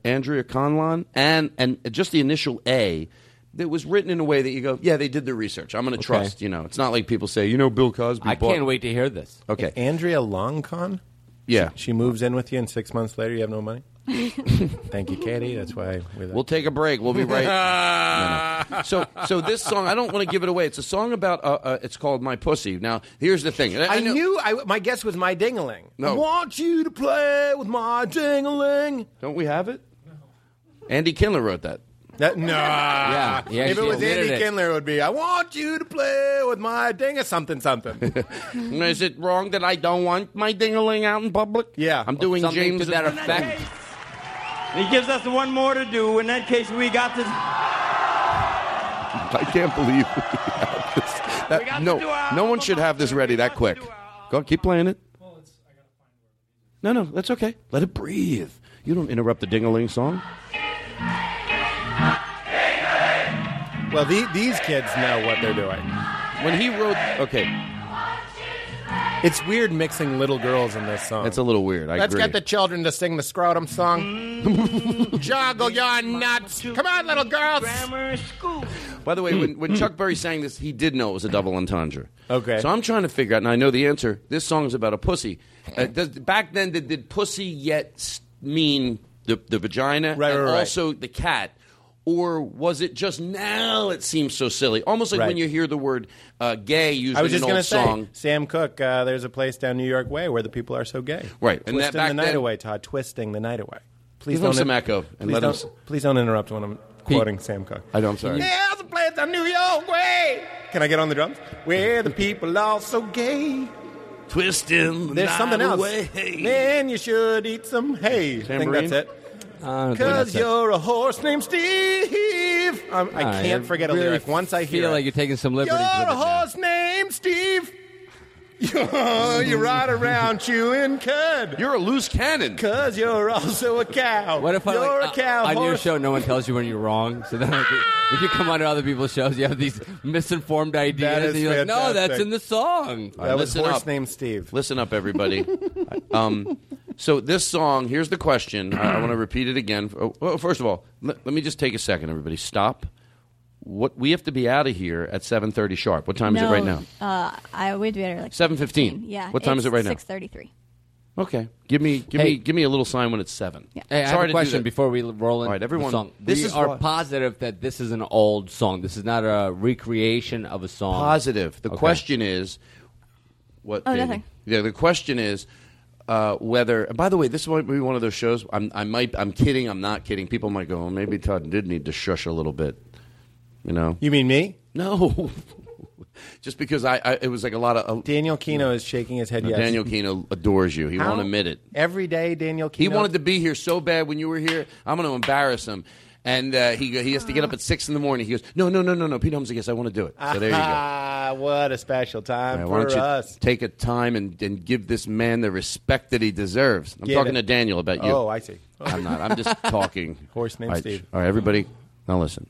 [SPEAKER 2] Andrea Conlon, and and just the initial A that was written in a way that you go, yeah, they did their research. I'm going to trust. You know, it's not like people say, you know, Bill Cosby.
[SPEAKER 10] I
[SPEAKER 2] bought-
[SPEAKER 10] can't wait to hear this.
[SPEAKER 2] Okay,
[SPEAKER 24] Andrea Longcon?
[SPEAKER 2] Yeah.
[SPEAKER 24] She, she moves in with you, and six months later, you have no money? Thank you, Katie. That's why we
[SPEAKER 2] We'll take a break. We'll be right. No, no. So, so this song, I don't want to give it away. It's a song about. Uh, uh, it's called My Pussy. Now, here's the thing.
[SPEAKER 24] I,
[SPEAKER 2] know-
[SPEAKER 24] knew I, my guess was my dingaling.
[SPEAKER 2] No.
[SPEAKER 24] I want you to play with my dingaling.
[SPEAKER 2] Don't we have it? Andy Kindler wrote that.
[SPEAKER 24] That, no. Yeah.
[SPEAKER 2] he
[SPEAKER 24] if it
[SPEAKER 2] actually
[SPEAKER 24] was Andy
[SPEAKER 2] admitted it.
[SPEAKER 24] Kindler, it would be, I want you to play with my ding or something, something.
[SPEAKER 2] Is it wrong that I don't want my dingaling out in public? Yeah, I'm doing
[SPEAKER 7] Something
[SPEAKER 2] James
[SPEAKER 7] to that effect. He gives us one more to do. In that case, we got to.
[SPEAKER 2] I can't believe we have this. That-
[SPEAKER 7] We got
[SPEAKER 2] no,
[SPEAKER 7] to do our
[SPEAKER 2] no one should have this ready that quick. Go on, keep playing it. No, no, that's okay. Let it breathe. You don't interrupt the ding-a-ling song.
[SPEAKER 24] well, the, these kids know what they're doing.
[SPEAKER 2] When he wrote, okay.
[SPEAKER 24] It's weird mixing little girls in this song.
[SPEAKER 2] It's a little weird. I
[SPEAKER 24] Let's
[SPEAKER 2] agree.
[SPEAKER 24] get the children to sing the scrotum song. Joggle your nuts. Come on, little girls.
[SPEAKER 2] By the way,
[SPEAKER 24] Hmm.
[SPEAKER 2] when, when Chuck Berry sang this, he did know it was a double entendre.
[SPEAKER 24] Okay.
[SPEAKER 2] So I'm trying to figure out, and I know the answer. This song is about a pussy. Uh, does, back then, did, did pussy yet s- mean the, the vagina
[SPEAKER 24] Right,
[SPEAKER 2] and
[SPEAKER 24] right, right.
[SPEAKER 2] also the cat? Or was it just now it seems so silly? Almost like
[SPEAKER 24] Right.
[SPEAKER 2] when you hear the word uh, gay used
[SPEAKER 24] I was
[SPEAKER 2] in
[SPEAKER 24] just
[SPEAKER 2] an
[SPEAKER 24] going to
[SPEAKER 2] old
[SPEAKER 24] say,
[SPEAKER 2] song.
[SPEAKER 24] Sam Cooke, uh, there's a place down New York Way where the people are so gay.
[SPEAKER 2] Right, and
[SPEAKER 24] Twisting
[SPEAKER 2] that- back
[SPEAKER 24] the night
[SPEAKER 2] then-
[SPEAKER 24] away, Todd. Twisting the night away. Please
[SPEAKER 2] Give him
[SPEAKER 24] don't
[SPEAKER 2] some echo and
[SPEAKER 24] please
[SPEAKER 2] let him
[SPEAKER 24] don't- please don't interrupt when I'm quoting Sam Cooke.
[SPEAKER 2] I know, I'm sorry.
[SPEAKER 24] There's a place down New York Way. Can I get on the drums? Where the people are so gay.
[SPEAKER 2] Twisting the
[SPEAKER 24] There's
[SPEAKER 2] night
[SPEAKER 24] something else.
[SPEAKER 2] away.
[SPEAKER 24] Man, you should eat some hay. I
[SPEAKER 2] Tambourine?
[SPEAKER 24] think that's it.
[SPEAKER 10] don't think
[SPEAKER 24] Because
[SPEAKER 10] that's it.
[SPEAKER 24] you're a horse named Steve. Um, I
[SPEAKER 10] Ah,
[SPEAKER 24] can't forget a
[SPEAKER 10] really
[SPEAKER 24] lyric once I hear
[SPEAKER 10] feel
[SPEAKER 24] it.
[SPEAKER 10] like you're taking some
[SPEAKER 24] You're
[SPEAKER 10] liberties with
[SPEAKER 24] a
[SPEAKER 10] it. now.
[SPEAKER 24] horse named Steve. you ride around chewing cud.
[SPEAKER 2] You're a loose cannon.
[SPEAKER 24] Cause you're also a cow.
[SPEAKER 10] What if I,
[SPEAKER 24] you're
[SPEAKER 10] like,
[SPEAKER 24] a cow
[SPEAKER 10] on your
[SPEAKER 24] horse?
[SPEAKER 10] show, no one tells you when you're wrong. So then, like, if you come on to other people's shows, you have these misinformed ideas,
[SPEAKER 24] That is
[SPEAKER 10] and you're like, "No, that's
[SPEAKER 24] fantastic.
[SPEAKER 10] in the song."
[SPEAKER 2] All right, listen up.
[SPEAKER 24] named Steve.
[SPEAKER 2] Listen up, everybody. um, so this song, here's the question. I, I want to repeat it again. Oh, oh, first of all, let, let me just take a second, everybody. Stop. What we have to be out of here at seven thirty sharp. What time is it
[SPEAKER 12] No,
[SPEAKER 2] right now?
[SPEAKER 12] Uh, I would be better like
[SPEAKER 2] Seven fifteen.
[SPEAKER 12] Yeah.
[SPEAKER 2] What time is it right now?
[SPEAKER 12] Six thirty-three.
[SPEAKER 2] Okay. Give me give
[SPEAKER 10] Hey.
[SPEAKER 2] me give me a little sign when it's seven.
[SPEAKER 10] Hey, I have a
[SPEAKER 2] to do
[SPEAKER 10] question
[SPEAKER 2] that.
[SPEAKER 10] before we l- roll in.
[SPEAKER 2] All right,
[SPEAKER 10] the
[SPEAKER 2] everyone.
[SPEAKER 10] song.
[SPEAKER 2] This
[SPEAKER 10] we
[SPEAKER 2] is
[SPEAKER 10] are
[SPEAKER 2] what-
[SPEAKER 10] positive that this is an old song. This is not a recreation of a song.
[SPEAKER 2] Positive. The
[SPEAKER 10] Okay.
[SPEAKER 2] question is, what?
[SPEAKER 10] Oh,
[SPEAKER 2] Danny?
[SPEAKER 10] nothing.
[SPEAKER 2] Yeah, the question is uh, whether. and By the way, this might be one of those shows. I'm, I might. I'm kidding. I'm not kidding. People might go, well, maybe Todd did need to shush a little bit. You know.
[SPEAKER 24] You mean me?
[SPEAKER 2] No. Just because I, I, it was like a lot of uh,
[SPEAKER 24] Daniel Kino is shaking his head. yes.
[SPEAKER 2] Daniel Kino adores you. He
[SPEAKER 24] How-
[SPEAKER 2] won't admit it.
[SPEAKER 24] Every day, Daniel
[SPEAKER 2] He
[SPEAKER 24] Kino.
[SPEAKER 2] wanted to be here so bad when you were here. I'm going to embarrass him. And uh, he go- he has to get up at six in the morning. He goes, no, no, no, no, no. Pete Holmes, yes, I want to do it. So there you go.
[SPEAKER 24] Ah, what a special time
[SPEAKER 2] All right, why
[SPEAKER 24] for
[SPEAKER 2] don't you
[SPEAKER 24] us.
[SPEAKER 2] take a time and, and give this man the respect that he deserves? I'm
[SPEAKER 24] Give
[SPEAKER 2] talking to
[SPEAKER 24] it.
[SPEAKER 2] Daniel about you.
[SPEAKER 24] Oh, I see.
[SPEAKER 2] I'm not. I'm just talking.
[SPEAKER 24] Horse named
[SPEAKER 2] All right,
[SPEAKER 24] Steve.
[SPEAKER 2] All right, everybody, now listen.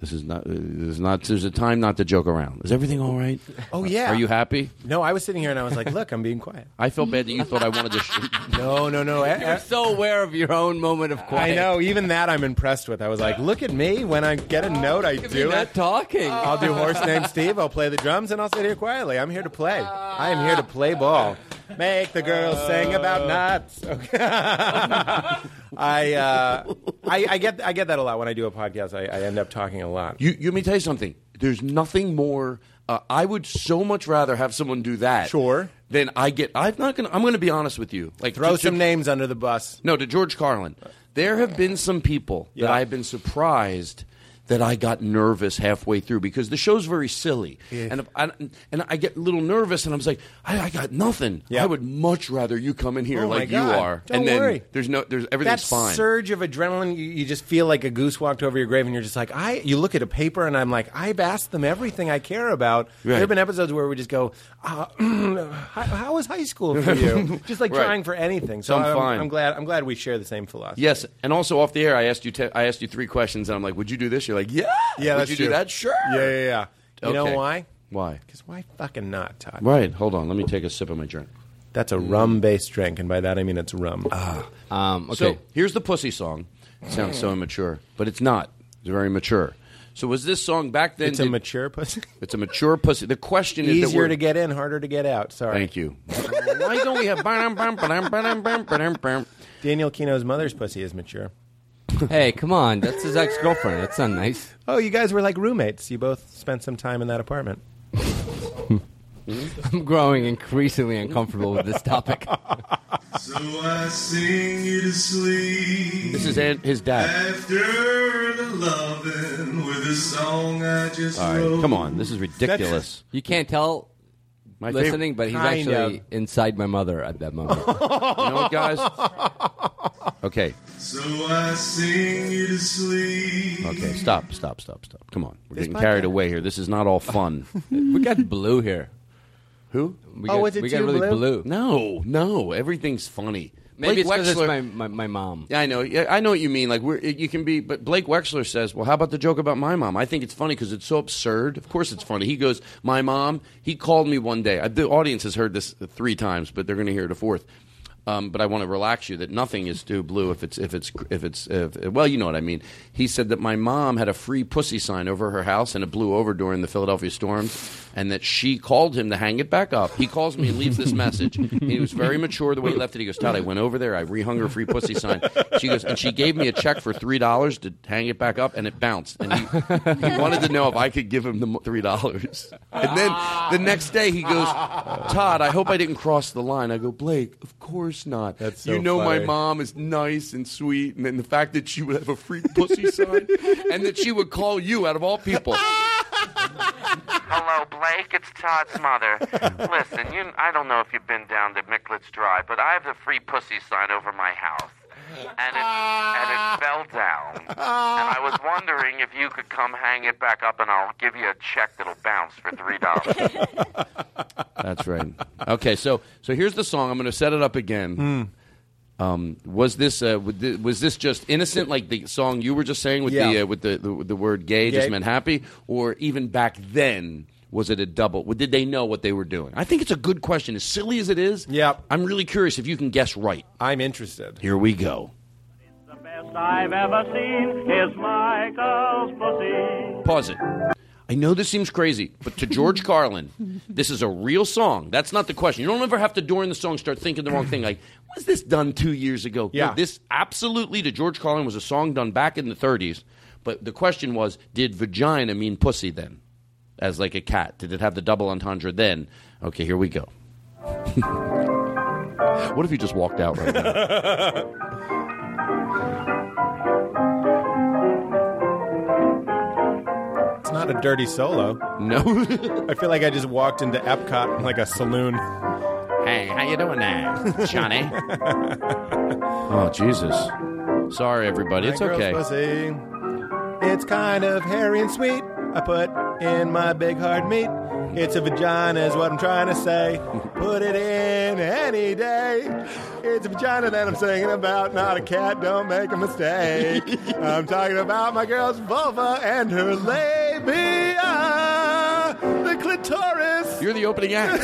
[SPEAKER 2] This is not. uh, This is not. There's a time not to joke around. Is everything all right?
[SPEAKER 24] Oh yeah.
[SPEAKER 2] Are you happy?
[SPEAKER 24] No, I was sitting here and I was like, look, I'm being quiet.
[SPEAKER 2] I felt bad that you thought I wanted to. Sh-
[SPEAKER 24] no, no, no.
[SPEAKER 10] You were so aware of your own moment of quiet.
[SPEAKER 24] I know. Even that, I'm impressed with. I was like, "Look at me! When I get a
[SPEAKER 2] Oh,
[SPEAKER 24] note, I
[SPEAKER 10] me
[SPEAKER 24] do
[SPEAKER 10] not
[SPEAKER 24] it."
[SPEAKER 10] talking.
[SPEAKER 24] I'll do horse named Steve. I'll play the drums, and I'll sit here quietly. I'm here to play. I am here to play ball. Make the girls sing about nuts. Okay. I, uh, I I get I get that a lot when I do a podcast. I, I end up talking a lot.
[SPEAKER 2] You, you let me tell you something. There's nothing more. Uh, I would so much rather have someone do that. Sure. Than I get. I'm not gonna. I'm gonna be honest with you. Like
[SPEAKER 24] Throw
[SPEAKER 2] to- to-
[SPEAKER 24] some names under the bus.
[SPEAKER 2] No, to George Carlin. There have been some people that I've been surprised that I got nervous halfway through because the show's very silly,
[SPEAKER 24] Yeah.
[SPEAKER 2] and if I, and I get a little nervous, and I'm just like, I, I got nothing. I would much rather you come in here
[SPEAKER 24] Oh, my
[SPEAKER 2] like you
[SPEAKER 24] God.
[SPEAKER 2] are,
[SPEAKER 24] Don't
[SPEAKER 2] and then
[SPEAKER 24] worry.
[SPEAKER 2] there's no, there's everything's
[SPEAKER 24] that
[SPEAKER 2] fine.
[SPEAKER 24] surge of adrenaline, you, you just feel like a goose walked over your grave, and you're just like, I. You look at a paper, and I'm like, I've asked them everything I care about. There
[SPEAKER 2] Right.
[SPEAKER 24] have been episodes where we just go, uh, how, how was high school for you? just like
[SPEAKER 2] Right.
[SPEAKER 24] trying for anything. So
[SPEAKER 2] So I'm
[SPEAKER 24] I'm,
[SPEAKER 2] fine.
[SPEAKER 24] I'm glad. I'm glad we share the same philosophy.
[SPEAKER 2] Yes, and also off the air, I asked you. Te- I asked you three questions, and I'm like, "Would you do this?" You're like, "Yeah,
[SPEAKER 24] Yeah,
[SPEAKER 2] Would
[SPEAKER 24] that's
[SPEAKER 2] you do
[SPEAKER 24] true.
[SPEAKER 2] that? Sure.
[SPEAKER 24] Yeah, yeah, yeah. You know
[SPEAKER 2] Okay.
[SPEAKER 24] why?
[SPEAKER 2] Why?
[SPEAKER 24] Because why fucking not, Todd?
[SPEAKER 2] Right. Hold on. Let me take a sip of my drink.
[SPEAKER 24] That's a rum-based drink, and by that I mean it's rum.
[SPEAKER 10] um,
[SPEAKER 2] So here's the pussy song. It sounds so immature, but it's not. It's very mature. So was this song back then?
[SPEAKER 24] It's a
[SPEAKER 2] did-
[SPEAKER 24] mature pussy.
[SPEAKER 2] It's a mature pussy. The question is that
[SPEAKER 24] Easier
[SPEAKER 2] we're,
[SPEAKER 24] to get in, harder to get out. Sorry.
[SPEAKER 2] Thank you. Why don't we have
[SPEAKER 24] Daniel Kino's mother's pussy is mature.
[SPEAKER 10] hey, come on. That's his ex girlfriend. That's not nice.
[SPEAKER 24] Oh, you guys were like roommates. You both spent some time in that apartment.
[SPEAKER 10] I'm growing increasingly uncomfortable with this topic.
[SPEAKER 1] So I sing you to sleep.
[SPEAKER 2] This is Aunt- his dad.
[SPEAKER 1] After the loving with a song I just
[SPEAKER 2] All right,
[SPEAKER 1] wrote.
[SPEAKER 2] come on. This is ridiculous.
[SPEAKER 10] You can't tell
[SPEAKER 2] My favorite-
[SPEAKER 10] listening, but he's
[SPEAKER 2] Kind
[SPEAKER 10] actually inside my mother at that moment.
[SPEAKER 2] You know what, guys? Okay.
[SPEAKER 1] So I sing you to sleep.
[SPEAKER 2] Okay. Stop. Stop. Stop. Stop. Come on. We're
[SPEAKER 1] This
[SPEAKER 2] getting
[SPEAKER 1] podcast-
[SPEAKER 2] carried away here. This is not all fun.
[SPEAKER 10] we got blue here.
[SPEAKER 2] Who?
[SPEAKER 10] We Oh, got- was it we got too really blue? blue.
[SPEAKER 2] No. No. Everything's funny.
[SPEAKER 10] Maybe
[SPEAKER 2] Blake
[SPEAKER 10] it's 'cause it's
[SPEAKER 2] Wexler-
[SPEAKER 10] my, my, my mom.
[SPEAKER 2] Yeah, I know. Yeah, I know what you mean. Like we're, you can be, but Blake Wexler says, "Well, how about the joke about my mom?" I think it's funny because it's so absurd. Of course, it's funny. He goes, "My mom." He called me one day. I- The audience has heard this three times, but they're going to hear it a fourth. Um, but I want to relax you that nothing is too blue if it's if it's if it's if, well, you know what I mean. He said that my mom had a free pussy sign over her house and it blew over during the Philadelphia storms, and that she called him to hang it back up. He calls me and leaves this message. He was very mature the way he left it. He goes, Todd, I went over there. I rehung her free pussy sign. She goes, and she gave me a check for three dollars to hang it back up, and it bounced. And he, he wanted to know if I could give him the mo- three dollars. And then the next day he goes, Todd, I hope I didn't cross the line. I go, Blake, of course not. That's
[SPEAKER 24] so
[SPEAKER 2] you know my
[SPEAKER 24] funny.
[SPEAKER 2] mom is nice and sweet, and then the fact that she would have a free pussy sign, and that she would call you out of all people.
[SPEAKER 19] Hello, Blake. It's Todd's mother. Listen, you, I don't know if you've been down to Micklitz Drive, but I have the free pussy sign over my house. And it, and it fell down. And I was wondering if you could come hang it back up, and I'll give you a check that'll bounce for $3.
[SPEAKER 2] That's right. Okay, so so here's the song. I'm going to set it up
[SPEAKER 24] Hmm.
[SPEAKER 2] again. Um, was this uh, would thi- was this just innocent, like the song you were just saying with the
[SPEAKER 24] Yeah.
[SPEAKER 2] uh, with the, the the word gay, just
[SPEAKER 24] Gay.
[SPEAKER 2] meant happy, or even back then was it a double? Did they know what they were doing? I think it's a good question. As silly as it is, yeah, I'm really curious if you can guess right.
[SPEAKER 24] I'm interested.
[SPEAKER 2] Here we go.
[SPEAKER 5] Best I've ever seen is Michael's pussy.
[SPEAKER 2] Pause it. I know this seems crazy, but to George Carlin, this is a real song. That's not the question. You don't ever have to during the song start thinking the wrong thing. Like, was this done two years ago? No,
[SPEAKER 24] Yeah.
[SPEAKER 2] this absolutely to George Carlin was a song done back in the 30s. But the question was, did vagina mean pussy then? As like a cat? Did it have the double entendre then? Okay, here we go. what if you just walked out right now?
[SPEAKER 24] It's not a dirty solo.
[SPEAKER 2] No.
[SPEAKER 24] I feel like I just walked into Epcot like a saloon.
[SPEAKER 2] Hey, how you doing there, Johnny? Oh, Jesus. Sorry, everybody. It's
[SPEAKER 24] My girl's
[SPEAKER 2] okay.
[SPEAKER 24] pussy. It's kind of hairy and sweet. I put in my big hard meat. It's a vagina, is what I'm trying to say. Put it in any day. It's a vagina that I'm singing about, not a cat. Don't make a mistake. I'm talking about my girl's vulva and her labia, the clitoris.
[SPEAKER 2] You're the opening act.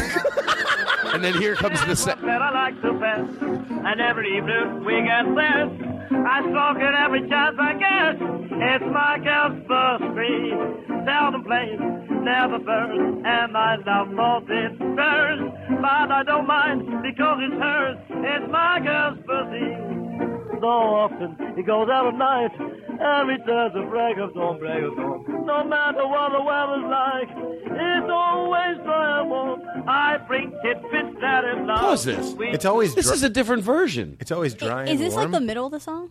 [SPEAKER 2] and then here comes the set.
[SPEAKER 5] that I like the best. And every evening we get this. I smoke it every chance I get. It's my girl's free. Seldom played, never burned. And I love all it burns. But I don't mind because it's hers. It's my girl's pussy. So often it goes out at night and returns a break of dawn, break of dawn. No matter what the weather's like, it's always viable. I bring tidbits that in love.
[SPEAKER 2] Pause this.
[SPEAKER 5] We
[SPEAKER 24] It's always
[SPEAKER 2] This
[SPEAKER 24] dry-
[SPEAKER 2] is a different version.
[SPEAKER 24] It's always dry
[SPEAKER 12] Is
[SPEAKER 24] and
[SPEAKER 12] this
[SPEAKER 24] warm.
[SPEAKER 12] like the middle of the song?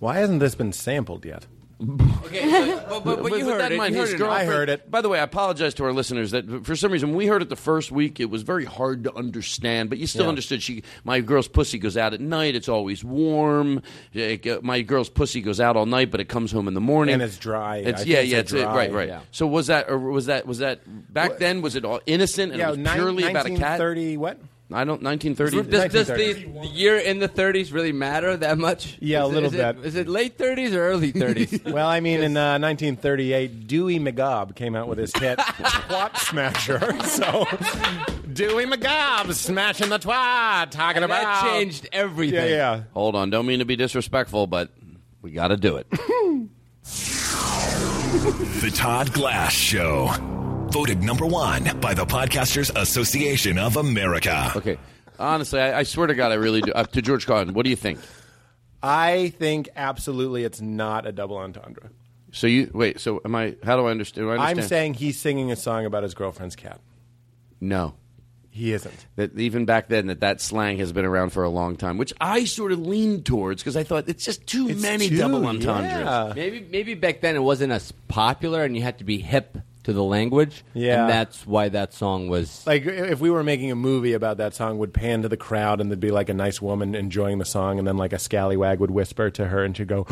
[SPEAKER 24] Why hasn't this been sampled yet?
[SPEAKER 2] But,
[SPEAKER 24] but you
[SPEAKER 2] with
[SPEAKER 24] heard
[SPEAKER 2] that in
[SPEAKER 24] it.
[SPEAKER 2] mind,
[SPEAKER 24] You
[SPEAKER 2] his
[SPEAKER 24] heard it. I
[SPEAKER 2] girlfriend-
[SPEAKER 24] heard
[SPEAKER 2] By the way, I apologize to our listeners that for some reason we heard it the first week. It was very hard to understand, but you still
[SPEAKER 24] Yeah.
[SPEAKER 2] understood. She, my girl's pussy goes out at night. It's always warm. Like, uh, My girl's pussy goes out all night, but it comes home in the morning
[SPEAKER 24] And it's dry. I
[SPEAKER 2] It's,
[SPEAKER 24] think
[SPEAKER 2] yeah,
[SPEAKER 24] it's
[SPEAKER 2] yeah,
[SPEAKER 24] a
[SPEAKER 2] it's it.
[SPEAKER 24] dry,
[SPEAKER 2] right, right.
[SPEAKER 24] yeah.
[SPEAKER 2] So was that, or was that, was that back then? Was it all innocent and
[SPEAKER 24] yeah,
[SPEAKER 2] it was
[SPEAKER 24] nine-
[SPEAKER 2] purely about a cat?
[SPEAKER 24] 1930 what?
[SPEAKER 2] I don't. Nineteen thirty.
[SPEAKER 10] Does, does the, the year in the 30s really matter that much?
[SPEAKER 24] Yeah, a
[SPEAKER 10] Is it-
[SPEAKER 24] little
[SPEAKER 10] is it-
[SPEAKER 24] bit.
[SPEAKER 10] Is it late 30s or early 30s?
[SPEAKER 24] well, I mean, in uh, 1938, Dewey McGobb came out with his hit "Twat Smasher." So, Dewey McGobb smashing the twat, talking
[SPEAKER 10] And that
[SPEAKER 24] about
[SPEAKER 10] changed everything.
[SPEAKER 24] Yeah, yeah.
[SPEAKER 2] Hold on. Don't mean to be disrespectful, but we got to do it.
[SPEAKER 17] The Todd Glass Show. Voted number one by the Podcasters Association of America.
[SPEAKER 2] Okay. Honestly, I, I swear to God, I really do. Uh, to George Carlin, what do you think?
[SPEAKER 24] I think absolutely, it's not a double entendre.
[SPEAKER 2] So you wait. So am I? How do I understand? Do I
[SPEAKER 24] I'm
[SPEAKER 2] understand?
[SPEAKER 24] saying he's singing a song about his girlfriend's cat.
[SPEAKER 2] no.
[SPEAKER 24] He isn't.
[SPEAKER 2] That even back then, that that slang has been around for a long time, which I sort of leaned towards because I thought it's just too many double entendres.
[SPEAKER 10] Maybe maybe back then it wasn't as popular, and you had to be hip to the language.
[SPEAKER 24] Yeah.
[SPEAKER 10] and that's why that song was.
[SPEAKER 24] Like, if we were making a movie about that song, would pan to the crowd and there'd be like a nice woman enjoying the song, and then like a scallywag would whisper to her and she'd go,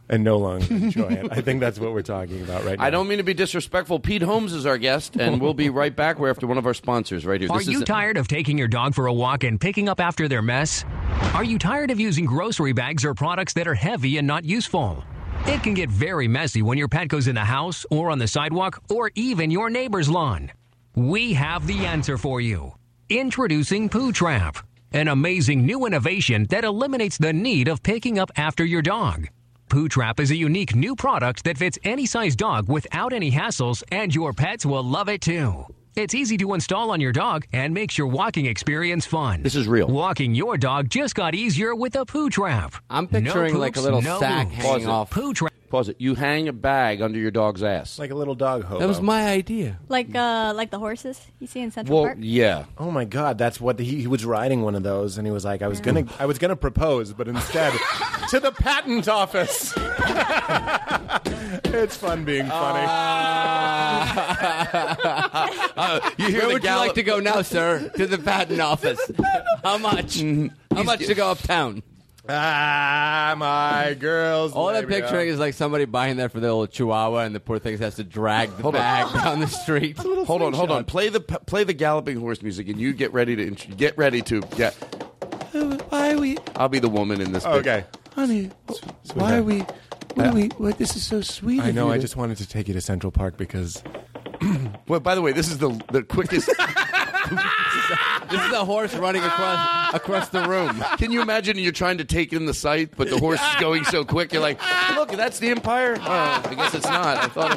[SPEAKER 24] and no longer enjoy it. I think that's what we're talking about right now.
[SPEAKER 2] I don't mean to be disrespectful. Pete Holmes is our guest, and we'll be right back. We're after one of our sponsors right here.
[SPEAKER 20] Are
[SPEAKER 2] This
[SPEAKER 20] you
[SPEAKER 2] is-
[SPEAKER 20] tired of taking your dog for a walk and picking up after their mess? Are you tired of using grocery bags or products that are heavy and not useful? It can get very messy when your pet goes in the house or on the sidewalk or even your neighbor's lawn. We have the answer for you. Introducing Poo Trap, an amazing new innovation that eliminates the need of picking up after your dog. Poo Trap is a unique new product that fits any size dog without any hassles, and your pets will love it too. It's easy to install on your dog and makes your walking experience fun. This
[SPEAKER 2] is real.
[SPEAKER 20] Walking your dog just got easier with a Poo Trap. I'm
[SPEAKER 10] picturing like a little sack hanging
[SPEAKER 2] Pause it.
[SPEAKER 10] off.
[SPEAKER 2] Pause it. You hang a bag under your dog's ass.
[SPEAKER 24] Like a little dog hobo.
[SPEAKER 10] That was my idea.
[SPEAKER 12] Like uh, like the horses you see in Central
[SPEAKER 24] Well,
[SPEAKER 12] Park?
[SPEAKER 2] yeah.
[SPEAKER 24] Oh my God, that's what he, he was riding one of those, and he was like, "I was gonna, I was gonna propose, but instead, to the patent office." it's fun being funny.
[SPEAKER 2] Ah.
[SPEAKER 10] Uh,
[SPEAKER 2] you hear
[SPEAKER 10] Where
[SPEAKER 2] the
[SPEAKER 10] would
[SPEAKER 2] gallop-
[SPEAKER 10] you like to go now, sir? To the patent office. How much? How much to go uptown?
[SPEAKER 24] Ah, my girls.
[SPEAKER 10] All I'm
[SPEAKER 24] labia.
[SPEAKER 10] picturing is like somebody buying that for their little chihuahua, and the poor thing has to drag the
[SPEAKER 2] Hold on.
[SPEAKER 10] bag down the street.
[SPEAKER 2] Hold on, hold on. Play the play the galloping horse music, and you get ready to int- get ready to get. Why are we? I'll be the woman in this. bit.
[SPEAKER 24] Okay.
[SPEAKER 2] honey.
[SPEAKER 24] why are we-
[SPEAKER 2] Why are we? What, this is so sweet.
[SPEAKER 24] I know. I just wanted to take you to Central Park because
[SPEAKER 2] Well, by the way, this is the the quickest.
[SPEAKER 24] This is a horse running across
[SPEAKER 3] across the room. Can you imagine you're trying to take in the sight, but the horse is going so quick, you're like, look, that's the Empire? Oh, I guess it's not. I thought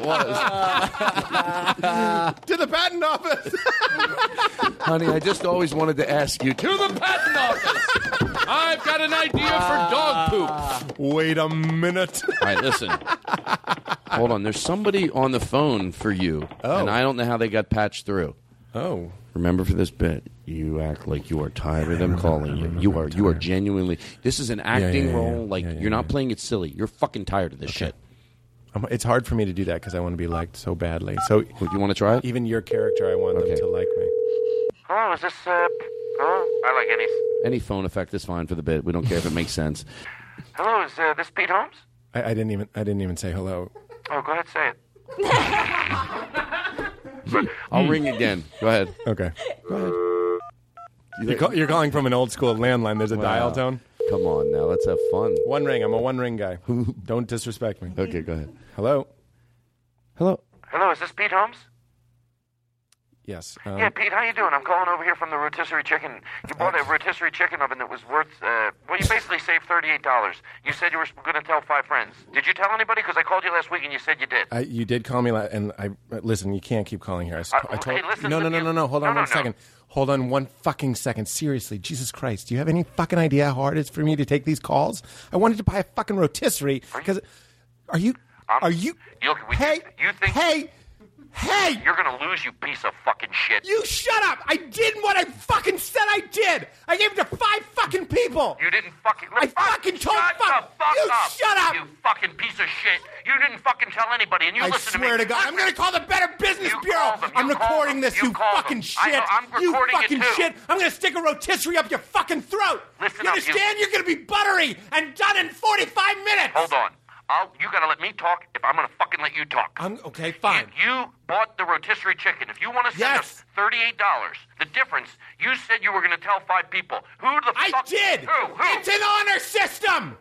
[SPEAKER 3] it was.
[SPEAKER 13] to the patent office.
[SPEAKER 3] Honey, I just always wanted to ask you to the patent office. I've got an idea for dog poop.
[SPEAKER 13] Wait a minute. All
[SPEAKER 3] right, listen. Hold on. There's somebody on the phone for you,
[SPEAKER 13] Oh.
[SPEAKER 3] and I don't know how they got patched through.
[SPEAKER 13] Oh.
[SPEAKER 3] Remember for this bit, you act like you are tired of them calling you. You are you are genuinely. This is an acting
[SPEAKER 13] yeah, yeah.
[SPEAKER 3] role. Like you're not playing it silly. You're fucking tired of this shit.
[SPEAKER 13] Um, It's hard for me to do that because I want to be liked so badly. So,
[SPEAKER 3] do you want to try it?
[SPEAKER 13] Even your character, I want them to like me.
[SPEAKER 19] Oh,
[SPEAKER 2] Hello, is this, uh, hello? I like any.
[SPEAKER 3] Any phone effect is fine for the bit. We don't care if it makes sense.
[SPEAKER 2] Hello, is uh, this Pete Holmes?
[SPEAKER 13] I, I didn't even. I didn't even say hello.
[SPEAKER 2] Oh, go ahead, say it.
[SPEAKER 3] I'll ring again. Go ahead.
[SPEAKER 13] Hmm.
[SPEAKER 3] Go ahead.
[SPEAKER 13] Okay. You're, call, you're calling from an old school landline. There's a
[SPEAKER 3] Wow.
[SPEAKER 13] dial tone.
[SPEAKER 3] Come on now, let's have fun.
[SPEAKER 13] One ring. I'm a one ring guy. Don't disrespect me.
[SPEAKER 3] Okay, go ahead.
[SPEAKER 13] Hello. Hello.
[SPEAKER 2] Hello, is this Pete Holmes?
[SPEAKER 13] Yes. Um,
[SPEAKER 2] yeah, Pete, how you doing? I'm calling over here from the rotisserie chicken. You bought a rotisserie chicken oven that was worth, uh, well, you basically saved $38. You said you were going to tell five friends. Did you tell anybody? Because I called you last week and you said you did.
[SPEAKER 13] I, you did call me, la- and I uh, listen. You can't keep calling here. I, s-
[SPEAKER 2] Uh,
[SPEAKER 13] I told
[SPEAKER 2] hey, listen,
[SPEAKER 13] no, no,
[SPEAKER 2] if
[SPEAKER 13] no,
[SPEAKER 2] you-
[SPEAKER 13] no, no. Hold
[SPEAKER 2] no,
[SPEAKER 13] on
[SPEAKER 2] no,
[SPEAKER 13] one
[SPEAKER 2] no.
[SPEAKER 13] second. Hold on one fucking second. Seriously, Jesus Christ, do you have any fucking idea how hard it's for me to take these calls? I wanted to buy a fucking rotisserie because are you
[SPEAKER 2] Um,
[SPEAKER 13] are you
[SPEAKER 2] You, we, hey, you think.
[SPEAKER 13] Hey! Hey!
[SPEAKER 2] You're going to lose, you piece of fucking shit.
[SPEAKER 13] you shut up? I did what I fucking said I did. I gave it to five fucking people.
[SPEAKER 2] You didn't fucking.
[SPEAKER 13] I fucking told fuck. you shut up.
[SPEAKER 2] You fucking piece of shit. You didn't fucking tell anybody, and you
[SPEAKER 13] I
[SPEAKER 2] listen to me.
[SPEAKER 13] swear to God, I'm gonna call the Better Business Bureau. I'm recording this, you, fucking
[SPEAKER 2] I
[SPEAKER 13] shit.
[SPEAKER 2] know, I'm
[SPEAKER 13] you
[SPEAKER 2] recording it
[SPEAKER 13] fucking
[SPEAKER 2] too.
[SPEAKER 13] shit. I'm gonna stick a rotisserie up your fucking throat. you
[SPEAKER 2] up, you-
[SPEAKER 13] understand? You're gonna be buttery and done in 45 minutes.
[SPEAKER 2] Hold on. I'll, you gotta let me talk if I'm gonna fucking let you talk.
[SPEAKER 13] I'm, okay, fine.
[SPEAKER 2] You, you bought the rotisserie chicken. If you want to send us thirty-eight dollars, the difference. You said you were gonna tell five people. Who the
[SPEAKER 13] I
[SPEAKER 2] fuck?
[SPEAKER 13] did.
[SPEAKER 2] Who? Who?
[SPEAKER 13] It's an honor system.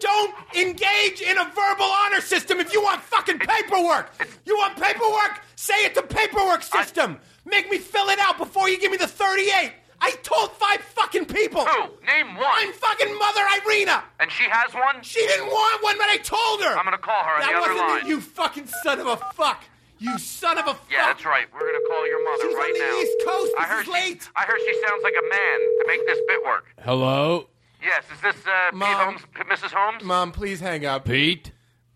[SPEAKER 13] Don't engage in a verbal honor system if you want fucking paperwork. You want paperwork? Say it's a paperwork system. Make me fill it out before you give me the 38. I told five fucking people.
[SPEAKER 2] Who? Name one.
[SPEAKER 13] I'm fucking Mother Irina.
[SPEAKER 2] And she has one.
[SPEAKER 13] She didn't want one, but I told her. I'm gonna
[SPEAKER 2] call her on
[SPEAKER 13] that
[SPEAKER 2] the other
[SPEAKER 13] wasn't
[SPEAKER 2] line.
[SPEAKER 13] It, you fucking son of a fuck. You son of a fuck.
[SPEAKER 2] Yeah, that's right. We're gonna call your mother
[SPEAKER 13] She's
[SPEAKER 2] right
[SPEAKER 13] on the
[SPEAKER 2] now.
[SPEAKER 13] East Coast.
[SPEAKER 2] I
[SPEAKER 13] This
[SPEAKER 2] heard
[SPEAKER 13] is late.
[SPEAKER 2] She, I heard she sounds like a man to make this bit work.
[SPEAKER 13] Hello,
[SPEAKER 2] Yes, is this uh, Pete Holmes, P- Mrs. Holmes?
[SPEAKER 13] Mom. Please hang up.
[SPEAKER 3] Pete.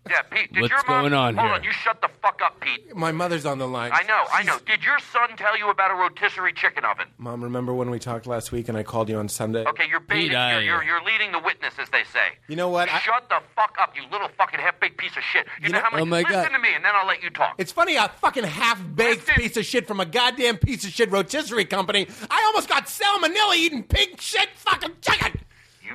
[SPEAKER 2] Yeah, Pete. Did
[SPEAKER 13] What's
[SPEAKER 2] your mom?
[SPEAKER 13] going on
[SPEAKER 2] Hold
[SPEAKER 13] here?
[SPEAKER 2] on, you shut the fuck up, Pete.
[SPEAKER 13] My mother's on the line.
[SPEAKER 2] I know, I know. Did your son tell you about a rotisserie chicken oven?
[SPEAKER 13] Mom, remember when we talked last week and I called you on Sunday?
[SPEAKER 2] Okay, you're baiting. You're, you're, you're leading the witness, as they say.
[SPEAKER 13] You know what? I-
[SPEAKER 2] Shut the fuck up, you little fucking half-baked piece of shit. You,
[SPEAKER 13] You
[SPEAKER 2] know,
[SPEAKER 13] know-
[SPEAKER 2] how much?
[SPEAKER 13] Oh my
[SPEAKER 2] listen
[SPEAKER 13] God.
[SPEAKER 2] to me, and then I'll let you talk.
[SPEAKER 13] It's funny, a fucking half-baked piece of shit from a goddamn piece of shit rotisserie company. I almost got salmonella eating pink shit fucking chicken.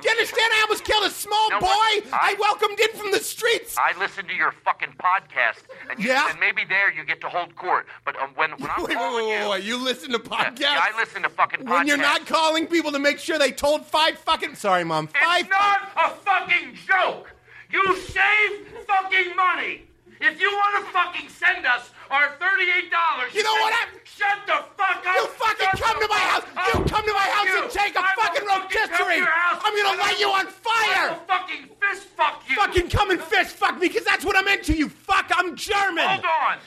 [SPEAKER 13] Do you understand? I almost killed a small
[SPEAKER 2] know
[SPEAKER 13] boy.
[SPEAKER 2] what?
[SPEAKER 13] I, welcomed in from the streets.
[SPEAKER 2] I listen to your fucking podcast, and, you,
[SPEAKER 13] Yeah?
[SPEAKER 2] and maybe there you get to hold court. But um, when, when I'm
[SPEAKER 13] Wait, wait,
[SPEAKER 2] calling
[SPEAKER 13] wait,
[SPEAKER 2] you,
[SPEAKER 13] wait, you listen to
[SPEAKER 2] Yeah,
[SPEAKER 13] podcasts.
[SPEAKER 2] yeah, I listen to fucking podcasts.
[SPEAKER 13] When you're not calling people to make sure they told five fucking. Sorry, mom. Five.
[SPEAKER 2] It's not a fucking joke. You save fucking money. If you want to fucking send us our thirty-eight dollars,
[SPEAKER 13] You know what? I-
[SPEAKER 2] Shut the fuck up.
[SPEAKER 13] You fucking come to my house. You come to my house and take a fucking rotisserie. I'm gonna light you on fire.
[SPEAKER 2] fucking fist fuck you.
[SPEAKER 13] Fucking come and fist fuck me, because that's what I'm into. You fuck. I'm German. Hold
[SPEAKER 2] on.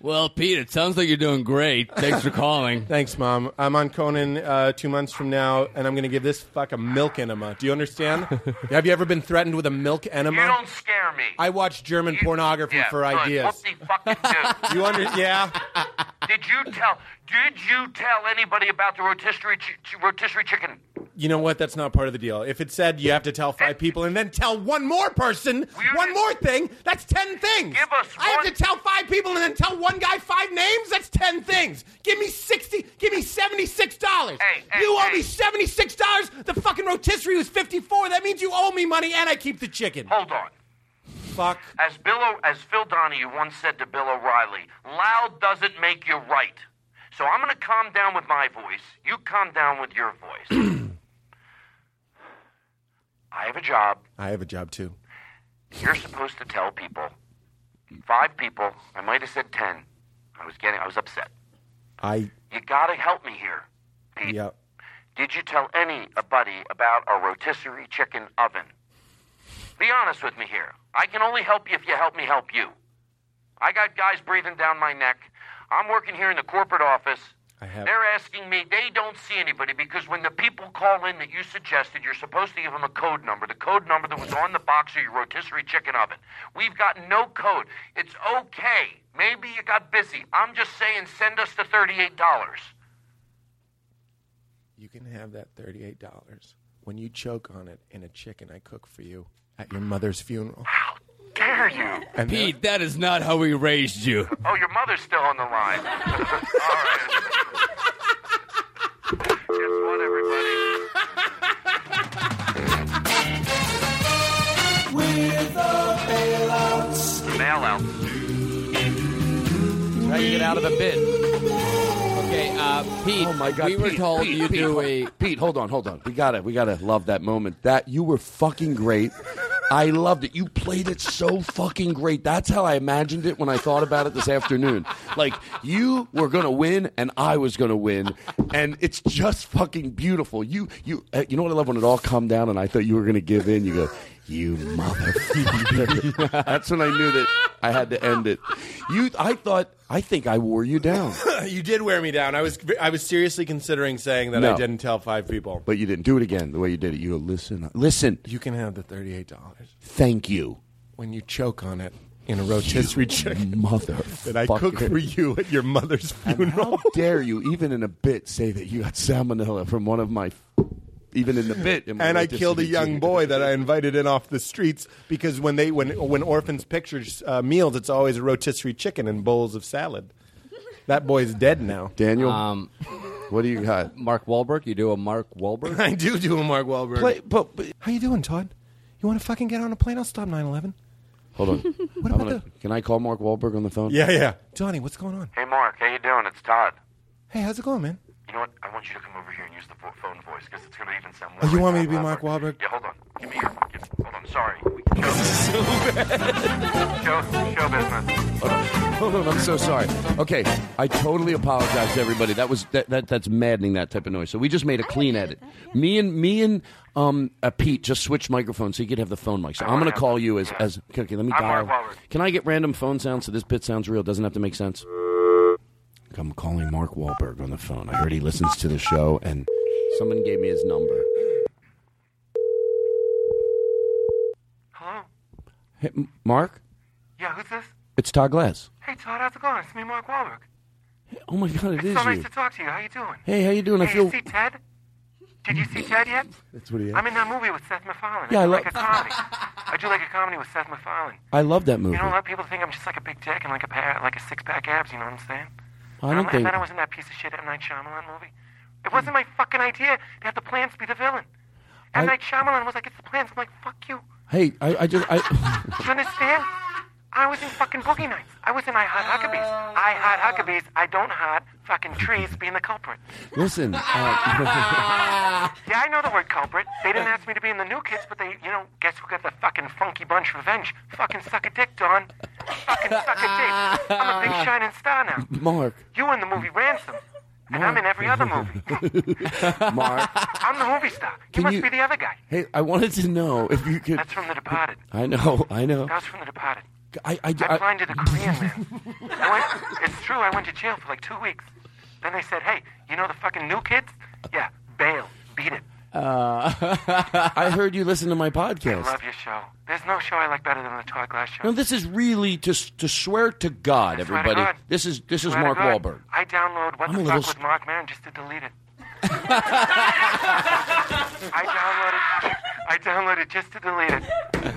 [SPEAKER 24] Well, Pete, it sounds like you're doing great. Thanks for calling.
[SPEAKER 13] Thanks, Mom. I'm on Conan uh, two months from now, and I'm going to give this fuck a milk enema. Do you understand? Have you ever been threatened with a milk enema?
[SPEAKER 2] You don't scare me.
[SPEAKER 13] I watch German pornography
[SPEAKER 2] Yeah,
[SPEAKER 13] for
[SPEAKER 2] good.
[SPEAKER 13] ideas.
[SPEAKER 2] Whoopsie fucking do.
[SPEAKER 13] You under? Yeah.
[SPEAKER 2] Did you tell? Did you tell anybody about the rotisserie ch- ch- rotisserie chicken?
[SPEAKER 13] You know what? That's not part of the deal. If it said you have to tell five people and then tell one more person one more thing, that's ten things. Give us I have to tell five people and then tell one guy five names. That's ten things. Give me sixty. Give me seventy-six dollars. you owe me seventy-six dollars. The fucking rotisserie was fifty-four. That means you owe me money, and I keep the chicken.
[SPEAKER 2] Hold on.
[SPEAKER 13] Fuck.
[SPEAKER 2] As Bill, o- as Phil Donahue once said to Bill O'Reilly, "Loud doesn't make you right." So I'm going to calm down with my voice. You calm down with your voice. I have a job.
[SPEAKER 13] I have a job too.
[SPEAKER 2] You're supposed to tell people. Five people. I might have said ten. I was getting. I was upset.
[SPEAKER 13] I.
[SPEAKER 2] You gotta help me here.
[SPEAKER 13] Yeah.
[SPEAKER 19] Did you tell anybody about our rotisserie chicken oven? Be honest with me here. I can only help you if you help me help you. I got guys breathing down my neck. I'm working here in the corporate office.
[SPEAKER 24] I have.
[SPEAKER 19] They're asking me, they don't see anybody because when the people call in that you suggested, you're supposed to give them a code number, the code number that was on the box of your rotisserie chicken oven. We've got no code. It's okay. Maybe you got busy. I'm just saying, send us the $38.
[SPEAKER 24] You can have that $38 when you choke on it in a chicken I cook for you at your mother's funeral.
[SPEAKER 19] Dare you?
[SPEAKER 10] Pete, that is not how we raised you.
[SPEAKER 19] Oh, your mother's still on the line. All right. Guess what, everybody?
[SPEAKER 3] With the bailouts.
[SPEAKER 19] Bailout.
[SPEAKER 10] Try to get out of a bid. Okay, uh, Pete.
[SPEAKER 2] Oh my God!
[SPEAKER 10] we were
[SPEAKER 2] Pete,
[SPEAKER 10] told
[SPEAKER 2] Pete,
[SPEAKER 10] you
[SPEAKER 2] Pete,
[SPEAKER 10] do
[SPEAKER 2] hold-
[SPEAKER 10] a.
[SPEAKER 2] Pete, hold on, hold on. We gotta, we gotta love that moment. That you were fucking great. I loved it. You played it so fucking great. That's how I imagined it when I thought about it this afternoon. Like you were gonna win and I was gonna win, and it's just fucking beautiful. You, you, uh, you know what I love when it all calmed down and I thought you were gonna give in. You go, you motherfucker. That's when I knew that I had to end it. You, I thought, I think I wore you down.
[SPEAKER 24] you did wear me down. I was I was seriously considering saying that I
[SPEAKER 2] No.
[SPEAKER 24] didn't tell five people.
[SPEAKER 2] But you didn't do it again the way you did it. You go, listen, listen.
[SPEAKER 24] You can have the thirty-eight dollars.
[SPEAKER 2] Thank you.
[SPEAKER 24] When you choke on it in a rotisserie chicken,
[SPEAKER 2] mother
[SPEAKER 24] that I cook for you at your mother's
[SPEAKER 2] funeral. How dare you, even in a bit, say that you got salmonella from one of my, even in the bit. in my
[SPEAKER 24] and I
[SPEAKER 2] rotisserie
[SPEAKER 24] killed a young
[SPEAKER 2] chicken.
[SPEAKER 24] boy that I invited in off the streets because when they when when orphans pictures uh, meals, it's always a rotisserie chicken and bowls of salad. That boy's dead now.
[SPEAKER 2] Daniel,
[SPEAKER 10] Um,
[SPEAKER 2] what do you got?
[SPEAKER 10] Mark Wahlberg. You do a Mark Wahlberg.
[SPEAKER 24] I do do a Mark Wahlberg.
[SPEAKER 10] Play-
[SPEAKER 24] but, how you doing, Todd? You want to fucking get on a plane? I'll stop 9-11.
[SPEAKER 2] Hold on.
[SPEAKER 24] What
[SPEAKER 2] I'm gonna- Can I call Mark Wahlberg on the phone?
[SPEAKER 24] Yeah, yeah. Johnny, what's going on?
[SPEAKER 19] Hey, Mark, how you doing? It's Todd.
[SPEAKER 24] Hey, how's it going, man?
[SPEAKER 19] You know what? I want you to come over here and use the vo- phone voice because it's going to even sound more.
[SPEAKER 24] Oh, you
[SPEAKER 19] like
[SPEAKER 24] want me to
[SPEAKER 19] Mark
[SPEAKER 24] be Mark Wahlberg?
[SPEAKER 19] Yeah, hold on. Give me your. Give, hold on. Sorry. We can show so bad. Show, show business.
[SPEAKER 2] Hold on, I'm so sorry. Okay, I totally apologize to everybody. That was that, that that's maddening that type of noise. So we just made a clean edit. Me and me and um uh, Pete just switched microphones so you could have the phone mic. So I'm going to call you as as okay, okay, let me
[SPEAKER 19] I'm
[SPEAKER 2] dial.
[SPEAKER 19] Mark Wahlberg.
[SPEAKER 2] Can I get random phone sounds so this bit sounds real? Doesn't have to make sense. I'm calling Mark Wahlberg on the phone. I heard he listens to the show and someone gave me his number.
[SPEAKER 19] Hello.
[SPEAKER 2] Hey, M- Mark,
[SPEAKER 19] Yeah, who's this?
[SPEAKER 2] it's Todd Glass.
[SPEAKER 19] Hey, Todd, how's it going? It's me, Mark Wahlberg.
[SPEAKER 2] Oh my god, it
[SPEAKER 19] it's
[SPEAKER 2] is
[SPEAKER 19] so nice
[SPEAKER 2] you.
[SPEAKER 19] to talk to you. How you doing?
[SPEAKER 2] Hey, how you doing? I
[SPEAKER 19] Hey,
[SPEAKER 2] feel-
[SPEAKER 19] you see Ted? Did you see Ted yet?
[SPEAKER 2] That's what he is.
[SPEAKER 19] I'm in that movie with Seth MacFarlane.
[SPEAKER 2] Yeah,
[SPEAKER 19] I
[SPEAKER 2] I
[SPEAKER 19] do
[SPEAKER 2] lo-
[SPEAKER 19] like a comedy. I do like a comedy with Seth MacFarlane.
[SPEAKER 2] I love that movie.
[SPEAKER 19] You know, a lot of people think I'm just like a big dick and like a pair, like a six pack abs. You know what I'm saying?
[SPEAKER 2] I don't
[SPEAKER 19] and
[SPEAKER 2] think-
[SPEAKER 19] then I was in that piece of shit M Night Shyamalan movie. It wasn't my fucking idea to have the plants be the villain. M
[SPEAKER 2] I-
[SPEAKER 19] Night Shyamalan was like, it's the plants. I'm like, fuck you.
[SPEAKER 2] Hey, I, I just I
[SPEAKER 19] Do you understand? I was in fucking Boogie Nights. I was in I Hot Huckabees. I Hot Huckabees. I don't hot fucking trees being the culprit.
[SPEAKER 2] listen. Uh,
[SPEAKER 19] Yeah, I know the word culprit. They didn't ask me to be in the new kids, but they, you know, guess who got the fucking funky bunch revenge? Fucking suck a dick, Don. Fucking suck a dick. I'm a big shining star now.
[SPEAKER 2] Mark.
[SPEAKER 19] You were in the movie Ransom, and I'm in every other movie.
[SPEAKER 2] Mark,
[SPEAKER 19] I'm the movie star. You
[SPEAKER 2] Can
[SPEAKER 19] must
[SPEAKER 2] you-
[SPEAKER 19] be the other guy.
[SPEAKER 2] hey, I wanted to know if you could.
[SPEAKER 19] That's from The Departed.
[SPEAKER 2] I know, I know.
[SPEAKER 19] That was from The Departed.
[SPEAKER 2] I, I,
[SPEAKER 19] I blinded a Korean man. I went, it's true, I went to jail for like two weeks. Then they said, hey, you know the fucking new kids? Yeah, bail. Beat it.
[SPEAKER 2] uh, I heard you listen to my podcast.
[SPEAKER 19] I love your show. There's no show I like better than the Todd Glass show.
[SPEAKER 2] No, this is really to s- to swear to God,
[SPEAKER 19] Swear to
[SPEAKER 2] everybody.
[SPEAKER 19] God.
[SPEAKER 2] This is this is
[SPEAKER 19] Swear to
[SPEAKER 2] Mark
[SPEAKER 19] God.
[SPEAKER 2] Wahlberg.
[SPEAKER 19] I download what
[SPEAKER 2] I'm a
[SPEAKER 19] the
[SPEAKER 2] little
[SPEAKER 19] fuck
[SPEAKER 2] s-
[SPEAKER 19] with Mark Maron just to delete it. I downloaded. I downloaded just to delete it.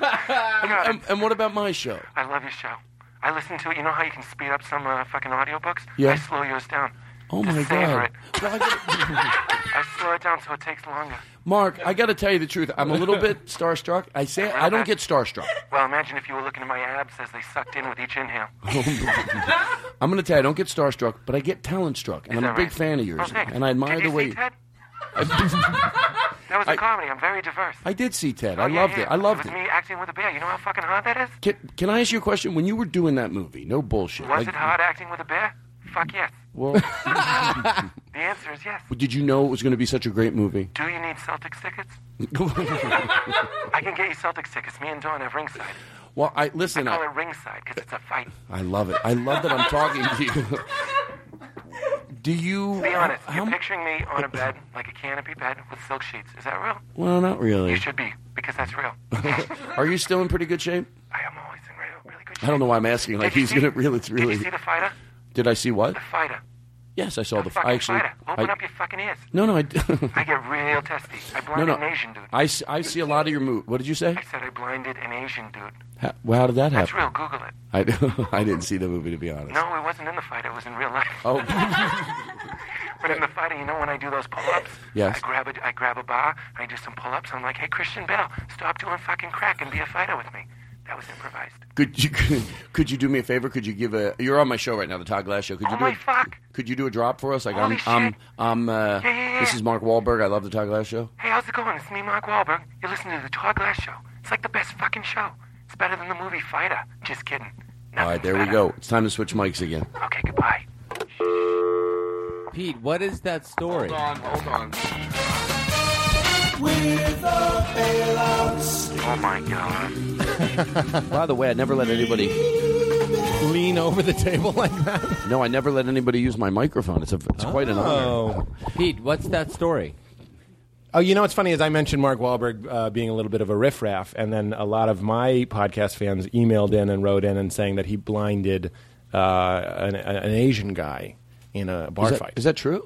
[SPEAKER 19] God,
[SPEAKER 2] And, and what about my show?
[SPEAKER 19] I love your show. I listen to it. You know how you can speed up some uh, fucking audiobooks?
[SPEAKER 2] Yeah.
[SPEAKER 19] I slow yours down.
[SPEAKER 2] Oh my
[SPEAKER 19] Savor
[SPEAKER 2] God,
[SPEAKER 19] it. I slow it down so it takes longer.
[SPEAKER 2] Mark! I got to tell you the truth. I'm a little bit starstruck. I say I don't get starstruck.
[SPEAKER 19] Well, imagine if you were looking at my abs as they sucked in with each inhale.
[SPEAKER 2] Oh, I'm going to tell you I don't get starstruck, but I get talent struck, and
[SPEAKER 19] Is
[SPEAKER 2] I'm a
[SPEAKER 19] that
[SPEAKER 2] big
[SPEAKER 19] right?
[SPEAKER 2] fan of yours,
[SPEAKER 19] Oh, thanks.
[SPEAKER 2] and I admire
[SPEAKER 19] Did you
[SPEAKER 2] the way.
[SPEAKER 19] See Ted? that was a
[SPEAKER 2] I-
[SPEAKER 19] comedy. I'm very diverse.
[SPEAKER 2] I did see Ted.
[SPEAKER 19] Oh,
[SPEAKER 2] I
[SPEAKER 19] yeah,
[SPEAKER 2] loved
[SPEAKER 19] yeah.
[SPEAKER 2] it. I loved
[SPEAKER 19] it.
[SPEAKER 2] it.
[SPEAKER 19] was me acting with a bear. You know how fucking hard that is?
[SPEAKER 2] Can, can I ask you a question? When you were doing that movie, no bullshit.
[SPEAKER 19] Was
[SPEAKER 2] like-
[SPEAKER 19] it hard acting with a bear? Fuck yes.
[SPEAKER 2] Well,
[SPEAKER 19] The answer is yes.
[SPEAKER 2] did you know it was going to be such a great movie?
[SPEAKER 19] Do you need Celtics tickets? I can get you Celtics tickets. Me and Dawn have ringside.
[SPEAKER 2] Well, I listen.
[SPEAKER 19] I call
[SPEAKER 2] I,
[SPEAKER 19] it ringside because it's a fight.
[SPEAKER 2] I love it. I love that I'm talking to you. Do you?
[SPEAKER 19] Be honest.
[SPEAKER 2] how-
[SPEAKER 19] You're picturing me on a bed, like a canopy bed with silk sheets. Is that real?
[SPEAKER 2] Well, not really.
[SPEAKER 19] You should be because that's real.
[SPEAKER 2] Are you still in pretty good shape? I am always in really good shape. I don't know why I'm asking. Like
[SPEAKER 19] Did you
[SPEAKER 2] he's
[SPEAKER 19] see-
[SPEAKER 2] gonna really. It's really.
[SPEAKER 19] Did you see the fighter?
[SPEAKER 2] Did I see what?
[SPEAKER 19] The fighter.
[SPEAKER 2] Yes, I saw the.
[SPEAKER 19] the
[SPEAKER 2] f-
[SPEAKER 19] fucking
[SPEAKER 2] I actually.
[SPEAKER 19] fighter. Open
[SPEAKER 2] I-
[SPEAKER 19] up your fucking ears.
[SPEAKER 2] No, no, I.
[SPEAKER 19] I get real testy. I
[SPEAKER 2] no,
[SPEAKER 19] blinded
[SPEAKER 2] no.
[SPEAKER 19] an Asian dude.
[SPEAKER 2] I, s- I see a lot of your move. What did you say?
[SPEAKER 19] I said I blinded an Asian dude.
[SPEAKER 2] How, well, how did that
[SPEAKER 19] That's
[SPEAKER 2] happen?
[SPEAKER 19] real. Google it.
[SPEAKER 2] I, I didn't see the movie to be honest.
[SPEAKER 19] No, it wasn't in the fight. It was in real life.
[SPEAKER 2] Oh.
[SPEAKER 19] but in the fight, you know, when I do those pull-ups,
[SPEAKER 2] Yes.
[SPEAKER 19] I grab a I grab a bar, I do some pull-ups. I'm like, hey, Christian Bale, stop doing fucking crack and be a fighter with me. That was improvised.
[SPEAKER 2] Could you could, you do me a favor? Could you give a? You're on my show right now, the Todd Glass Show. Could you
[SPEAKER 19] Oh
[SPEAKER 2] do
[SPEAKER 19] my
[SPEAKER 2] a,
[SPEAKER 19] fuck.
[SPEAKER 2] Could you do a drop for us? Like
[SPEAKER 19] Holy
[SPEAKER 2] I'm, I'm,
[SPEAKER 19] shit.
[SPEAKER 2] I'm. Uh,
[SPEAKER 19] Yeah, yeah, yeah.
[SPEAKER 2] This is Mark Wahlberg. I love the Todd Glass Show.
[SPEAKER 19] Hey, how's it going? It's me, Mark Wahlberg. You're listening to the Todd Glass Show. It's like the best fucking show. It's better than the movie Fighter. Just kidding.
[SPEAKER 2] All right, there we go. It's time to switch mics again.
[SPEAKER 19] Okay, goodbye.
[SPEAKER 10] Pete, what is that story?
[SPEAKER 19] on, hold on.
[SPEAKER 26] With the bailouts.
[SPEAKER 19] Oh my god.
[SPEAKER 2] By the way, I never let anybody lean over the table like that. No, I never let anybody use my microphone. It's a, it's quite an honor.
[SPEAKER 10] Pete, what's that story?
[SPEAKER 24] Oh, you know what's funny is I mentioned Mark Wahlberg uh, being a little bit of a riffraff, and then a lot of my podcast fans emailed in and wrote in and saying that he blinded uh, an, an Asian guy in a bar
[SPEAKER 2] Is that-
[SPEAKER 24] fight.
[SPEAKER 2] Is that true?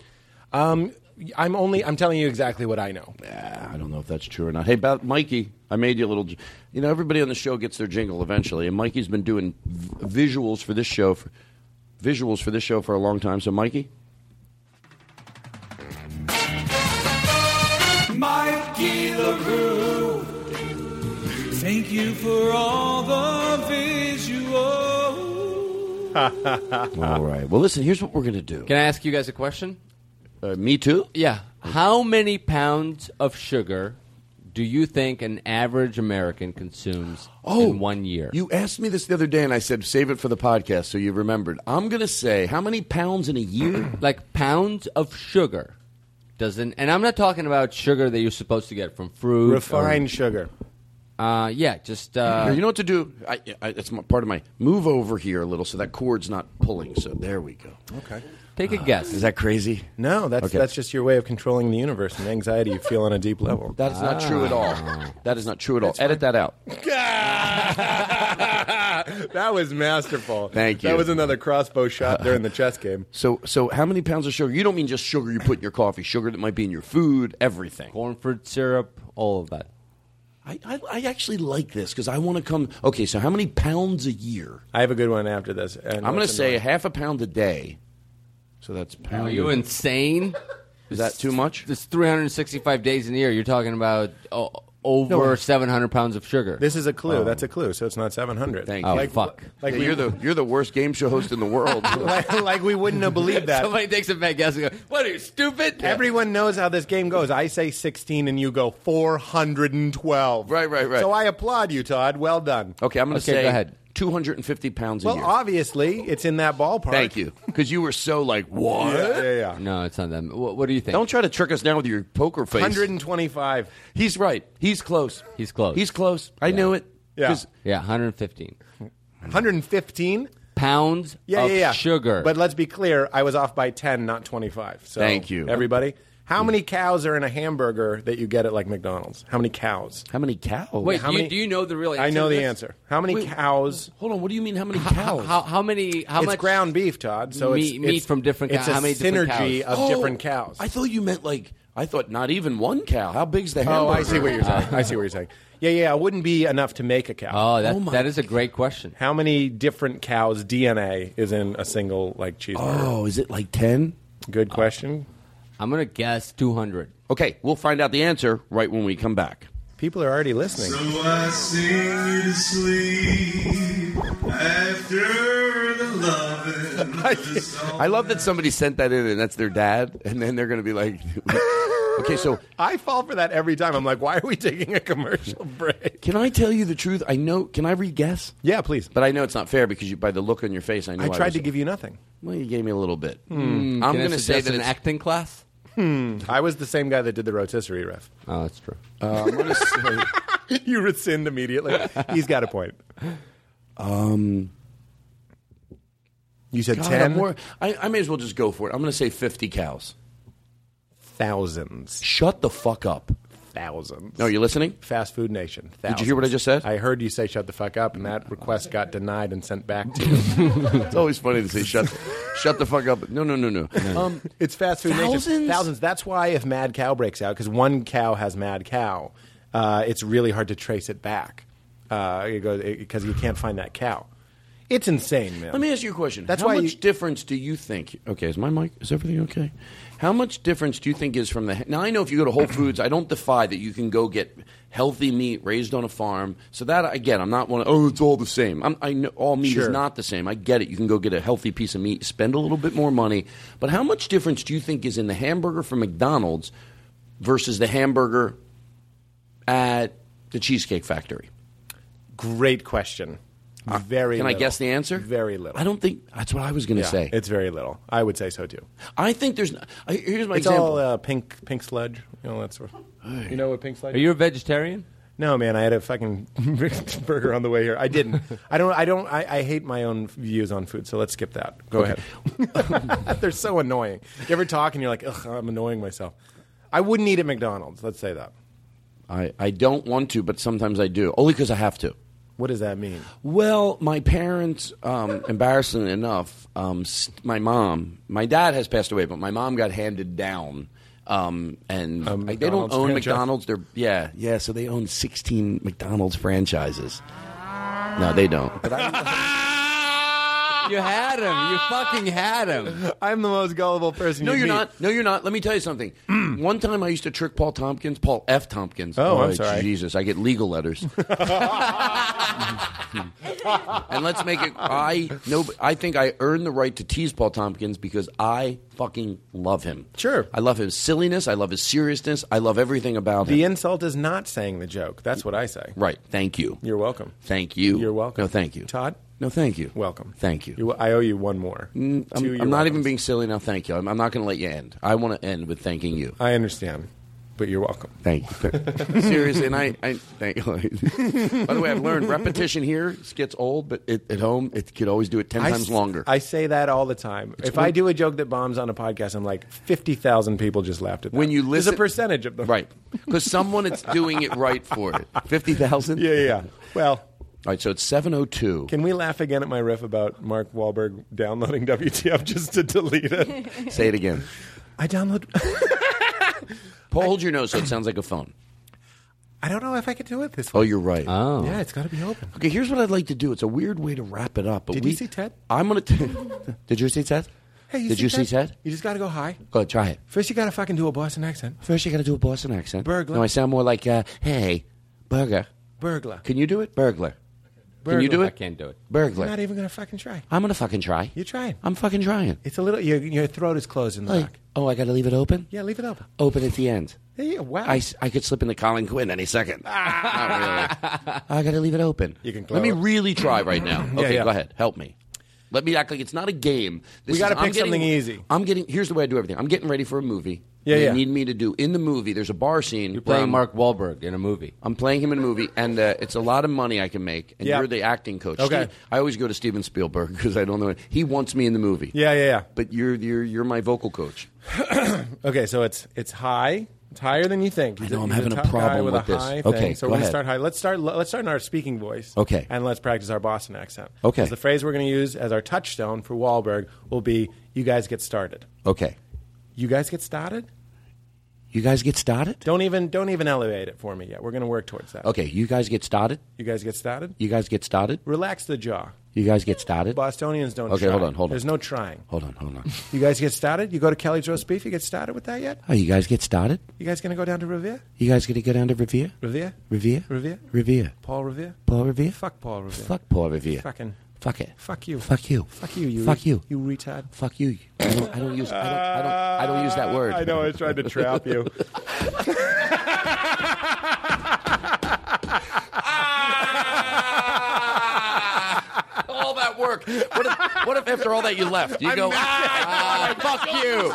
[SPEAKER 24] Um, I'm only I'm telling you exactly what I know.
[SPEAKER 2] I don't know if that's true or not. Hey, about Mikey, I made you a little. j- You know, everybody on the show gets their jingle eventually, and Mikey's been doing v- visuals for this show, for, visuals for this show for a long time. So, Mikey,
[SPEAKER 26] Mikey LaRue. Thank you for all the visuals.
[SPEAKER 2] all right. uh, Well, listen. Here's what we're gonna do.
[SPEAKER 10] Can I ask you guys a question?
[SPEAKER 2] Uh, me too.
[SPEAKER 10] Yeah. How many pounds of sugar do you think an average American consumes in one year?
[SPEAKER 2] Oh, You asked me this the other day, and I said save it for the podcast, so you remembered. I'm gonna say how many pounds in a year?
[SPEAKER 10] like pounds of sugar doesn't, and I'm not talking about sugar that you're supposed to get from fruit, or-
[SPEAKER 24] Refined sugar.
[SPEAKER 10] Uh, yeah, just uh,
[SPEAKER 2] Here, you know what to do. I, I, that's my, part of my move over here a little, so that cord's not pulling. So there we go.
[SPEAKER 24] Okay.
[SPEAKER 10] Take a guess.
[SPEAKER 2] Is that crazy?
[SPEAKER 24] No, that's
[SPEAKER 2] Okay.
[SPEAKER 24] that's just your way of controlling the universe and anxiety you feel on a deep level.
[SPEAKER 2] That is not true at all. That is not true at all. Edit that out.
[SPEAKER 24] that was masterful.
[SPEAKER 2] Thank you.
[SPEAKER 24] That was another crossbow shot during the chess game.
[SPEAKER 2] So, so how many pounds of sugar? You don't mean just sugar you put in your coffee. Sugar that might be in your food, everything.
[SPEAKER 10] Corn fruit syrup, all of that.
[SPEAKER 2] I, I, I actually like this because I want to come. Okay, so how many pounds a year?
[SPEAKER 24] I have a good one after this. and
[SPEAKER 2] I'm going to
[SPEAKER 24] it's
[SPEAKER 2] say
[SPEAKER 24] annoying.
[SPEAKER 2] half a pound a day. So that's pound.
[SPEAKER 10] Are you insane?
[SPEAKER 2] Is that too much?
[SPEAKER 10] It's 365 days in a year. You're talking about oh, over
[SPEAKER 24] No.
[SPEAKER 10] 700 pounds of sugar.
[SPEAKER 24] This is a clue.
[SPEAKER 10] Oh.
[SPEAKER 24] That's a clue. So it's not 700. Thank
[SPEAKER 10] you. Oh, fuck.
[SPEAKER 24] Like
[SPEAKER 2] Yeah,
[SPEAKER 24] we,
[SPEAKER 2] you're the you're the worst game show host in the world.
[SPEAKER 24] like, like we wouldn't have believed that.
[SPEAKER 10] Somebody takes a bad guess and goes, "What are you stupid?"
[SPEAKER 24] Everyone knows how this game goes. I say 16 and you go 412.
[SPEAKER 2] Right, right, right.
[SPEAKER 24] So I applaud you, Todd. Well done.
[SPEAKER 2] okay, I'm going to
[SPEAKER 24] Okay,
[SPEAKER 2] say
[SPEAKER 24] go ahead.
[SPEAKER 2] 250 pounds a
[SPEAKER 24] Well,
[SPEAKER 2] year.
[SPEAKER 24] obviously, it's in that ballpark.
[SPEAKER 2] Thank you, because you were so like what?
[SPEAKER 24] Yeah, yeah, yeah.
[SPEAKER 10] No, it's not that. What, what do you think?
[SPEAKER 2] Don't try to trick us now with your poker face.
[SPEAKER 24] 125.
[SPEAKER 2] He's right. He's close.
[SPEAKER 10] He's close.
[SPEAKER 2] He's close. I knew it.
[SPEAKER 24] Yeah.
[SPEAKER 2] 'Cause-
[SPEAKER 10] yeah, 115
[SPEAKER 24] 115?
[SPEAKER 10] pounds
[SPEAKER 24] Yeah,
[SPEAKER 10] of
[SPEAKER 24] yeah, yeah.
[SPEAKER 10] sugar.
[SPEAKER 24] But let's be clear, I was off by 10, not 25. So
[SPEAKER 2] Thank you.
[SPEAKER 24] Everybody, how many
[SPEAKER 10] Mm.
[SPEAKER 24] cows are in a hamburger that you get at like McDonald's? How many cows?
[SPEAKER 2] How many cows?
[SPEAKER 10] Wait, do you- do you know the real
[SPEAKER 24] I
[SPEAKER 10] answer
[SPEAKER 24] know
[SPEAKER 10] to
[SPEAKER 24] the
[SPEAKER 10] this?
[SPEAKER 24] answer. How many
[SPEAKER 10] Wait,
[SPEAKER 24] cows?
[SPEAKER 2] Hold on. What do you mean? How many
[SPEAKER 10] how,
[SPEAKER 2] cows?
[SPEAKER 10] how, how many? How
[SPEAKER 24] it's
[SPEAKER 10] much
[SPEAKER 24] ground beef, Todd. So
[SPEAKER 10] meat,
[SPEAKER 24] it's,
[SPEAKER 10] meat
[SPEAKER 24] it's-
[SPEAKER 10] from different?
[SPEAKER 24] It's
[SPEAKER 10] cow-
[SPEAKER 24] a
[SPEAKER 10] how many different
[SPEAKER 24] synergy
[SPEAKER 10] cows? Oh.
[SPEAKER 24] of different cows.
[SPEAKER 2] Oh, I thought you meant like I thought not even one cow. How big's the
[SPEAKER 24] Oh,
[SPEAKER 2] hamburger?
[SPEAKER 24] I see what you're saying. I see what you're saying. Yeah, yeah, it wouldn't be enough to make a cow.
[SPEAKER 10] Oh, that, that is a great question.
[SPEAKER 24] How many different cows' DNA is in a single like cheeseburger?
[SPEAKER 2] Oh, is it like ten?
[SPEAKER 24] Good question.
[SPEAKER 10] I'm gonna guess 200.
[SPEAKER 2] Okay, we'll find out the answer right when we come back.
[SPEAKER 24] People are already listening.
[SPEAKER 1] So I sing you to sleep after the loving.
[SPEAKER 2] I love that somebody sent that in, and that's their dad, and then they're going to be like, Okay, so
[SPEAKER 24] I fall for that every time. I'm like, why are we taking a commercial break?
[SPEAKER 2] Can I tell you the truth? I know. Can I re-guess?
[SPEAKER 24] Yeah, please.
[SPEAKER 2] But I know it's not fair because you, by the look on your face, I know.
[SPEAKER 24] I tried to
[SPEAKER 2] was-
[SPEAKER 24] give you nothing.
[SPEAKER 2] Well, you gave me a little bit. Mm,
[SPEAKER 24] Hmm.
[SPEAKER 2] I'm
[SPEAKER 24] Can I
[SPEAKER 2] going to say
[SPEAKER 24] suggest
[SPEAKER 2] that
[SPEAKER 24] an
[SPEAKER 2] it's-
[SPEAKER 10] acting class.
[SPEAKER 24] Hmm. I was the same guy that did the rotisserie ref.
[SPEAKER 10] Oh, that's true.
[SPEAKER 2] Uh, I'm gonna
[SPEAKER 24] say you rescind immediately. He's got a point.
[SPEAKER 2] Um,
[SPEAKER 24] you said
[SPEAKER 2] God,
[SPEAKER 24] 10?
[SPEAKER 2] I'm wor- I, I may as well just go for it. I'm going to say 50 cows.
[SPEAKER 24] Thousands.
[SPEAKER 2] Shut the fuck up.
[SPEAKER 24] Thousands.
[SPEAKER 2] No, you listening?
[SPEAKER 24] Fast Food Nation.
[SPEAKER 2] Did you hear what I just said?
[SPEAKER 24] I heard you say "shut the fuck up," and that request got denied and sent back to you.
[SPEAKER 2] it's always funny to say shut, shut the fuck up. No, no, no, no.
[SPEAKER 24] Um, it's fast food nation.
[SPEAKER 2] Thousands?
[SPEAKER 24] Thousands. That's why if mad cow breaks out, because one cow has mad cow, uh, it's really hard to trace it back because uh, because you can't find that cow. It's insane, man.
[SPEAKER 2] Let me ask you a question.
[SPEAKER 24] That's
[SPEAKER 2] How
[SPEAKER 24] why
[SPEAKER 2] much
[SPEAKER 24] you-
[SPEAKER 2] difference do you think? Okay, is my mic? Is everything okay? How much difference do you think is from the? Now I know if you go to Whole Foods, I don't defy that you can go get healthy meat raised on a farm. So that again, I'm not one. Of, oh, it's all the same. I'm, I know all meat
[SPEAKER 24] Sure.
[SPEAKER 2] is not the same. I get it. You can go get a healthy piece of meat, spend a little bit more money. But how much difference do you think is in the hamburger from McDonald's versus the hamburger at the Cheesecake Factory?
[SPEAKER 24] Great question. Very.
[SPEAKER 2] Can I
[SPEAKER 24] little.
[SPEAKER 2] guess the answer?
[SPEAKER 24] Very little.
[SPEAKER 2] I don't think that's what I was going to
[SPEAKER 24] Yeah,
[SPEAKER 2] say.
[SPEAKER 24] it's very little. I would say so too.
[SPEAKER 2] I think there's. n- I- Here's my
[SPEAKER 24] it's
[SPEAKER 2] example.
[SPEAKER 24] all uh, pink pink sludge. You know that sort. Of, you know what pink sludge?
[SPEAKER 10] Are you a vegetarian?
[SPEAKER 24] No, man. I had a fucking burger on the way here. I didn't. I don't. I don't. I, I hate my own views on food. So let's skip that. Go ahead. They're so annoying. You ever talk and you're like, ugh, I'm annoying myself. I wouldn't eat at McDonald's. Let's say that.
[SPEAKER 2] I, I don't want to, but sometimes I do, only because I have to.
[SPEAKER 24] What does that mean?
[SPEAKER 2] Well, my parents, um, embarrassingly enough, um, st- my mom, my dad has passed away, but my mom got handed down. Um, and I- they don't
[SPEAKER 24] McDonald's
[SPEAKER 2] own
[SPEAKER 24] franchise?
[SPEAKER 2] McDonald's. They're yeah, yeah. So they own sixteen McDonald's franchises. No, they don't. But I,
[SPEAKER 10] You had him. You fucking had him.
[SPEAKER 24] I'm the most gullible person.
[SPEAKER 2] no,
[SPEAKER 10] you
[SPEAKER 2] you're
[SPEAKER 10] meet.
[SPEAKER 2] not. No, you're not. Let me tell you something. One time I used to trick Paul Tompkins, Paul F. Tompkins.
[SPEAKER 24] Oh, I'm
[SPEAKER 2] Boy,
[SPEAKER 24] sorry.
[SPEAKER 2] Jesus, I get legal letters. and let's make it. I no. I think I earned the right to tease Paul Tompkins because I fucking love him. Sure, I love his silliness. I love his seriousness. I love everything about him.
[SPEAKER 24] The insult is not saying the joke. That's what I say.
[SPEAKER 2] Right. Thank you.
[SPEAKER 24] You're welcome.
[SPEAKER 2] Thank you.
[SPEAKER 24] You're welcome.
[SPEAKER 2] No, thank you,
[SPEAKER 24] Todd.
[SPEAKER 2] No, thank you.
[SPEAKER 24] Welcome.
[SPEAKER 2] Thank you.
[SPEAKER 24] You- I owe you one more.
[SPEAKER 2] Mm, I'm,
[SPEAKER 24] Two,
[SPEAKER 2] I'm
[SPEAKER 24] you're
[SPEAKER 2] not even being silly now. Thank you. I'm, I'm not going to let you end. I want to end with thanking you.
[SPEAKER 24] I understand, but you're welcome.
[SPEAKER 2] Thank you. Seriously, and I, I thank By the way, I've learned repetition here gets old, but it, at home it could always do it ten
[SPEAKER 24] I
[SPEAKER 2] times
[SPEAKER 24] s-
[SPEAKER 2] longer.
[SPEAKER 24] I say that all the time. if
[SPEAKER 2] one-
[SPEAKER 24] I do a joke that bombs on a podcast, I'm like fifty thousand people just laughed at that.
[SPEAKER 2] when you listen,
[SPEAKER 24] There's a percentage of them,
[SPEAKER 2] right? Because someone is doing it right for it. Fifty thousand.
[SPEAKER 24] Yeah, yeah. Well,
[SPEAKER 2] All right, so it's seven oh two.
[SPEAKER 24] can we laugh again at my riff about Mark Wahlberg downloading WTF just to delete it?
[SPEAKER 2] Say it again.
[SPEAKER 24] I download.
[SPEAKER 2] Paul, hold your nose so it sounds like a phone.
[SPEAKER 24] I don't know if I could do it this
[SPEAKER 2] Oh,
[SPEAKER 24] way.
[SPEAKER 2] you're right. Oh,
[SPEAKER 24] Yeah, it's got to be open.
[SPEAKER 2] Okay, here's what I'd like to do. It's a weird way to wrap it up. But
[SPEAKER 24] Did
[SPEAKER 2] we,
[SPEAKER 24] you see Ted?
[SPEAKER 2] I'm gonna. T- Did you see Ted?
[SPEAKER 24] Hey, you
[SPEAKER 2] Did you see Ted?
[SPEAKER 24] You just got to go high.
[SPEAKER 2] Go ahead, try it.
[SPEAKER 24] First, you got to fucking do a Boston accent.
[SPEAKER 2] First, you got to do a Boston accent.
[SPEAKER 24] Burglar.
[SPEAKER 2] No, I sound more like, uh, hey, burger.
[SPEAKER 24] Burglar.
[SPEAKER 2] Can you do it? Burglar. Can you do
[SPEAKER 24] Burglar.
[SPEAKER 2] it?
[SPEAKER 24] I can't
[SPEAKER 10] do it.
[SPEAKER 2] Burglar.
[SPEAKER 24] You're not even gonna fucking try.
[SPEAKER 2] I'm going to fucking try.
[SPEAKER 24] You're trying.
[SPEAKER 2] I'm fucking trying.
[SPEAKER 24] It's a little. Your, your throat is closed in the
[SPEAKER 2] Like,
[SPEAKER 24] back.
[SPEAKER 2] oh, I got to leave it open?
[SPEAKER 24] Yeah, leave it open.
[SPEAKER 2] Open at the end.
[SPEAKER 24] Hey, wow.
[SPEAKER 2] I, s- I could slip into Colin Quinn any second. Not really. I got to leave it open. You can Let me
[SPEAKER 24] close.
[SPEAKER 2] really try right now.
[SPEAKER 24] Yeah,
[SPEAKER 2] Okay,
[SPEAKER 24] yeah.
[SPEAKER 2] go ahead. Help me. Let me act like it's not a game.
[SPEAKER 24] We gotta
[SPEAKER 2] is- I'm
[SPEAKER 24] pick something easy.
[SPEAKER 2] I'm getting. Here's the way I do everything. I'm getting ready for a movie.
[SPEAKER 10] Yeah,
[SPEAKER 2] They
[SPEAKER 10] yeah.
[SPEAKER 2] need me to do in the movie. There's a bar scene. You're
[SPEAKER 10] Playing Mark Wahlberg in a movie.
[SPEAKER 2] I'm playing him in a movie, and uh, it's a lot of money I can make. And
[SPEAKER 24] Yeah.
[SPEAKER 2] you're the acting coach.
[SPEAKER 24] Okay.
[SPEAKER 2] Ste- I always go to Steven Spielberg because I don't know. He wants me in the movie.
[SPEAKER 24] Yeah, yeah, yeah.
[SPEAKER 2] But you're you're you're my vocal coach.
[SPEAKER 24] Okay, so it's it's high. It's higher than you think. I
[SPEAKER 2] know, I'm having a problem
[SPEAKER 24] with,
[SPEAKER 2] with
[SPEAKER 24] a
[SPEAKER 2] this.
[SPEAKER 24] High
[SPEAKER 2] Okay,
[SPEAKER 24] thing. so
[SPEAKER 2] go
[SPEAKER 24] we're
[SPEAKER 2] ahead.
[SPEAKER 24] gonna start high. Let's start. Let's start in our speaking voice.
[SPEAKER 2] Okay.
[SPEAKER 24] and let's practice our Boston accent.
[SPEAKER 2] Okay.
[SPEAKER 24] So the phrase we're going to use as our touchstone for Wahlberg will be, "You guys get started."
[SPEAKER 2] Okay.
[SPEAKER 24] You guys get started.
[SPEAKER 2] You guys get started.
[SPEAKER 24] Don't even don't even elevate it for me yet. We're going to work towards that.
[SPEAKER 2] Okay. You guys get started.
[SPEAKER 24] You guys get started.
[SPEAKER 2] You guys get started.
[SPEAKER 24] Relax the jaw.
[SPEAKER 2] You guys get started.
[SPEAKER 24] Bostonians don't.
[SPEAKER 2] Okay,
[SPEAKER 24] try.
[SPEAKER 2] hold on, hold on.
[SPEAKER 24] There's no trying.
[SPEAKER 2] Hold on. Hold on.
[SPEAKER 24] You guys get started. You go to Kelly's roast beef. You get started with that yet?
[SPEAKER 2] Oh, you guys get started.
[SPEAKER 24] You guys going to go down to Revere?
[SPEAKER 2] You guys gonna go down to Revere?
[SPEAKER 24] Revere?
[SPEAKER 2] Revere.
[SPEAKER 24] Revere?
[SPEAKER 2] Revere.
[SPEAKER 24] Paul Revere?
[SPEAKER 2] Paul Revere.
[SPEAKER 24] Fuck Paul Revere.
[SPEAKER 2] Fuck Paul Revere.
[SPEAKER 24] Fucking
[SPEAKER 2] Fuck it.
[SPEAKER 24] Fuck you.
[SPEAKER 2] Fuck you.
[SPEAKER 24] Fuck you, you
[SPEAKER 2] Fuck you.
[SPEAKER 24] You retard.
[SPEAKER 2] Fuck you. I don't, I don't use. I don't, I don't. I don't use that word.
[SPEAKER 24] I know. I was trying to trap you.
[SPEAKER 2] all that work. What if, what if after all that you left? You go. Ah, fuck you.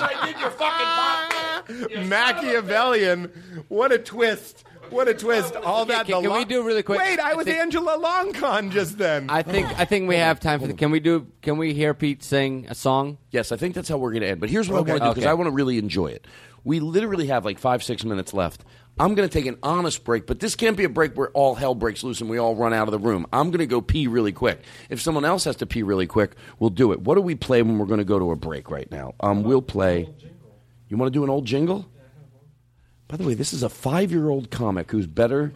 [SPEAKER 13] Ah.
[SPEAKER 24] Machiavellian. What a twist. What a twist. All that.
[SPEAKER 10] can-
[SPEAKER 24] the
[SPEAKER 10] can we do really quick?
[SPEAKER 24] Wait, I
[SPEAKER 10] I
[SPEAKER 24] was
[SPEAKER 10] think-
[SPEAKER 24] Angela Longcon just then.
[SPEAKER 10] I think I think we have time for the. Can we do? Can we hear Pete sing a song?
[SPEAKER 2] Yes, I think that's how we're going to end. But here's what I want to do because I want to really enjoy it. We literally have like five, six minutes left. I'm going to take an honest break, but this can't be a break where all hell breaks loose and we all run out of the room. I'm going to go pee really quick. If someone else has to pee really quick, we'll do it. What do we play when we're going to go to a break right now? Um, we'll play. You want to do an old jingle? By the way, this is a five year old comic who's better.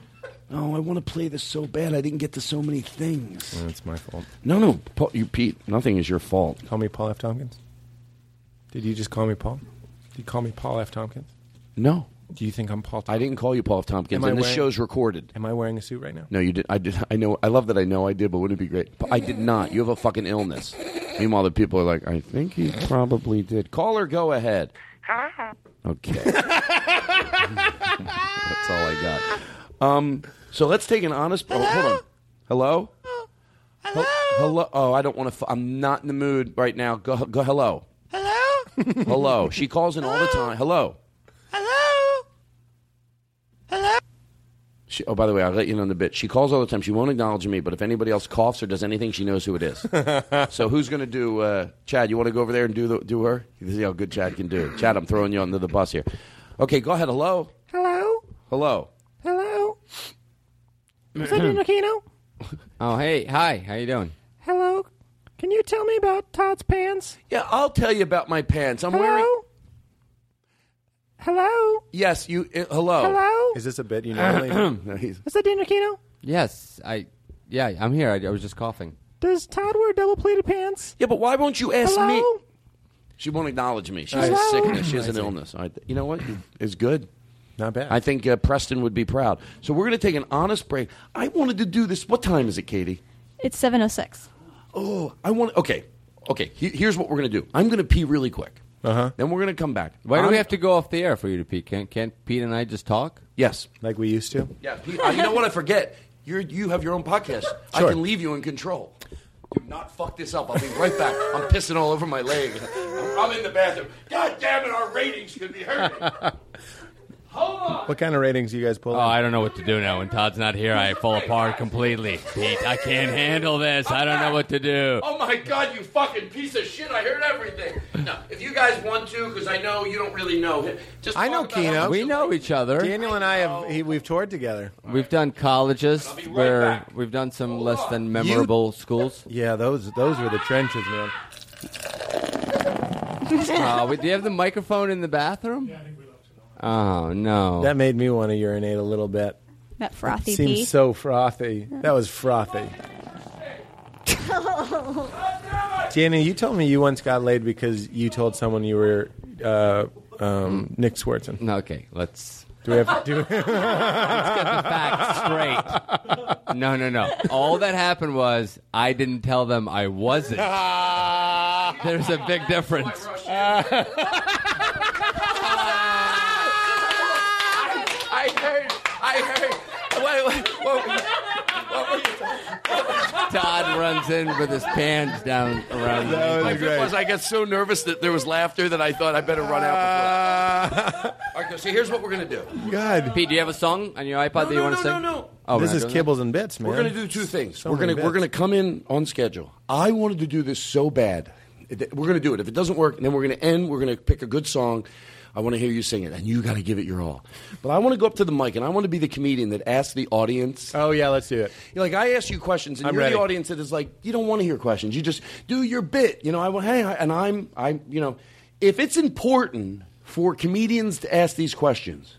[SPEAKER 2] Oh, I want to play this so bad. I didn't get to so many things.
[SPEAKER 24] That's my fault.
[SPEAKER 2] No, no, Paul, you, Pete, nothing is your fault.
[SPEAKER 24] Call me Paul F. Tompkins. Did you just call me Paul? Did you call me Paul F. Tompkins?
[SPEAKER 2] No.
[SPEAKER 24] Do you think I'm Paul?
[SPEAKER 2] I didn't call you Paul F. Tompkins,
[SPEAKER 24] Am I
[SPEAKER 2] and this
[SPEAKER 24] wearing-
[SPEAKER 2] show's recorded.
[SPEAKER 24] Am I wearing a suit right now?
[SPEAKER 2] No, you did. I did. I know. I love that. I know I did, but wouldn't it be great? But I did not. You have a fucking illness. Meanwhile, the people are like, I think you probably did. Call or go ahead. Okay. That's all I got. Um. So let's take an honest. Oh, hold on. Hello. Hello. Hello. Oh, I don't want to. F- I'm not in the mood right now. Go. Go. Hello. Hello. hello. She calls in all the time. Hello. She, oh, by the way, I'll let you know in a bit. She calls all the time. She won't acknowledge me, but if anybody else coughs or does anything, she knows who it is. so who's going to do? Uh, Chad, you want to go over there and do the, do her? You see how good Chad can do. Chad, I'm throwing you under the bus here. Okay, go ahead. Hello.
[SPEAKER 4] Hello?
[SPEAKER 2] Hello.
[SPEAKER 4] Hello? Is that you, Nakino?
[SPEAKER 10] Oh hey hi how you doing?
[SPEAKER 4] Hello? Can you tell me about Todd's pants?
[SPEAKER 2] Yeah, I'll tell you about my pants. I'm wearing.
[SPEAKER 4] Hello?
[SPEAKER 2] Yes, you. uh, hello.
[SPEAKER 4] Hello?
[SPEAKER 24] Is this a bit you
[SPEAKER 2] normally?
[SPEAKER 4] Is that Dan Nakino?
[SPEAKER 10] yes I yeah I'm here. I, I was just coughing.
[SPEAKER 4] Does Todd wear double pleated pants?
[SPEAKER 2] Yeah, but why won't you ask
[SPEAKER 4] Hello?
[SPEAKER 2] me? She won't acknowledge me. She has a
[SPEAKER 4] Hello?
[SPEAKER 2] sickness. She has
[SPEAKER 4] I
[SPEAKER 2] an
[SPEAKER 4] see.
[SPEAKER 2] illness. I, you know what? It's good.
[SPEAKER 24] Not bad.
[SPEAKER 2] I think uh, Preston would be proud. So we're going to take an honest break. I wanted to do this. What time is it, Katie?
[SPEAKER 12] It's 706.
[SPEAKER 2] Oh, I want. Okay, okay. he- here's what we're going to do. I'm going to pee really quick. Uh
[SPEAKER 24] Uh-huh.
[SPEAKER 2] huh. Then we're going to come back.
[SPEAKER 10] Why do
[SPEAKER 2] I'm-
[SPEAKER 10] we have to go off the air for you to Pete? Can't can't Pete and I just talk?
[SPEAKER 2] Yes,
[SPEAKER 24] like we used to.
[SPEAKER 2] Yeah, pee, uh, you know what? I forget. You're, you have your own podcast. I
[SPEAKER 24] Sure.
[SPEAKER 2] can leave you in control. Do not fuck this up. I'll be right back. I'm pissing all over my leg. I'm in the bathroom. God damn it, our ratings could be hurting.
[SPEAKER 24] What kind of ratings you guys pull?
[SPEAKER 10] Oh, I don't know what to do now. When Todd's not here, I fall apart completely. Pete, I can't handle this. I don't know what to do.
[SPEAKER 2] Oh my god, you fucking piece of shit! I heard everything. No, if you guys want to, because I know you don't really know. Just
[SPEAKER 24] I know Keno.
[SPEAKER 10] We know each other.
[SPEAKER 24] Daniel and I have he, we've toured together.
[SPEAKER 10] We've done colleges where we've done some less than memorable schools.
[SPEAKER 24] Yeah, those those were the trenches, man.
[SPEAKER 10] uh, we- do you have the microphone in the bathroom? Oh no.
[SPEAKER 24] That made me want to urinate a little bit.
[SPEAKER 12] That frothy
[SPEAKER 24] it seems
[SPEAKER 12] pee.
[SPEAKER 24] so frothy. That was frothy. Danny, you told me you once got laid because you told someone you were uh,
[SPEAKER 2] Mm.
[SPEAKER 24] um, Nick Swartzen.
[SPEAKER 10] Okay, let's.
[SPEAKER 24] Do we have do?
[SPEAKER 10] Let's get the facts straight. No, no, no. All that happened was I didn't tell them I wasn't. There's a big difference.
[SPEAKER 2] I heard. I heard. What, what, what, what were you
[SPEAKER 10] Todd runs in with his pants down around.
[SPEAKER 2] My bit was I got so nervous that there was laughter that I thought I better run out. Before. All right, so here's what we're gonna do.
[SPEAKER 24] God.
[SPEAKER 10] Pete, do you have a song on your iPod that you
[SPEAKER 2] no,
[SPEAKER 10] want to
[SPEAKER 2] no,
[SPEAKER 10] sing?
[SPEAKER 2] no, no.
[SPEAKER 10] Oh,
[SPEAKER 24] this
[SPEAKER 10] we're
[SPEAKER 24] is
[SPEAKER 10] not doing
[SPEAKER 24] kibbles and bits, man.
[SPEAKER 2] We're gonna do two things.
[SPEAKER 24] So
[SPEAKER 2] we're
[SPEAKER 24] many
[SPEAKER 2] gonna we're
[SPEAKER 24] bits.
[SPEAKER 2] gonna come in on schedule. I wanted to do this so bad. It- We're gonna do it. If it doesn't work, then we're gonna end. We're gonna pick a good song. I want to hear you sing it, and you got to give it your all. But I want to go up to the mic, and I want to be the comedian that asks the audience.
[SPEAKER 24] Oh yeah, let's do it.
[SPEAKER 2] like I ask you questions, and
[SPEAKER 24] I'm
[SPEAKER 2] you're
[SPEAKER 24] ready.
[SPEAKER 2] the audience that is like, you don't want to hear questions. You just do your bit. You know, I want hey, I- and I'm I'm you know, if it's important for comedians to ask these questions,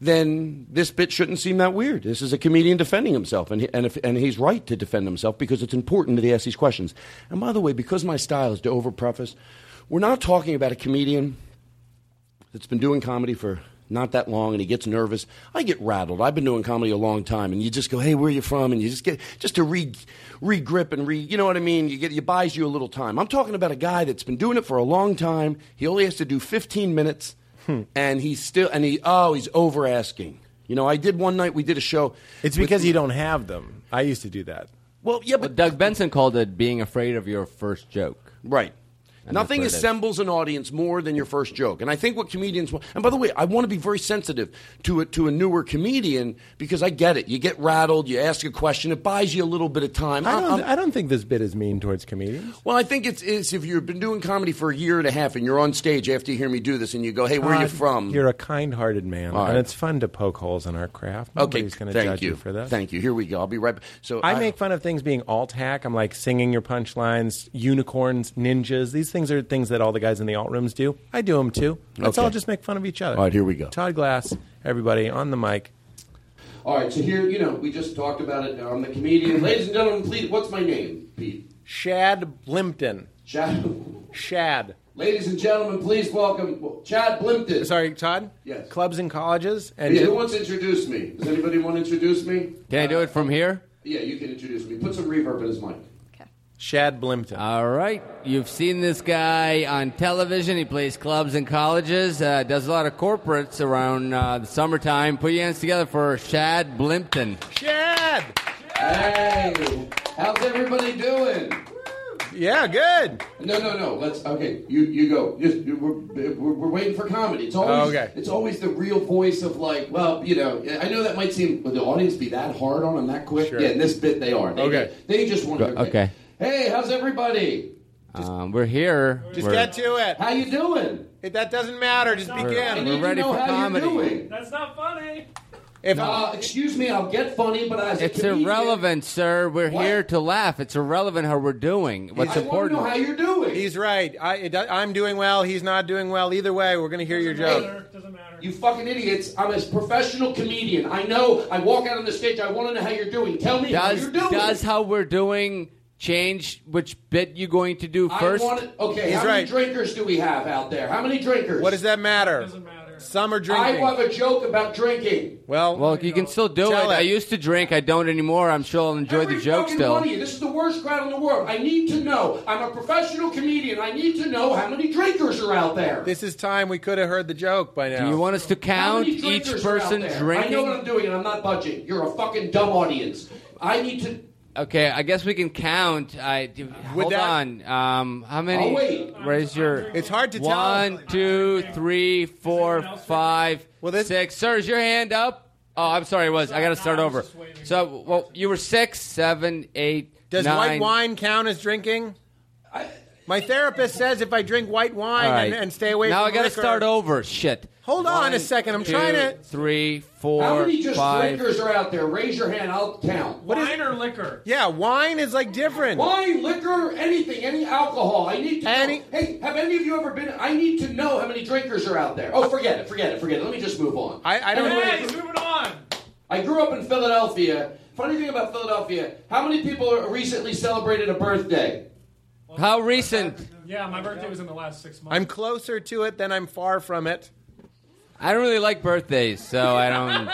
[SPEAKER 2] then this bit shouldn't seem that weird. This is a comedian defending himself, and, he, and, if, and he's right to defend himself because it's important that he ask these questions. And by the way, because my style is to overpreface, we're not talking about a comedian that's been doing comedy for not that long, and he gets nervous. I get rattled. I've been doing comedy a long time, and you just go, "Hey, where are you from?" And you just get just to re regrip and re, you know what I mean. You get you buys you a little time. I'm talking about a guy that's been doing it for a long time. He only has to do 15 minutes,
[SPEAKER 24] Hmm.
[SPEAKER 2] and he's still and he oh he's over asking. You know, I did one night. We did a show.
[SPEAKER 24] It's because you don't have them. I used to do that.
[SPEAKER 2] Well, yeah, but
[SPEAKER 10] Doug Benson called it being afraid of your first joke.
[SPEAKER 2] Right. Nothing
[SPEAKER 10] is
[SPEAKER 2] assembles an audience more than your first joke. And I think what comedians want, and by the way, I want to be very sensitive to a, to a newer comedian because I get it. You get rattled, you ask a question, it buys you a little bit of time.
[SPEAKER 24] I
[SPEAKER 2] I'm-
[SPEAKER 24] don't,
[SPEAKER 2] I'm-
[SPEAKER 24] I don't think this bit is mean towards comedians.
[SPEAKER 2] well, I think it's, it's if you've been doing comedy for a year and a half and you're on stage after you hear me do this and you go, hey, where are you
[SPEAKER 24] Todd,
[SPEAKER 2] from?
[SPEAKER 24] Uh, You're a kind-hearted man,
[SPEAKER 2] All right.
[SPEAKER 24] and it's fun to poke holes in our craft.
[SPEAKER 2] okay,
[SPEAKER 24] Nobody's going to
[SPEAKER 2] thank
[SPEAKER 24] judge you.
[SPEAKER 2] you.
[SPEAKER 24] for that.
[SPEAKER 2] Thank you. Here we go. I'll be right back. So
[SPEAKER 24] I make fun of things being alt hack. I'm like singing your punchlines, unicorns, ninjas. These things are things that all the guys in the alt rooms do. I do them too. Let's
[SPEAKER 2] Okay.
[SPEAKER 24] all just make fun of each other.
[SPEAKER 2] All right, here we go.
[SPEAKER 24] Todd Glass, everybody on the mic.
[SPEAKER 2] All right, so here, you know, we just talked about it. I'm the comedian. Ladies and gentlemen, please, what's my name, Pete?
[SPEAKER 24] Shad Blimpton.
[SPEAKER 2] Shad.
[SPEAKER 24] Shad.
[SPEAKER 2] Ladies and gentlemen, please welcome Chad Blimpton.
[SPEAKER 24] Sorry, Todd.
[SPEAKER 2] Yes.
[SPEAKER 24] Clubs and colleges. And
[SPEAKER 2] And who wants to introduce me? Does anybody want to introduce me?
[SPEAKER 10] Can I do it
[SPEAKER 2] Uh,
[SPEAKER 10] from here?
[SPEAKER 2] Yeah, you can introduce me. Put some reverb in his mic.
[SPEAKER 24] Shad Blimpton.
[SPEAKER 10] All right. You've seen this guy on television. He plays clubs and colleges, uh, does a lot of corporates around uh, the summertime. Put your hands together for Shad Blimpton.
[SPEAKER 24] Shad!
[SPEAKER 2] Hey! How's everybody doing?
[SPEAKER 24] Yeah, good.
[SPEAKER 2] No, no, no. Let's okay. You you go. Just, you- we're, we're, we're waiting for comedy. It's always
[SPEAKER 24] Oh, okay.
[SPEAKER 2] it's always the real voice of like, well, you know, I know that might seem would the audience be that hard on him that quick. Yeah, in this bit they are. They,
[SPEAKER 10] Okay.
[SPEAKER 2] They just want to
[SPEAKER 10] Okay.
[SPEAKER 2] Hey, how's everybody?
[SPEAKER 10] Um, we're here.
[SPEAKER 24] Just
[SPEAKER 10] We're-
[SPEAKER 24] get to it.
[SPEAKER 2] How you doing?
[SPEAKER 24] It, that doesn't matter. Just
[SPEAKER 10] We're-
[SPEAKER 24] begin.
[SPEAKER 10] I we're need to ready know for how you're comedy. doing.
[SPEAKER 23] That's not funny.
[SPEAKER 24] If-
[SPEAKER 2] Uh, excuse me, I'll get funny, but as a
[SPEAKER 10] It's
[SPEAKER 2] comedian-
[SPEAKER 10] irrelevant, sir. We're here to laugh. It's irrelevant how we're doing. What's important?
[SPEAKER 2] you're doing.
[SPEAKER 24] He's right. I, it, I'm doing well. He's not doing well. Either way, we're going to hear your joke.
[SPEAKER 2] You fucking idiots! I'm a professional comedian. I know. I walk out on the stage. I want to know how you're doing. Tell me how
[SPEAKER 10] does
[SPEAKER 2] you're doing.
[SPEAKER 10] does how we're doing change which bit you going to do first?
[SPEAKER 2] I want it, okay, how many drinkers do we have out there? How many drinkers?
[SPEAKER 10] What does
[SPEAKER 24] that matter? Doesn't
[SPEAKER 10] matter.
[SPEAKER 24] Some are
[SPEAKER 2] I have a joke about drinking.
[SPEAKER 24] Well,
[SPEAKER 10] well, you can still do it.
[SPEAKER 2] Tell it.
[SPEAKER 10] I used to drink. I don't anymore. I'm sure I'll enjoy the joke
[SPEAKER 2] Fucking
[SPEAKER 10] still.
[SPEAKER 2] one of you. This is the worst crowd in the world. I need to know. I'm a professional comedian. I need to know how many drinkers are out there.
[SPEAKER 24] This is time we could have heard the joke by now.
[SPEAKER 10] Do you want us to
[SPEAKER 2] How
[SPEAKER 10] count
[SPEAKER 2] many
[SPEAKER 10] each
[SPEAKER 2] drinkers are out
[SPEAKER 10] person
[SPEAKER 2] there? I know what
[SPEAKER 10] drinking?
[SPEAKER 2] I'm doing, and I'm not budging. You're a fucking dumb audience. I need to.
[SPEAKER 10] Okay, I guess we can count. I do- hold
[SPEAKER 2] that-
[SPEAKER 10] on. Um, how many?
[SPEAKER 2] I'll wait.
[SPEAKER 10] Raise your.
[SPEAKER 24] Oh, It's hard to tell.
[SPEAKER 10] One, two, three, four, five, six. Sir, is your hand up? Oh, I'm sorry. It was. I got to start over. So, well, you were six, seven, eight,
[SPEAKER 24] Does white
[SPEAKER 10] nine.
[SPEAKER 24] wine count as drinking? My therapist says if I drink white wine
[SPEAKER 10] All
[SPEAKER 24] and,
[SPEAKER 10] right.
[SPEAKER 24] and stay away
[SPEAKER 10] Now
[SPEAKER 24] from
[SPEAKER 10] I gotta
[SPEAKER 24] liquor-
[SPEAKER 10] start over. Shit.
[SPEAKER 24] Hold on a second. I'm trying to.
[SPEAKER 10] Three, four,
[SPEAKER 24] How many just
[SPEAKER 10] five.
[SPEAKER 24] drinkers
[SPEAKER 2] are out there? Raise your hand. I'll count.
[SPEAKER 24] What is
[SPEAKER 23] Wine or liquor?
[SPEAKER 24] Yeah, wine is like different.
[SPEAKER 2] Wine, liquor, anything, any alcohol. I need to know. Hey, have any of you ever been? I need to know how many drinkers are out there. Oh, forget it, forget it, forget it. Let me just move on.
[SPEAKER 24] I,
[SPEAKER 23] hey, he's moving on.
[SPEAKER 2] I grew up in Philadelphia. Funny thing about Philadelphia, how many people are- recently celebrated a birthday?
[SPEAKER 10] How recent?
[SPEAKER 23] Yeah, my birthday was in the last six months.
[SPEAKER 24] I'm closer to it than I'm far from it.
[SPEAKER 10] I don't really like birthdays, so I don't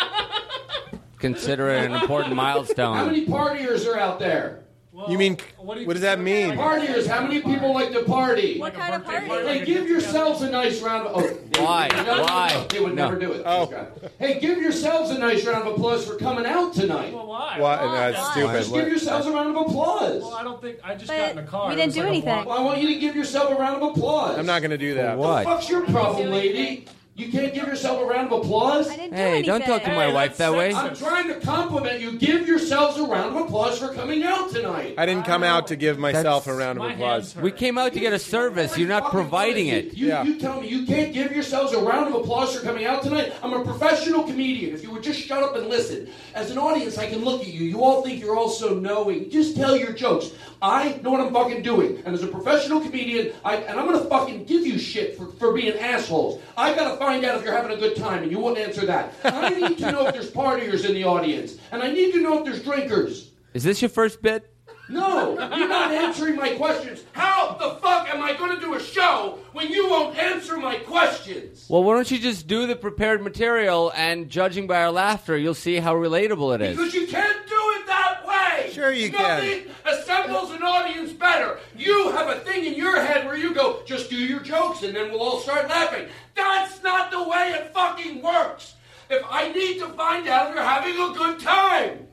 [SPEAKER 10] consider it an important
[SPEAKER 2] How
[SPEAKER 10] milestone.
[SPEAKER 2] many partiers are out there?
[SPEAKER 24] you mean? What, does that mean?
[SPEAKER 2] Partiers, how many people like to party?
[SPEAKER 24] What
[SPEAKER 2] kind of party? Hey, give yourselves a nice round of oh, they-
[SPEAKER 10] Why?
[SPEAKER 2] no, no, no,
[SPEAKER 10] Why?
[SPEAKER 2] They would
[SPEAKER 10] No.
[SPEAKER 2] never do it.
[SPEAKER 24] Oh,
[SPEAKER 2] Hey, give yourselves a nice round of applause for coming out tonight. Well,
[SPEAKER 23] why?
[SPEAKER 24] Why? Why? That's stupid.
[SPEAKER 2] Just give
[SPEAKER 24] Why?
[SPEAKER 2] yourselves a round of applause.
[SPEAKER 23] Well, I don't think I just got in a car.
[SPEAKER 2] we
[SPEAKER 23] It
[SPEAKER 2] didn't
[SPEAKER 23] was
[SPEAKER 2] do
[SPEAKER 23] like a
[SPEAKER 2] anything.
[SPEAKER 23] walk.
[SPEAKER 2] Well, I want you to give yourself a round of applause.
[SPEAKER 24] I'm not going to do that.
[SPEAKER 2] What the fuck's your problem, lady? You can't give yourself a round of applause? I didn't
[SPEAKER 10] do Hey, don't anything. talk to my Hey, wife that's that way. sexist.
[SPEAKER 2] I'm trying to compliment you. Give yourselves a round of applause for coming out tonight.
[SPEAKER 24] I didn't come out to give myself a round of applause.
[SPEAKER 10] We came out to get a service. You're not providing it.
[SPEAKER 2] You, you tell me you can't give yourselves a round of applause for coming out tonight. I'm a professional comedian. If you would just shut up and listen, as an audience, I can look at you. You all think you're all so knowing. Just tell your jokes. I know what I'm fucking doing, and as a professional comedian, I and I'm gonna fucking give you shit for, for being assholes. I gotta find out if you're having a good time, and you won't answer that. I need to know if there's partiers in the audience, and I need to know if there's drinkers.
[SPEAKER 10] Is this your first bit?
[SPEAKER 3] No, you're not answering my questions. How the fuck am I going to do a show when you won't answer my questions?
[SPEAKER 10] Well, why don't you just do the prepared material and judging by our laughter, you'll see how relatable it is.
[SPEAKER 3] Because you can't do it that way. Sure,
[SPEAKER 10] you
[SPEAKER 3] Nothing assembles an audience better. You have a thing in your head where you go, just do your jokes, and then we'll all start laughing. That's not the way it fucking works. If I need to find out if you're having a good time,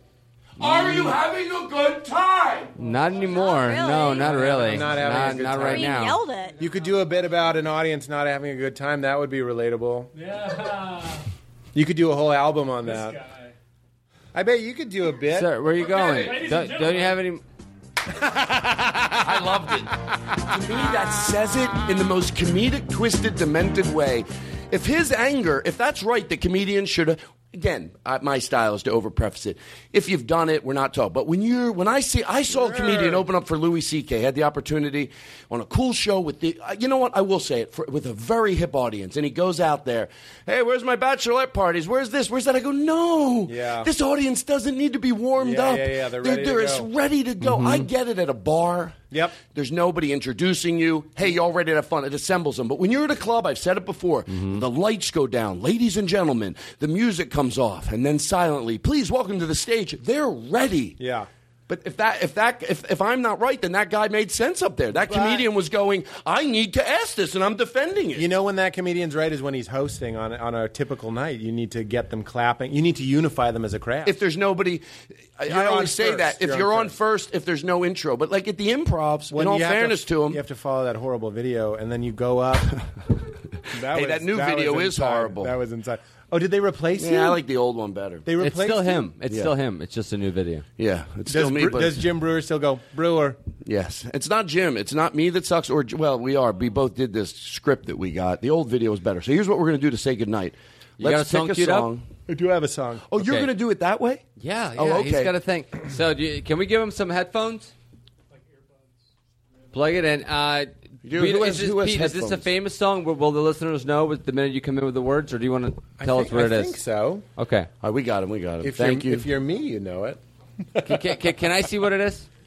[SPEAKER 3] are
[SPEAKER 10] Mm.
[SPEAKER 3] you having a good time?
[SPEAKER 10] Not anymore.
[SPEAKER 26] No,
[SPEAKER 10] not really.
[SPEAKER 26] Not having
[SPEAKER 10] Not-
[SPEAKER 26] a good
[SPEAKER 10] not
[SPEAKER 26] time.
[SPEAKER 10] right We now. yelled
[SPEAKER 26] it. You could do a bit about an audience not having a good time. That would be relatable.
[SPEAKER 20] Yeah.
[SPEAKER 26] You could do a whole album on that. I bet you could do a bit.
[SPEAKER 10] Sir, where are you going?
[SPEAKER 26] Ladies
[SPEAKER 10] Don't,
[SPEAKER 26] and
[SPEAKER 10] don't you have any?
[SPEAKER 2] I loved it. to me, that says it in the most comedic, twisted, demented way. If his anger, if that's right, the comedian should. Again, I, my style is to overpreface it. If you've done it, we're not talking. But when you're, when I see, I saw a comedian open up for Louis C.K. Had the opportunity on a cool show with the, uh, you know what? I will say it for, with a very hip audience, and he goes out there. Hey, where's my bachelorette parties? Where's this? Where's that? I go, no.
[SPEAKER 26] Yeah.
[SPEAKER 2] This audience doesn't need to be warmed
[SPEAKER 26] Yeah,
[SPEAKER 2] up.
[SPEAKER 26] yeah, yeah, they're ready to
[SPEAKER 2] they're
[SPEAKER 26] go.
[SPEAKER 2] ready to go. I get it at a bar.
[SPEAKER 26] Mm-hmm. Yep.
[SPEAKER 2] There's nobody introducing you. Hey, y'all ready to have fun? It assembles them. But when you're at a club, I've said it before,
[SPEAKER 26] Mm-hmm.
[SPEAKER 2] the lights go down. Ladies and gentlemen, the music comes off, and then silently, please welcome to the stage. They're ready.
[SPEAKER 26] Yeah.
[SPEAKER 2] But if that if that if, if I'm not right, then that guy made sense up there. That comedian was going, I need to ask this, and I'm defending it.
[SPEAKER 26] You know when that comedian's right is when he's hosting on on a typical night. You need to get them clapping. You need to unify them as a crowd.
[SPEAKER 2] If there's nobody, I,
[SPEAKER 26] You're
[SPEAKER 2] I
[SPEAKER 26] on
[SPEAKER 2] always say
[SPEAKER 26] first.
[SPEAKER 2] that. If
[SPEAKER 26] You're
[SPEAKER 2] you're,
[SPEAKER 26] on
[SPEAKER 2] on, first. if there's no intro, but like at the improvs, in all
[SPEAKER 26] you have to-
[SPEAKER 2] fairness to him,
[SPEAKER 26] you have to follow that horrible video, and then you go up.
[SPEAKER 2] Hey,
[SPEAKER 26] was-
[SPEAKER 2] that new
[SPEAKER 26] was
[SPEAKER 2] video is
[SPEAKER 26] inside.
[SPEAKER 2] horrible.
[SPEAKER 26] That was inside. Oh, did they replace
[SPEAKER 2] yeah,
[SPEAKER 26] him?
[SPEAKER 2] I like the old one better.
[SPEAKER 26] They replaced
[SPEAKER 10] It's still him.
[SPEAKER 26] him.
[SPEAKER 10] It's
[SPEAKER 26] Yeah.
[SPEAKER 10] still him. It's just a new video.
[SPEAKER 2] Yeah, it's
[SPEAKER 26] does,
[SPEAKER 2] still me.
[SPEAKER 26] Bre-
[SPEAKER 2] but
[SPEAKER 26] does Jim Brewer still go Brewer?
[SPEAKER 2] Yes, it's not Jim. It's not me that sucks. Or well, we are. We both did this script that we got. The old video was better. So here's what we're gonna do to say goodnight.
[SPEAKER 10] You got a song
[SPEAKER 2] pick a
[SPEAKER 10] queued up?
[SPEAKER 2] song.
[SPEAKER 26] I do have a song.
[SPEAKER 2] Oh, you're
[SPEAKER 10] Okay.
[SPEAKER 2] gonna do it that way?
[SPEAKER 10] Yeah, yeah.
[SPEAKER 2] Oh,
[SPEAKER 10] He's
[SPEAKER 2] okay.
[SPEAKER 10] got to think. So, do you, can we give him some headphones? Plug it in. Uh,
[SPEAKER 2] Do-
[SPEAKER 10] Pete,
[SPEAKER 2] who
[SPEAKER 10] is
[SPEAKER 2] has-
[SPEAKER 10] this,
[SPEAKER 2] who has
[SPEAKER 10] Pete, is this a
[SPEAKER 2] headphones?
[SPEAKER 10] famous song? Will, will the listeners know with the minute you come in with the words, or do you want to tell us
[SPEAKER 26] think-
[SPEAKER 10] what
[SPEAKER 26] I
[SPEAKER 10] it is?
[SPEAKER 26] think so.
[SPEAKER 10] Okay.
[SPEAKER 2] All right, we got him. We got him.
[SPEAKER 26] If
[SPEAKER 2] Thank
[SPEAKER 26] you're,
[SPEAKER 2] you.
[SPEAKER 26] If you're me, you know it.
[SPEAKER 10] Can, can- can- can I see what it is?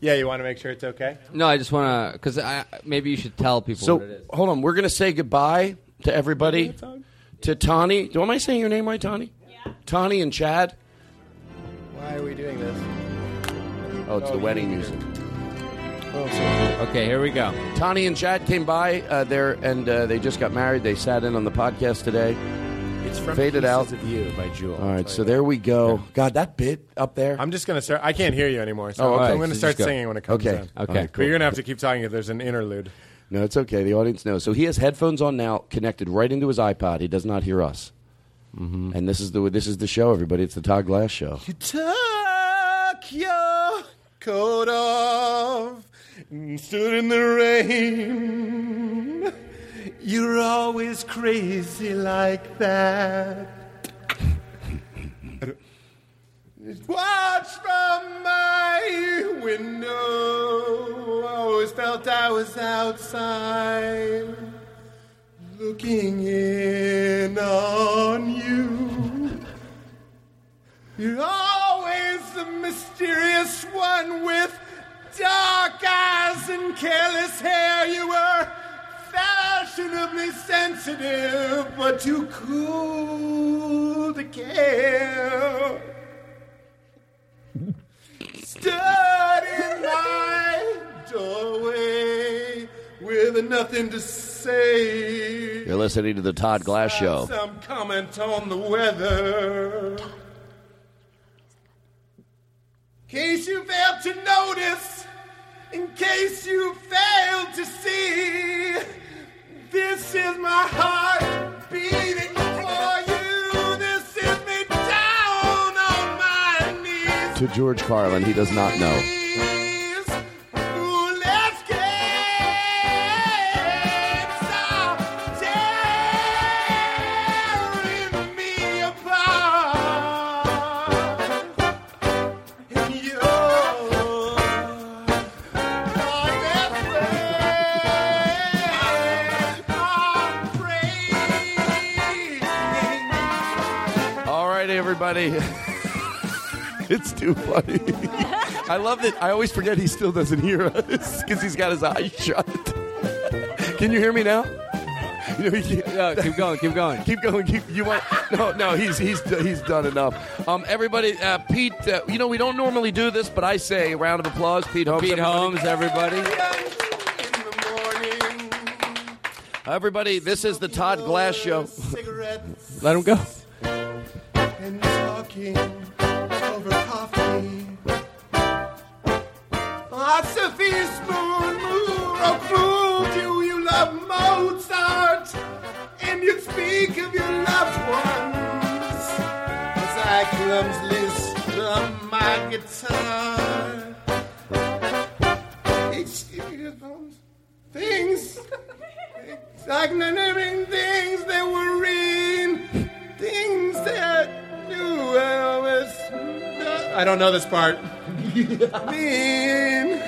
[SPEAKER 26] Yeah, you want to make sure it's okay.
[SPEAKER 10] No, I just want to because I maybe you should tell people
[SPEAKER 2] so
[SPEAKER 10] what it is.
[SPEAKER 2] hold on. We're gonna say goodbye to everybody. To Tawny. Do am I saying your name right, Tawny? Yeah. Tawny and Chad.
[SPEAKER 26] Why are we doing this?
[SPEAKER 2] Oh, it's the wedding music.
[SPEAKER 10] Okay, here we go.
[SPEAKER 2] Tawny and Chad came by uh, there, and uh, they just got married. They sat in on the podcast today.
[SPEAKER 26] It's from
[SPEAKER 2] Faded
[SPEAKER 26] Pieces
[SPEAKER 2] out.
[SPEAKER 26] of You by Jewel.
[SPEAKER 2] All right, so there we go. God, that bit up there.
[SPEAKER 26] I'm just gonna start. I can't hear you anymore, so
[SPEAKER 2] Oh, okay.
[SPEAKER 26] I'm gonna
[SPEAKER 2] So
[SPEAKER 26] start
[SPEAKER 2] just go.
[SPEAKER 26] singing when it comes
[SPEAKER 2] Okay.
[SPEAKER 26] in.
[SPEAKER 2] Okay,
[SPEAKER 26] But
[SPEAKER 2] cool.
[SPEAKER 26] you're gonna have to keep talking if there's an interlude.
[SPEAKER 2] No, it's okay. The audience knows. So he has headphones on now, connected right into his iPod. He does not hear us. And this is the this is the show, everybody. It's the Todd Glass show.
[SPEAKER 26] Took your coat off and stood in the rain. You're always crazy like that. Watch from my window. I always felt I was outside, looking in on you. You're always the mysterious one with dark eyes and careless hair. You were fashionably sensitive, but too cool to care. Stood in my doorway with nothing to say.
[SPEAKER 2] You're listening to the Todd Glass show.
[SPEAKER 26] Some comment on the weather. Case you failed to notice, in case you failed to see, this is my heart beating for you. This is me down on my knees.
[SPEAKER 2] To George Carlin, he does not know.
[SPEAKER 26] Ooh, let's get some tearing me apart. And you're my best friend. I'm praying.
[SPEAKER 2] All right, everybody. It's too funny. I love that. I always forget he still doesn't hear us because he's got his eyes shut. Can you hear me now? You know, he can't-
[SPEAKER 30] keep going, keep going,
[SPEAKER 2] keep going. Keep, you want? No, no. He's he's he's done enough. Um, everybody, uh, Pete. Uh, you know, we don't normally do this, but I say a round of applause, Pete Holmes.
[SPEAKER 30] Pete Holmes, everybody.
[SPEAKER 2] Everybody, this is the Todd Glass Show.
[SPEAKER 30] Let him go.
[SPEAKER 31] and talking over coffee.
[SPEAKER 26] Ah, Sophie Spoon, Moore, fool, do you love Mozart? And you speak of your loved ones as I clumsily strum my guitar. It's things, like naming things that were real, things that knew I was. I don't know this part. mean.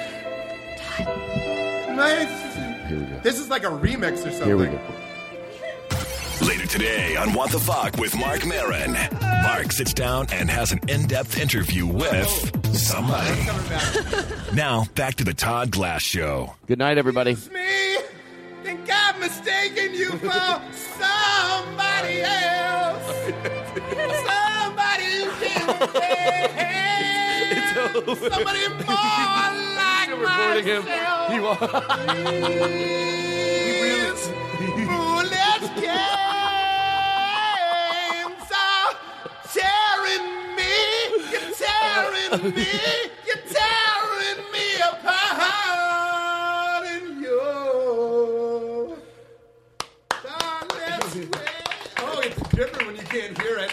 [SPEAKER 26] Nice.
[SPEAKER 2] Here we go.
[SPEAKER 26] This is like a remix or something.
[SPEAKER 2] Here we go.
[SPEAKER 17] Later today on What the Fuck with Mark Marin, Mark sits down and has an in depth interview with somebody. now, back to the Todd Glass Show.
[SPEAKER 2] Good night, everybody.
[SPEAKER 26] me. Think I've mistaken you for somebody else. somebody who can stand. Somebody more like
[SPEAKER 2] recording him.
[SPEAKER 26] myself.
[SPEAKER 2] You
[SPEAKER 26] Please, Roulette games are tearing me. You're tearing me. You're tearing me apart. And you. Darling, Oh, it's different when you can't hear it.